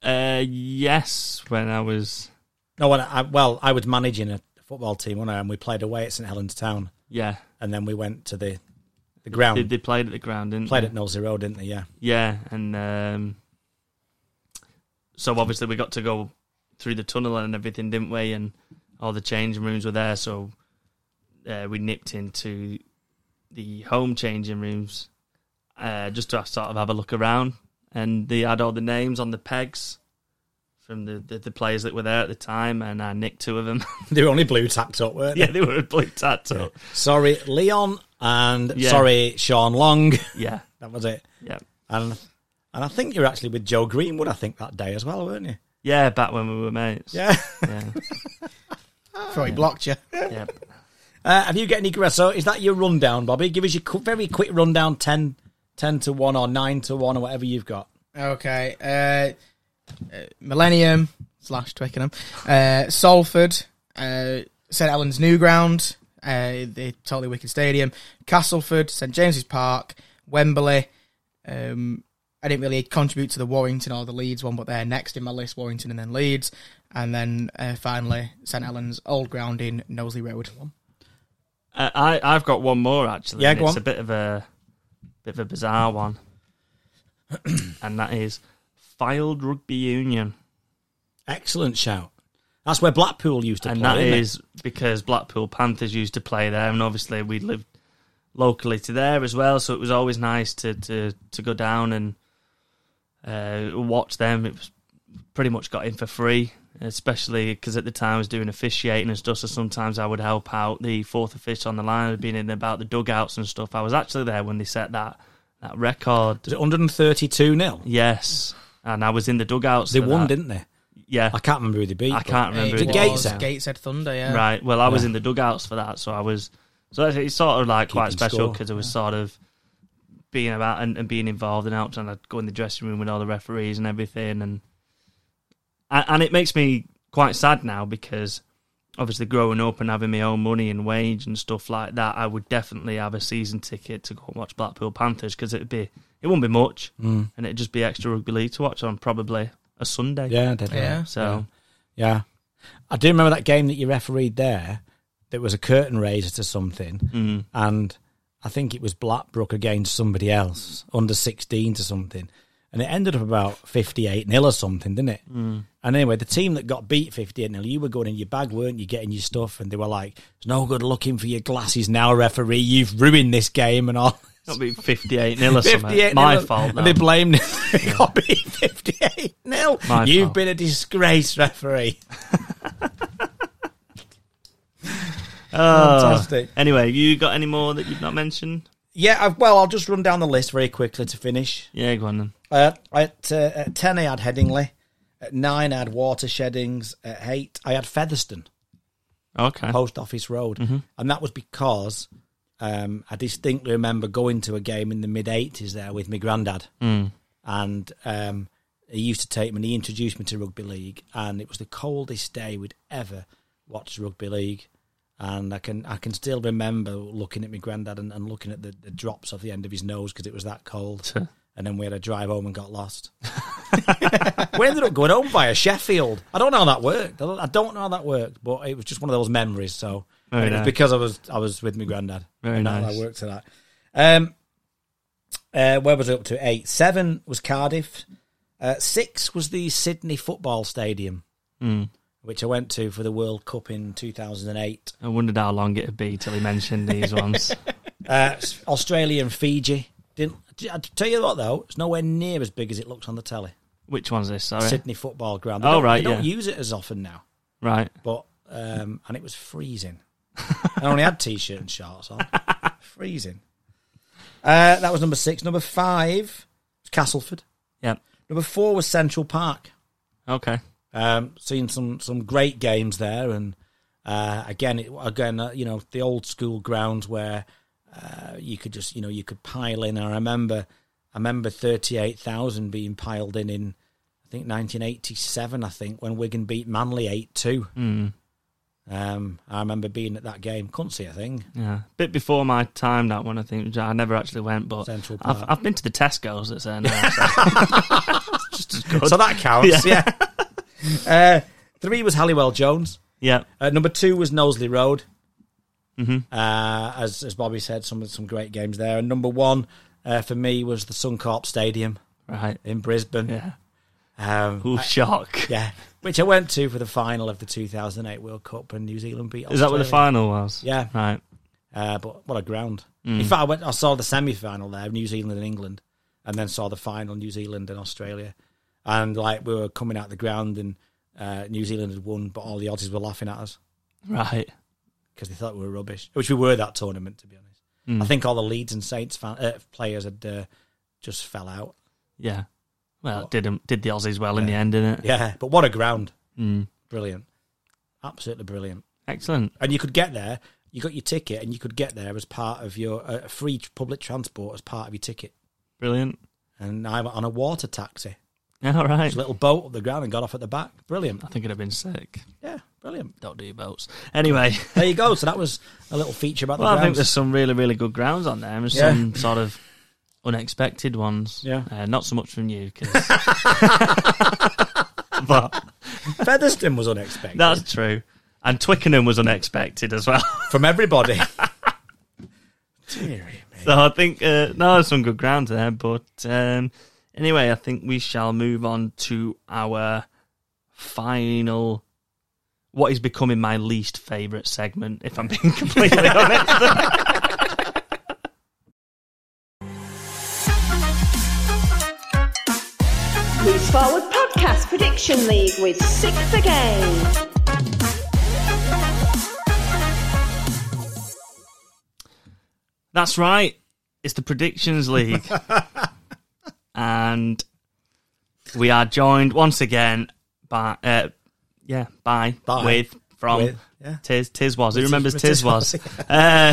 [SPEAKER 1] uh, yes, when I was,
[SPEAKER 2] No, when I, well, I was managing a football team, wasn't I? And we played away at St Helens Town,
[SPEAKER 1] yeah,
[SPEAKER 2] and then we went to the
[SPEAKER 1] they,
[SPEAKER 2] the ground.
[SPEAKER 1] they played at the ground, didn't
[SPEAKER 2] played
[SPEAKER 1] they?
[SPEAKER 2] at Knowsley Road, didn't they? Yeah.
[SPEAKER 1] Yeah, and um, so obviously we got to go through the tunnel and everything, didn't we? And all the changing rooms were there, so uh, we nipped into the home changing rooms uh, just to sort of have a look around. And they had all the names on the pegs from the, the, the players that were there at the time, and I nicked two of them.
[SPEAKER 2] They were only blue tapped up, weren't
[SPEAKER 1] yeah,
[SPEAKER 2] they?
[SPEAKER 1] they were a blue tattoo.
[SPEAKER 2] Sorry, Leon, and
[SPEAKER 1] Yeah.
[SPEAKER 2] sorry, Sean Long.
[SPEAKER 1] Yeah,
[SPEAKER 2] that was it.
[SPEAKER 1] yeah.
[SPEAKER 2] And and I think you're actually with Joe Greenwood. I think that day as well, weren't you?
[SPEAKER 1] Yeah, back when we were mates.
[SPEAKER 2] Yeah.
[SPEAKER 1] Yeah.
[SPEAKER 3] Before he blocked you.
[SPEAKER 1] yeah.
[SPEAKER 2] Uh, have you got any? So is that your rundown, Bobby? Give us your qu- very quick rundown 10, 10 to one or nine to one or whatever you've got.
[SPEAKER 3] Okay. Uh, uh, Millennium slash Twickenham. Uh, Salford. Uh, St. Helens Newground. Uh, the Totally Wicked Stadium. Castleford. St. James's Park. Wembley. Um, I didn't really contribute to the Warrington or the Leeds one, but they're next in my list Warrington and then Leeds. And then uh, finally, St. Helens Old Ground in Knowsley Road.
[SPEAKER 1] Uh, I I've got one more actually.
[SPEAKER 2] Yeah,
[SPEAKER 1] and
[SPEAKER 2] go
[SPEAKER 1] it's
[SPEAKER 2] on.
[SPEAKER 1] a bit of a bit of a bizarre one, and that is filed rugby union,
[SPEAKER 2] Excellent shout. That's where Blackpool used to
[SPEAKER 1] and
[SPEAKER 2] play.
[SPEAKER 1] that
[SPEAKER 2] isn't it?
[SPEAKER 1] is because Blackpool Panthers used to play there, and obviously we lived locally to there as well, so it was always nice to to to go down and uh, watch them. It was pretty much got in for free. Especially because at the time I was doing officiating and stuff, so sometimes I would help out the fourth official on the line, I'd been in about the dugouts and stuff. I was actually there when they set that that record.
[SPEAKER 2] Was it 132 nil?
[SPEAKER 1] Yes, and I was in the dugouts.
[SPEAKER 2] They
[SPEAKER 1] for
[SPEAKER 2] won,
[SPEAKER 1] that.
[SPEAKER 2] didn't they?
[SPEAKER 1] Yeah,
[SPEAKER 2] I can't remember who they beat.
[SPEAKER 1] I
[SPEAKER 2] but-
[SPEAKER 1] can't remember.
[SPEAKER 2] Is
[SPEAKER 1] who
[SPEAKER 2] it
[SPEAKER 1] it was.
[SPEAKER 2] Gateshead?
[SPEAKER 3] Gateshead Thunder, yeah.
[SPEAKER 1] Right. Well, I was
[SPEAKER 2] Yeah.
[SPEAKER 1] in the dugouts for that, so I was. So it's, it's sort of like quite
[SPEAKER 2] Keeping
[SPEAKER 1] special
[SPEAKER 2] score,
[SPEAKER 1] because I was sort of being about and, and being involved and out, and I'd go in the dressing room with all the referees and everything, and and, and it makes me quite sad now because obviously growing up and having my own money and wage and stuff like that, I would definitely have a season ticket to go and watch Blackpool Panthers because it'd be it wouldn't be much,
[SPEAKER 2] Mm.
[SPEAKER 1] and it'd just be extra rugby league to watch on probably a Sunday.
[SPEAKER 2] Yeah, did
[SPEAKER 3] Yeah.
[SPEAKER 2] yeah.
[SPEAKER 1] So
[SPEAKER 2] yeah. I do remember that game that you refereed there. That was a curtain raiser to something,
[SPEAKER 1] Mm-hmm.
[SPEAKER 2] and I think it was Blackbrook against somebody else, under sixteen to something, and it ended up about fifty-eight nil or something, didn't it? Mm. And anyway, the team that got beat fifty-eight nil, you were going in your bag, weren't you? Getting your stuff, and they were like, "It's no good looking for your glasses now, referee. You've ruined this game and all."
[SPEAKER 1] it'll be fifty-eight nil or something.
[SPEAKER 2] 58
[SPEAKER 1] My
[SPEAKER 2] nil.
[SPEAKER 1] fault.
[SPEAKER 2] And they
[SPEAKER 1] though.
[SPEAKER 2] blamed Copy 58 nil.
[SPEAKER 1] My
[SPEAKER 2] You've
[SPEAKER 1] fault.
[SPEAKER 2] been a disgrace, referee. Fantastic.
[SPEAKER 1] Oh. Anyway, you got any more that you've not mentioned?
[SPEAKER 2] Yeah, I've, well, I'll just run down the list very quickly to finish.
[SPEAKER 1] Yeah, go on then.
[SPEAKER 2] Uh, at, uh, at 10, I had Headingley. At 9, I had Watersheddings. At 8, I had Featherstone.
[SPEAKER 1] Okay.
[SPEAKER 2] Post Office Road, and that was because um, I distinctly remember going to a game in the mid '80s there with my granddad, and um, he used to take me. and He introduced me to rugby league, and it was the coldest day we'd ever watched rugby league. And I can I can still remember looking at my granddad and, and looking at the, the drops off the end of his nose because it was that cold. and then we had a drive home and got lost. we ended up going home via Sheffield. I don't know how that worked. I don't, I don't know how that worked, but it was just one of those memories. So
[SPEAKER 1] Very
[SPEAKER 2] and it was
[SPEAKER 1] nice.
[SPEAKER 2] because I was I was with my granddad.
[SPEAKER 1] Very
[SPEAKER 2] and that-
[SPEAKER 1] nice.
[SPEAKER 2] I worked to that. Um, uh, where was it up to? Eight,
[SPEAKER 1] Hmm.
[SPEAKER 2] seven was Cardiff. Uh, six was the Sydney Football Stadium. which I went to for the World Cup in 2008.
[SPEAKER 1] I wondered how long it'd be till he mentioned these ones.
[SPEAKER 2] Uh, Australia and Fiji. Didn't I tell you what though? It's nowhere near as big as it looks on the telly.
[SPEAKER 1] Which one's this? Sorry.
[SPEAKER 2] Sydney football ground. They
[SPEAKER 1] Oh,
[SPEAKER 2] don't-
[SPEAKER 1] right,
[SPEAKER 2] They don't
[SPEAKER 1] yeah.
[SPEAKER 2] use it as often now,
[SPEAKER 1] Right.
[SPEAKER 2] but um, and it was freezing. I only had t-shirt and shorts on. freezing. Uh, that was number six. Number five was Castleford.
[SPEAKER 1] Yep.
[SPEAKER 2] Number four was Central Park.
[SPEAKER 1] Okay.
[SPEAKER 2] Um, seen some some great games there, and uh, again, it, again, uh, you know, the old school grounds where uh, you could just, you know, you could pile in. I remember, I remember thirty eight thousand being piled in in, I think nineteen eighty seven. I think when Wigan beat Manly eight two. Um, I remember being at that game. Couldn't see a thing.
[SPEAKER 1] Yeah. Bit before my time, that one, I think. which I never actually went, but
[SPEAKER 2] Central
[SPEAKER 1] I've,
[SPEAKER 2] Park.
[SPEAKER 1] I've been to the Tesco's that's there now. so-
[SPEAKER 2] So that counts. Yeah. uh, three was Halliwell Jones.
[SPEAKER 1] yep.
[SPEAKER 2] Uh, number two was Knowsley Road.
[SPEAKER 1] Mm-hmm.
[SPEAKER 2] Uh, as as Bobby said, some some great games there. And number one uh, for me was the Suncorp Stadium
[SPEAKER 1] Right.
[SPEAKER 2] in Brisbane.
[SPEAKER 1] Yeah.
[SPEAKER 2] Um,
[SPEAKER 1] Ooh, shock.
[SPEAKER 2] yeah, which I went to for the final of the 2008 World Cup when New Zealand beat.
[SPEAKER 1] Is that where the
[SPEAKER 2] Australia.
[SPEAKER 1] final was?
[SPEAKER 2] Yeah.
[SPEAKER 1] Right.
[SPEAKER 2] Uh, but what a ground!
[SPEAKER 1] Mm.
[SPEAKER 2] In fact, I went. I saw the semi final there, New Zealand and England, and then saw the final, New Zealand and Australia. And like we were coming out the ground, and uh, New Zealand had won, but all the oddies were laughing at us.
[SPEAKER 1] Right.
[SPEAKER 2] because they thought we were rubbish, which we were that tournament, to be honest.
[SPEAKER 1] Hmm.
[SPEAKER 2] I think all the Leeds and Saints fan, uh, players had uh, just fell out.
[SPEAKER 1] Yeah. Well, it did 'em- did the Aussies well in the end, didn't it?
[SPEAKER 2] Yeah, but what a ground!
[SPEAKER 1] Hmm.
[SPEAKER 2] Brilliant, absolutely brilliant.
[SPEAKER 1] Excellent.
[SPEAKER 2] And you could get there. You got your ticket, and you could get there as part of your uh, free public transport as part of your ticket.
[SPEAKER 1] Brilliant.
[SPEAKER 2] And I went on a water taxi,
[SPEAKER 1] Yeah, all right.
[SPEAKER 2] a little boat up the ground, and got off at the back. Brilliant,
[SPEAKER 1] I think it'd have been sick.
[SPEAKER 2] yeah, brilliant.
[SPEAKER 1] Don't do boats. Anyway.
[SPEAKER 2] There you go. So that was a little feature about the
[SPEAKER 1] Well, I think
[SPEAKER 2] grounds.
[SPEAKER 1] there's some really, really good grounds on there, and
[SPEAKER 2] Yeah.
[SPEAKER 1] some sort of unexpected ones.
[SPEAKER 2] Yeah.
[SPEAKER 1] uh, not so much from you, 'cause- but
[SPEAKER 2] Featherstone was unexpected
[SPEAKER 1] that's true. And Twickenham was unexpected as well.
[SPEAKER 2] from everybody. Deary me.
[SPEAKER 1] so I think uh, no, there's some good grounds there. But um, anyway, I think we shall move on to our final. What is becoming my least favourite segment, if I'm being completely honest.
[SPEAKER 8] Leaps Forward Podcast Prediction League with Sixth Again.
[SPEAKER 1] That's right. It's the Predictions League. and we are joined once again by, uh, yeah, by,
[SPEAKER 2] By.
[SPEAKER 1] with, from,
[SPEAKER 2] With, yeah.
[SPEAKER 1] Tiz, Tiz was. Who
[SPEAKER 2] With Tiz-
[SPEAKER 1] remembers
[SPEAKER 2] with
[SPEAKER 1] Tiz
[SPEAKER 2] Tiz
[SPEAKER 1] was?
[SPEAKER 2] was,
[SPEAKER 1] uh,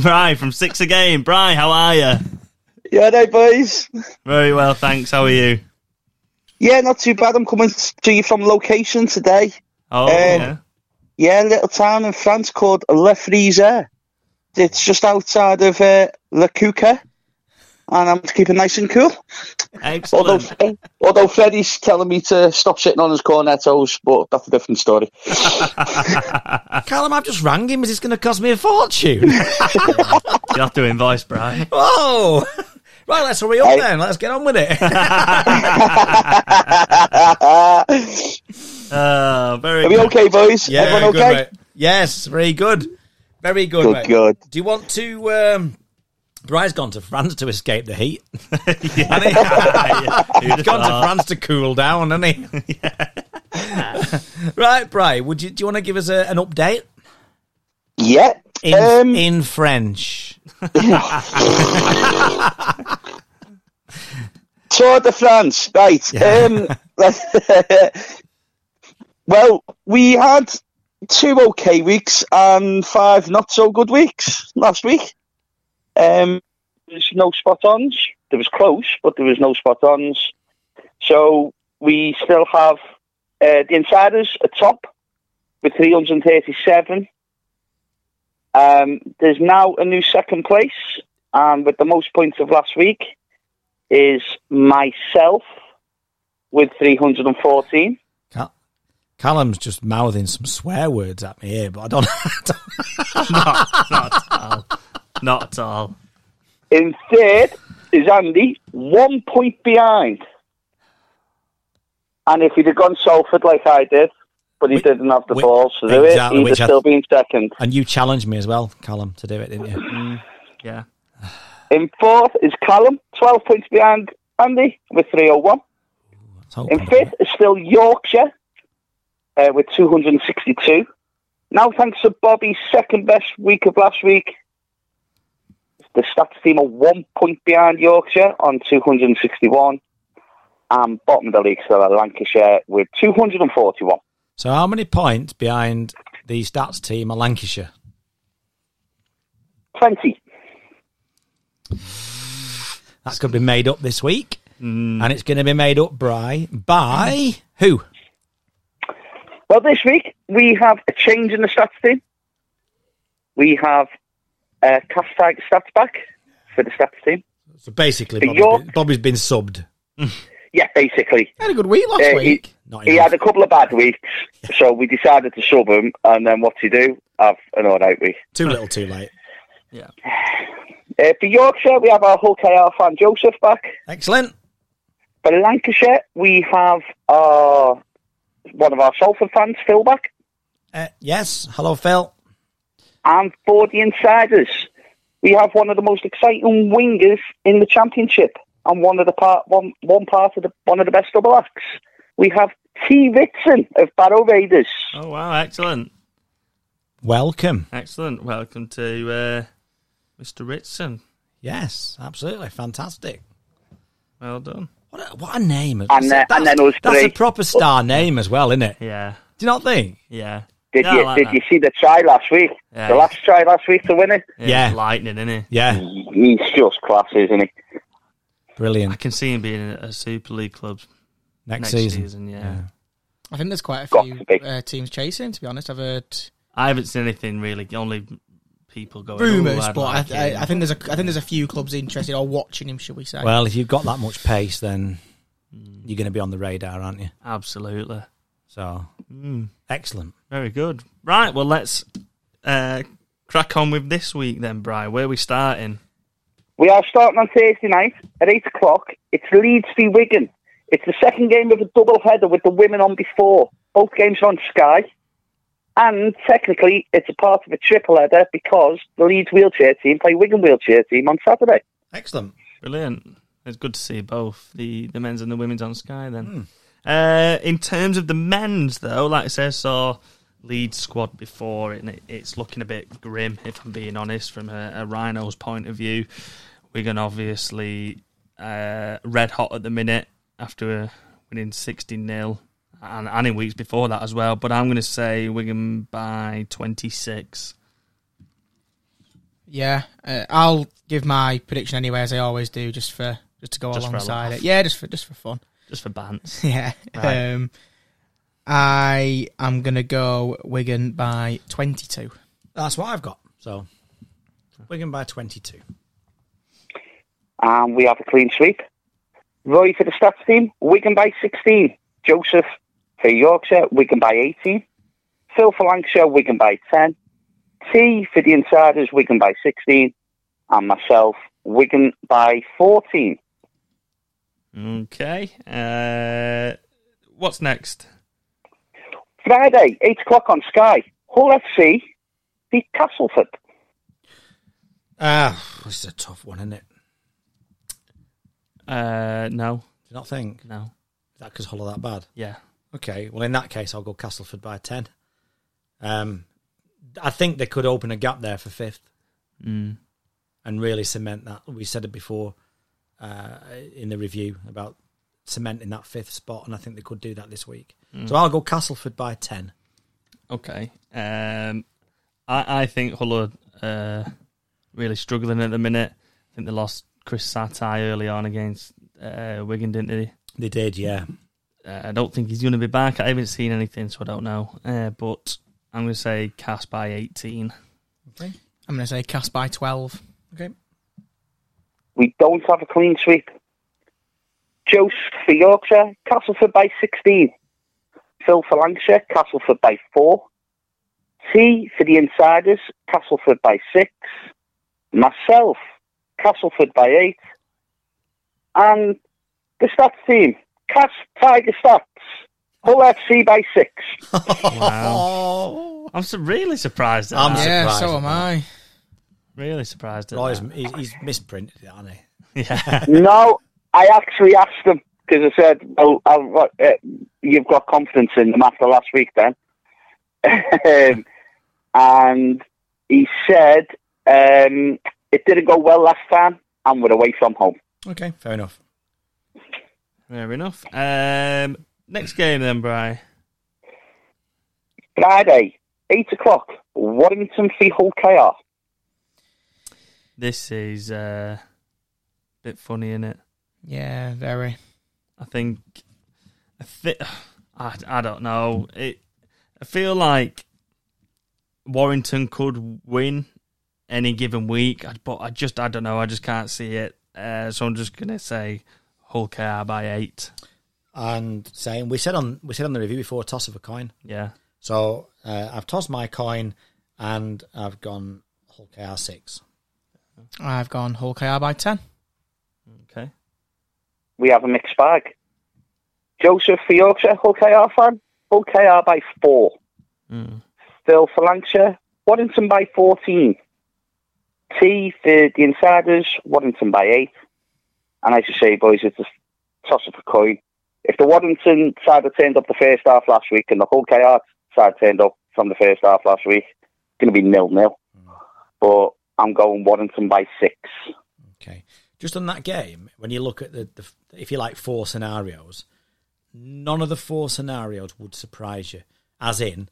[SPEAKER 1] Bri from Six Again. Bri, how are you?
[SPEAKER 9] Yeah, no, boys.
[SPEAKER 1] Very well, thanks. How are you?
[SPEAKER 9] Yeah, not too bad. I'm coming to you from location today.
[SPEAKER 1] Oh, yeah.
[SPEAKER 9] Yeah, a little town in France called Le Frise. It's just outside of uh, La Cuca, and I'm to keep it nice and cool. Although,
[SPEAKER 1] Excellent.
[SPEAKER 9] although Freddie's telling me to stop sitting on his cornetos, but that's a different story.
[SPEAKER 2] Callum, I've just rang him. Is this going to cost me a fortune?
[SPEAKER 1] You'll have to invoice Bri.
[SPEAKER 2] Whoa! Right, let's hurry up
[SPEAKER 9] Hey.
[SPEAKER 2] then. Let's get on with it.
[SPEAKER 1] Uh, very
[SPEAKER 9] Are we
[SPEAKER 1] good.
[SPEAKER 9] okay, boys? Everyone okay?
[SPEAKER 2] mate. Yes, very good. Very good,
[SPEAKER 9] Good,
[SPEAKER 2] mate.
[SPEAKER 9] good.
[SPEAKER 2] Do you want to... Um, Bri's gone to France to escape the heat. And he-
[SPEAKER 1] Who'd have
[SPEAKER 2] He's gone to
[SPEAKER 1] thought?
[SPEAKER 2] France to cool down, hasn't he? right, Bri, would you, do you want to give us a, an update?
[SPEAKER 9] Yeah.
[SPEAKER 2] In,
[SPEAKER 9] um,
[SPEAKER 2] in French.
[SPEAKER 9] Tour de France, right. Um, well, we had two okay weeks and five not so good weeks last week. Um, there's no spot ons. There was close, but there was no spot ons. So we still have uh, the insiders at top with 337. Um, there's now a new second place, and with the most points of last week is myself with 314.
[SPEAKER 2] Cal- Callum's just mouthing some swear words at me here, but I don't...
[SPEAKER 1] Not at all.
[SPEAKER 9] In third is Andy, one point behind. And if he'd have gone Salford like I did, but he
[SPEAKER 2] Whi-
[SPEAKER 9] didn't have the
[SPEAKER 2] whi-
[SPEAKER 9] balls to do
[SPEAKER 2] exactly,
[SPEAKER 9] it. He'd
[SPEAKER 2] which
[SPEAKER 9] have
[SPEAKER 2] I-
[SPEAKER 9] still been second.
[SPEAKER 2] And you challenged me as well, Callum, to do it, didn't you?
[SPEAKER 1] Yeah.
[SPEAKER 9] In fourth is Callum, 12 points behind Andy with 301.
[SPEAKER 2] Let's hope
[SPEAKER 9] In
[SPEAKER 2] not.
[SPEAKER 9] fifth is still Yorkshire uh, with 262. Now, thanks to Bobby's second best week of last week, the stats team are one point behind Yorkshire on 261. And bottom of the league still are Lancashire with 241.
[SPEAKER 2] So, how many points behind the stats team are Lancashire?
[SPEAKER 9] 20.
[SPEAKER 2] That's going to be made up this week, and it's going to be made up by by who?
[SPEAKER 9] Well, this week we have a change in the stats team. We have uh, Castag stats back for the stats team.
[SPEAKER 2] So basically,
[SPEAKER 9] The
[SPEAKER 2] Bobby's
[SPEAKER 9] York-
[SPEAKER 2] been, Bobby's been subbed.
[SPEAKER 9] Yeah, basically.
[SPEAKER 3] had a good week last
[SPEAKER 9] Uh, he-
[SPEAKER 3] week.
[SPEAKER 2] Not
[SPEAKER 9] He
[SPEAKER 2] enough.
[SPEAKER 9] had a couple of bad weeks, so we decided to sub him, and then what to do? Have an all-night week.
[SPEAKER 2] too little, too late.
[SPEAKER 9] Uh, for Yorkshire, we have our Hull KR fan Joseph back.
[SPEAKER 2] Excellent.
[SPEAKER 9] For Lancashire, we have our one of our Salford fans, Phil, back.
[SPEAKER 2] Uh, yes. Hello, Phil.
[SPEAKER 9] And for the insiders, we have one of the most exciting wingers in the championship, and one of the part one one part of the one of the best double acts. We have T. Vitson of Barrow Raiders.
[SPEAKER 1] Oh wow! Excellent,
[SPEAKER 2] Welcome.
[SPEAKER 1] excellent. Welcome to uh, Mr. Ritson.
[SPEAKER 2] Yes, absolutely. Fantastic.
[SPEAKER 1] Well done.
[SPEAKER 2] What a, what a name.
[SPEAKER 9] And, uh, and then us
[SPEAKER 2] that's
[SPEAKER 9] three.
[SPEAKER 2] a proper star name as well, isn't it?
[SPEAKER 1] Yeah,
[SPEAKER 2] Do you not think?
[SPEAKER 1] yeah.
[SPEAKER 9] Did
[SPEAKER 1] yeah, I
[SPEAKER 9] you
[SPEAKER 1] like
[SPEAKER 9] did
[SPEAKER 1] that.
[SPEAKER 9] you see the try last week?
[SPEAKER 1] Yeah.
[SPEAKER 9] The last try last week to win it.
[SPEAKER 2] Yeah.
[SPEAKER 1] lightning, innit?
[SPEAKER 9] Hmm.
[SPEAKER 2] Yeah.
[SPEAKER 9] He's just class, isn't he?
[SPEAKER 1] I
[SPEAKER 2] Brilliant.
[SPEAKER 1] can see him being at a Super League club next
[SPEAKER 2] Next, season.
[SPEAKER 1] season. yeah.
[SPEAKER 3] I think there's quite a
[SPEAKER 9] Got
[SPEAKER 3] few
[SPEAKER 9] to be.
[SPEAKER 3] uh, teams chasing him. To be honest, I've heard
[SPEAKER 1] I haven't seen anything really. Only people going
[SPEAKER 3] rumours,
[SPEAKER 1] "Ooh, I'd
[SPEAKER 3] but
[SPEAKER 1] like
[SPEAKER 3] I,
[SPEAKER 1] him."
[SPEAKER 3] I, I think there's a I think there's a few clubs interested or watching him. Should we say?
[SPEAKER 2] Well, if you've got that much pace, then you're going to be on the radar, aren't you?
[SPEAKER 1] absolutely
[SPEAKER 2] So, Mm. excellent.
[SPEAKER 1] very good. Right, well let's uh, crack on with this week then, Brian. Where are we starting?
[SPEAKER 9] We are starting on Thursday night at eight o'clock. It's Leeds v Wigan. It's the second game of a double header with the women on before. Both games are on Sky. And technically, it's a part of a triple header because the Leeds wheelchair team play Wigan wheelchair team on Saturday.
[SPEAKER 2] Excellent.
[SPEAKER 1] Brilliant. It's good to see both the, the men's and the women's on Sky then. Uh, in terms of the men's, though, like I say, I saw lead squad before, and it, it's looking a bit grim, if I'm being honest, from a, a Rhinos point of view. Wigan obviously uh, red hot at the minute after uh, winning 16 0. And, and in weeks before that as well, but I'm going to say Wigan by 26.
[SPEAKER 3] Yeah, uh, I'll give my prediction anyway, as I always do, just for just to go
[SPEAKER 1] Just for a
[SPEAKER 3] alongside
[SPEAKER 1] laugh.
[SPEAKER 3] it. Yeah, just for just for fun.
[SPEAKER 1] Just for Bants.
[SPEAKER 3] Yeah.
[SPEAKER 1] Right.
[SPEAKER 3] Um, I am gonna go Wigan by twenty-two.
[SPEAKER 2] That's what I've got. So, Wigan by 22.
[SPEAKER 9] And we have a clean sweep. Roy for the stats team, Wigan by 16. Joseph for Yorkshire, Wigan by 18. Phil for Lancashire, Wigan by 10. T for the insiders, Wigan by 16. And myself, Wigan by 14.
[SPEAKER 1] Okay. Uh, what's next?
[SPEAKER 9] Friday, 8 o'clock on Sky, Hull FC beat Castleford.
[SPEAKER 2] Ah, this is a tough one, isn't it? Do
[SPEAKER 1] Uh, no,
[SPEAKER 2] you not think?
[SPEAKER 1] no,
[SPEAKER 2] Is that because Hull are that bad?
[SPEAKER 1] yeah,
[SPEAKER 2] Okay. Well, in that case, I'll go Castleford by 10. Um, I think they could open a gap there for fifth Hmm. and really cement that. We said it before uh, in the review about cementing that fifth spot, and I think they could do that this week. So I'll go Castleford by 10.
[SPEAKER 1] okay. Um, I I think Hull are uh, really struggling at the minute. I think they lost Chris Satai early on against uh, Wigan, didn't they?
[SPEAKER 2] They did, yeah.
[SPEAKER 1] Uh, I don't think he's going to be back. I haven't seen anything, so I don't know. Uh, but I'm going to say cast by 18.
[SPEAKER 3] I'm gonna say cast by twelve.
[SPEAKER 2] Okay.
[SPEAKER 9] We don't have a clean sweep. Joseph for Yorkshire, Castleford by 16. Phil for Lancashire, Castleford by 4. T for the insiders, Castleford by 6. Myself, Castleford by 8. And the stats team, Cast Tiger Stats, Hull FC by six.
[SPEAKER 2] Oh,
[SPEAKER 1] I'm so really surprised. At
[SPEAKER 2] I'm
[SPEAKER 1] that.
[SPEAKER 3] Yeah,
[SPEAKER 2] surprised
[SPEAKER 3] so
[SPEAKER 2] at
[SPEAKER 3] am I.
[SPEAKER 1] really surprised. At
[SPEAKER 2] Roy's,
[SPEAKER 1] that.
[SPEAKER 2] he's, he's misprinted it, hasn't he?
[SPEAKER 1] Yeah,
[SPEAKER 9] No, I actually asked them because I said, "Well, I've got, uh, you've got confidence in them after last week, then." um, and he said um, it didn't go well last time, and we're away from home.
[SPEAKER 2] Okay, fair enough.
[SPEAKER 1] fair enough. Um, next game then, Bry.
[SPEAKER 9] Friday, eight o'clock, Warrington v Hull KR.
[SPEAKER 1] This is uh, a bit funny, is it?
[SPEAKER 3] Yeah, very.
[SPEAKER 1] I think I, thi- I, I don't know. It I feel like Warrington could win any given week, I- but I just I don't know. I just can't see it. Uh, so I'm just gonna say Hull KR by eight.
[SPEAKER 2] And saying we said on we said on the review before toss of a coin.
[SPEAKER 1] Yeah,
[SPEAKER 2] So uh, I've tossed my coin, and I've gone Hull KR six.
[SPEAKER 3] I've gone Hull KR by 10.
[SPEAKER 1] okay.
[SPEAKER 9] We have a mixed bag. Joseph for Yorkshire, Hull KR fan. Hull KR by four.
[SPEAKER 1] Mm.
[SPEAKER 9] Phil for Lancashire, Waddington by 14. T for the Insiders, Waddington by 8. And as you say, boys, it's a toss of a coin. If the Waddington side had turned up the first half last week and the whole KR side turned up from the first half last week, it's going to be nil-nil. But I'm going Waddington by 6.
[SPEAKER 2] Okay. Just on that game, when you look at the, the if you like four scenarios, none of the four scenarios would surprise you. As in,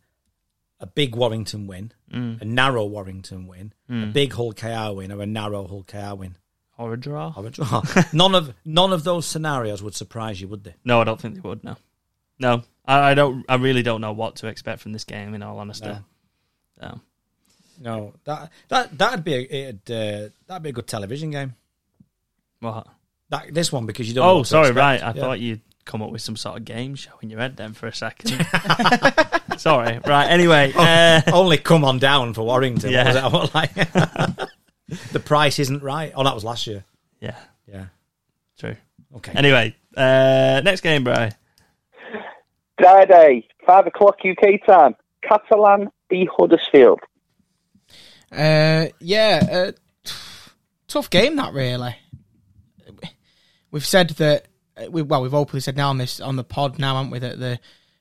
[SPEAKER 2] a big Warrington win,
[SPEAKER 1] Mm.
[SPEAKER 2] a narrow Warrington win, a big Hull KR win, or a narrow Hull KR win.
[SPEAKER 1] Or a draw?
[SPEAKER 2] Or a draw. none of none of those scenarios would surprise you, would they?
[SPEAKER 1] No, I don't think they would. No, no. I, I don't. I really don't know what to expect from this game. In all honesty,
[SPEAKER 2] No.
[SPEAKER 1] so
[SPEAKER 2] No, that that that'd be a, it'd, uh, that'd be a good television game.
[SPEAKER 1] what?
[SPEAKER 2] That this one because you don't. know
[SPEAKER 1] Oh,
[SPEAKER 2] what to
[SPEAKER 1] sorry,
[SPEAKER 2] expect.
[SPEAKER 1] right. I
[SPEAKER 2] Yeah.
[SPEAKER 1] thought you'd come up with some sort of game show in your head then for a second. sorry, right. Anyway,
[SPEAKER 2] Oh.
[SPEAKER 1] uh,
[SPEAKER 2] only come on down for Warrington.
[SPEAKER 1] Yeah.
[SPEAKER 2] What was that what like? the price isn't right. Oh, that was last year.
[SPEAKER 1] yeah,
[SPEAKER 2] Yeah.
[SPEAKER 1] true.
[SPEAKER 2] Okay.
[SPEAKER 1] Anyway, uh, next game, Bry.
[SPEAKER 9] Friday, 5 o'clock UK time, Catalan v Huddersfield.
[SPEAKER 3] Uh, yeah, uh, t- tough game that really. We've said that uh, we well, we've openly said now on this on the pod now, haven't we? That the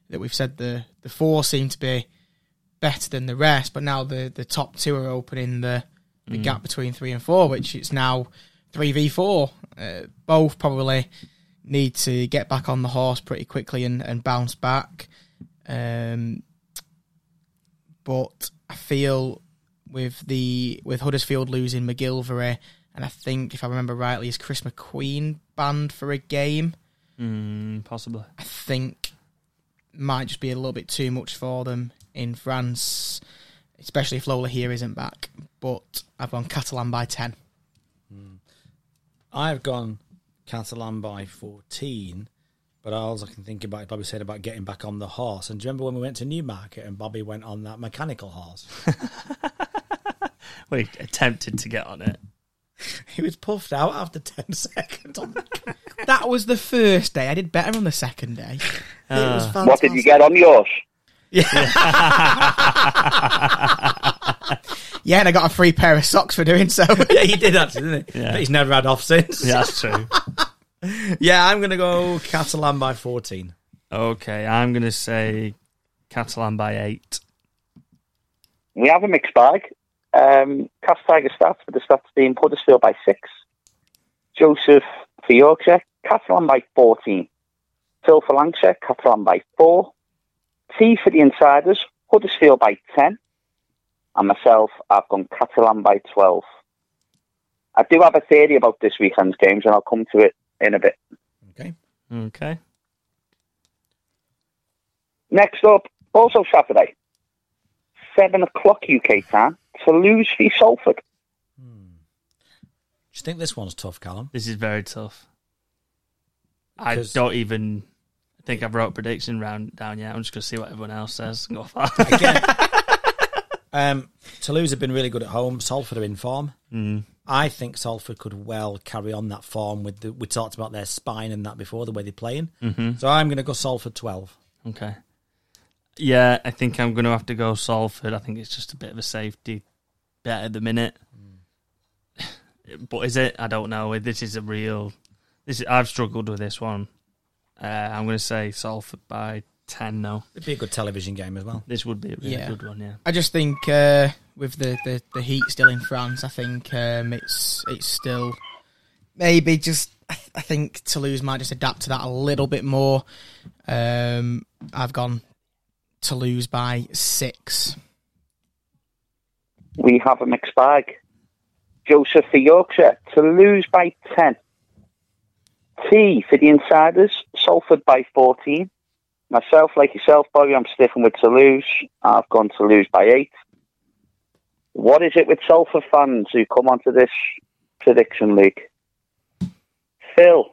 [SPEAKER 3] that we've said the the four seem to be better than the rest, but now the the top two are opening the the gap between three and four, which it's now three v four. Uh, both probably need to get back on the horse pretty quickly and, and bounce back. Um, but I feel with the with Huddersfield losing McGilvery, and I think if I remember rightly, is Chris McQueen banned for a game?
[SPEAKER 1] Mm, possibly.
[SPEAKER 3] I think might just be a little bit too much for them in France, especially if Lola here isn't back. But I've gone Catalan by ten.
[SPEAKER 2] I've gone Catalan by 14, but all I can think about is Bobby said about getting back on the horse. And do you remember when we went to Newmarket and Bobby went on that mechanical horse?
[SPEAKER 1] We attempted to get on it.
[SPEAKER 2] he was puffed out after 10 seconds. Oh On the it
[SPEAKER 3] That was the first day. I did better on the second day.
[SPEAKER 2] was fantastic.
[SPEAKER 9] What did you get on yours?
[SPEAKER 3] Yeah, and I got a free pair of socks for doing so.
[SPEAKER 2] Yeah, he did actually, didn't he?
[SPEAKER 1] Yeah.
[SPEAKER 2] But he's never had off since.
[SPEAKER 1] Yeah, that's true.
[SPEAKER 2] yeah I'm going to go Catalan by 14.
[SPEAKER 1] okay, I'm gonna say Catalan by eight.
[SPEAKER 9] We have a mixed bag. Um, Cast Tiger stats, with the stats being Huddersfield by six, Joseph for Yorkshire, Catalan by 14, Phil for Lancashire, Catalan by four, T for the Insiders, Huddersfield by 10, and myself, I've gone Catalan by 12. I do have a theory about this weekend's games, and I'll come to it in a bit.
[SPEAKER 2] Okay.
[SPEAKER 1] Okay.
[SPEAKER 9] Next up, also Saturday, 7 o'clock UK time, Toulouse v Salford.
[SPEAKER 2] Do you think this one's tough, Callum?
[SPEAKER 1] This is very tough. I
[SPEAKER 2] Because-
[SPEAKER 1] don't even think I've wrote prediction round down yet. I'm just gonna see what everyone else says. and Go for it.
[SPEAKER 2] Again, um, Toulouse have been really good at home. Salford are in form.
[SPEAKER 1] Mm,
[SPEAKER 2] I think Salford could well carry on that Mm-hmm. form with the. We talked about their spine and that before the way they're playing. So I'm going to go Salford twelve.
[SPEAKER 1] Okay. Yeah, I think I'm going to have to go Salford. I think it's just a bit of a safety bet at the minute. But is it? I don't know. This is a real. This is, I've struggled with this one. Uh, I'm going to say Salford by ten. though.
[SPEAKER 2] It'd be a good television game as well.
[SPEAKER 1] this would be a really
[SPEAKER 3] Yeah.
[SPEAKER 1] good one. Yeah.
[SPEAKER 3] I just think uh, with the, the, the heat still in France, I think um, it's it's still maybe just I, th- I think Toulouse might just adapt to that a little bit more. Um, I've gone Toulouse by six.
[SPEAKER 9] We have a mixed bag. Joseph for Yorkshire to lose by 10. T for the insiders, Salford by 14. Myself, like yourself, Bobby, I'm sticking with Toulouse. I've gone Toulouse by 8. What is it with Salford fans who come onto this prediction league? Phil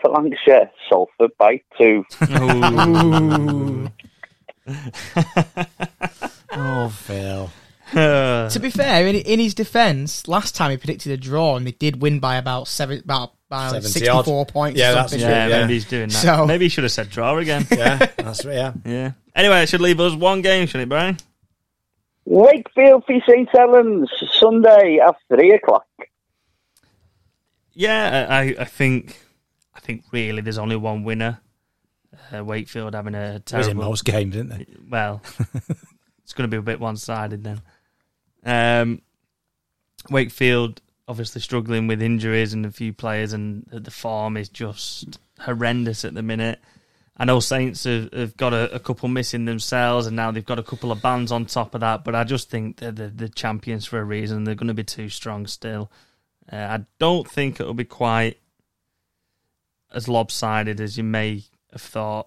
[SPEAKER 9] for Lancashire, Salford by 2.
[SPEAKER 2] Oh, Phil.
[SPEAKER 1] Uh,
[SPEAKER 3] To be fair, in, in his defence, last time he predicted a draw and they did win by about seven, about, about
[SPEAKER 2] 70 odd.
[SPEAKER 3] sixty-four points.
[SPEAKER 2] Yeah,
[SPEAKER 3] or
[SPEAKER 2] that's
[SPEAKER 3] something.
[SPEAKER 2] true.
[SPEAKER 1] yeah,
[SPEAKER 2] Yeah.
[SPEAKER 1] maybe he's doing that.
[SPEAKER 3] So-
[SPEAKER 1] Maybe he should have said draw again.
[SPEAKER 2] Yeah, that's right. Yeah.
[SPEAKER 1] yeah. Anyway, it should leave us one game, shouldn't it, Brian?
[SPEAKER 9] Wakefield for St Helens, Sunday at 3 o'clock.
[SPEAKER 1] Yeah, I, I- I think, I think really there's only one winner. Uh, Wakefield having a
[SPEAKER 2] It was in
[SPEAKER 1] terrible.
[SPEAKER 2] most games, didn't they?
[SPEAKER 1] Well, it's going to be a bit one-sided then. Um, Wakefield obviously struggling with injuries and a few players, and the form is just horrendous at the minute. I know Saints have, have got a, a couple missing themselves, and now they've got a couple of bans on top of that. But I just think they're the, the champions for a reason. They're going to be too strong still. Uh, I don't think it'll be quite as lopsided as you may have thought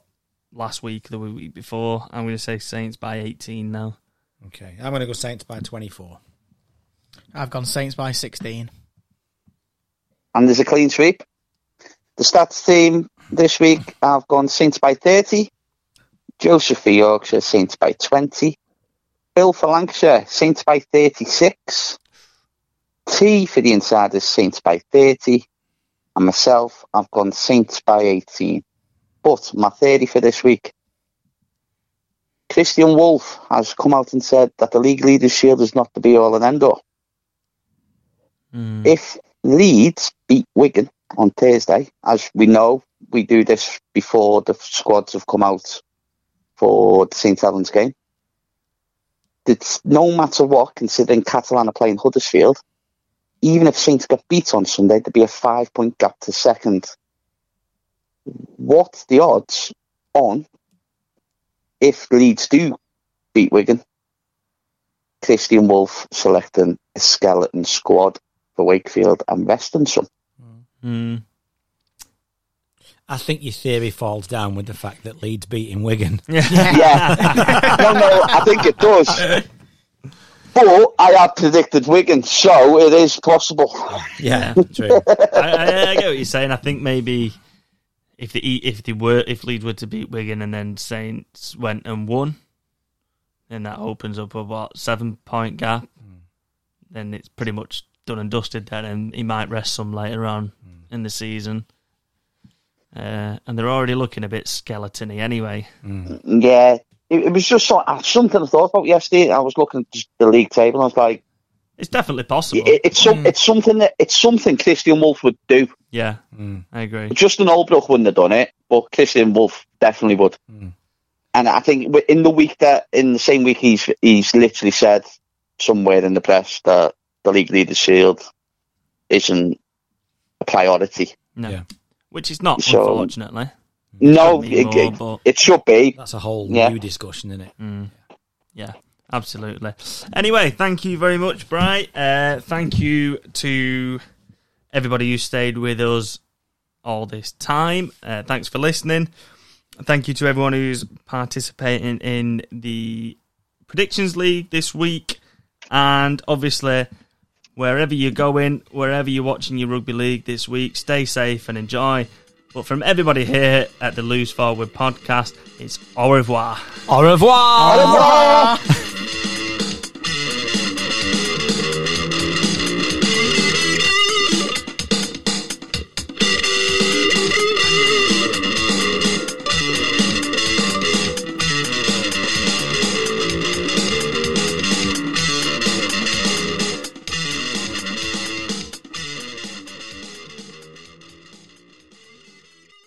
[SPEAKER 1] last week, the week before. I'm going to say Saints by 18 now.
[SPEAKER 2] Okay. I'm going to go Saints by 24.
[SPEAKER 3] I've gone Saints by sixteen.
[SPEAKER 9] and there's a clean sweep. The stats team this week have gone Saints by 30, Joseph for Yorkshire, Saints by 20, Bill for Lancashire, Saints by 36, T for the insiders, Saints by 30, and myself, I've gone Saints by 18. But my theory for this week Christian Wolf has come out and said that the league leaders' shield is not the be all and end all. If Leeds beat Wigan on Thursday, as we know, we do this before the squads have come out for the St Helens game. It's no matter what, considering Catalan are playing Huddersfield, even if Saints get beat on Sunday, there'd be a five point gap to second. What's the odds on if Leeds do beat Wigan? Christian Wolf selecting a skeleton squad for Wakefield and Westonson.
[SPEAKER 1] Mm.
[SPEAKER 2] I think your theory falls down with the fact that Leeds beating Wigan.
[SPEAKER 9] Yeah. no, no, I think it does. But I had predicted Wigan, so it is possible.
[SPEAKER 2] Yeah, true.
[SPEAKER 1] I, I, I get what you're saying. I think maybe if the E, if they were if Leeds were to beat Wigan and then Saints went and won, then that opens up a what seven point gap. Then it's pretty much done and dusted. Then and he might rest some later on in the season. Uh, and they're already looking a bit skeletony anyway.
[SPEAKER 9] Yeah. It, it was just sort of, something I thought about yesterday. I was looking at the league table and I was like,
[SPEAKER 1] It's definitely possible.
[SPEAKER 9] it, it's, some, it's something that it's something Christian Wolf would do.
[SPEAKER 1] yeah, I agree.
[SPEAKER 9] Justin Albrook wouldn't have done it, but Christian Wolf definitely would. And I think wi- in the week that, in the same week, he's he's literally said somewhere in the press that the league leaders' shield isn't a priority.
[SPEAKER 1] No,
[SPEAKER 2] Yeah.
[SPEAKER 1] which is not
[SPEAKER 9] So-
[SPEAKER 1] unfortunately.
[SPEAKER 9] No,
[SPEAKER 1] Shouldn't be
[SPEAKER 9] it,
[SPEAKER 1] more,
[SPEAKER 9] it-
[SPEAKER 1] but-
[SPEAKER 9] it should be.
[SPEAKER 2] That's a whole
[SPEAKER 9] Yeah.
[SPEAKER 2] new discussion, isn't it?
[SPEAKER 1] Yeah, absolutely. Anyway, thank you very much, Bry. Uh, thank you to everybody who stayed with us all this time. Uh, thanks for listening. Thank you to everyone who's participating in the Predictions League this week. And obviously, wherever you're going, wherever you're watching your rugby league this week, stay safe and enjoy. But from everybody here at the Lose Forward podcast, it's au revoir.
[SPEAKER 2] Au revoir.
[SPEAKER 9] Ah!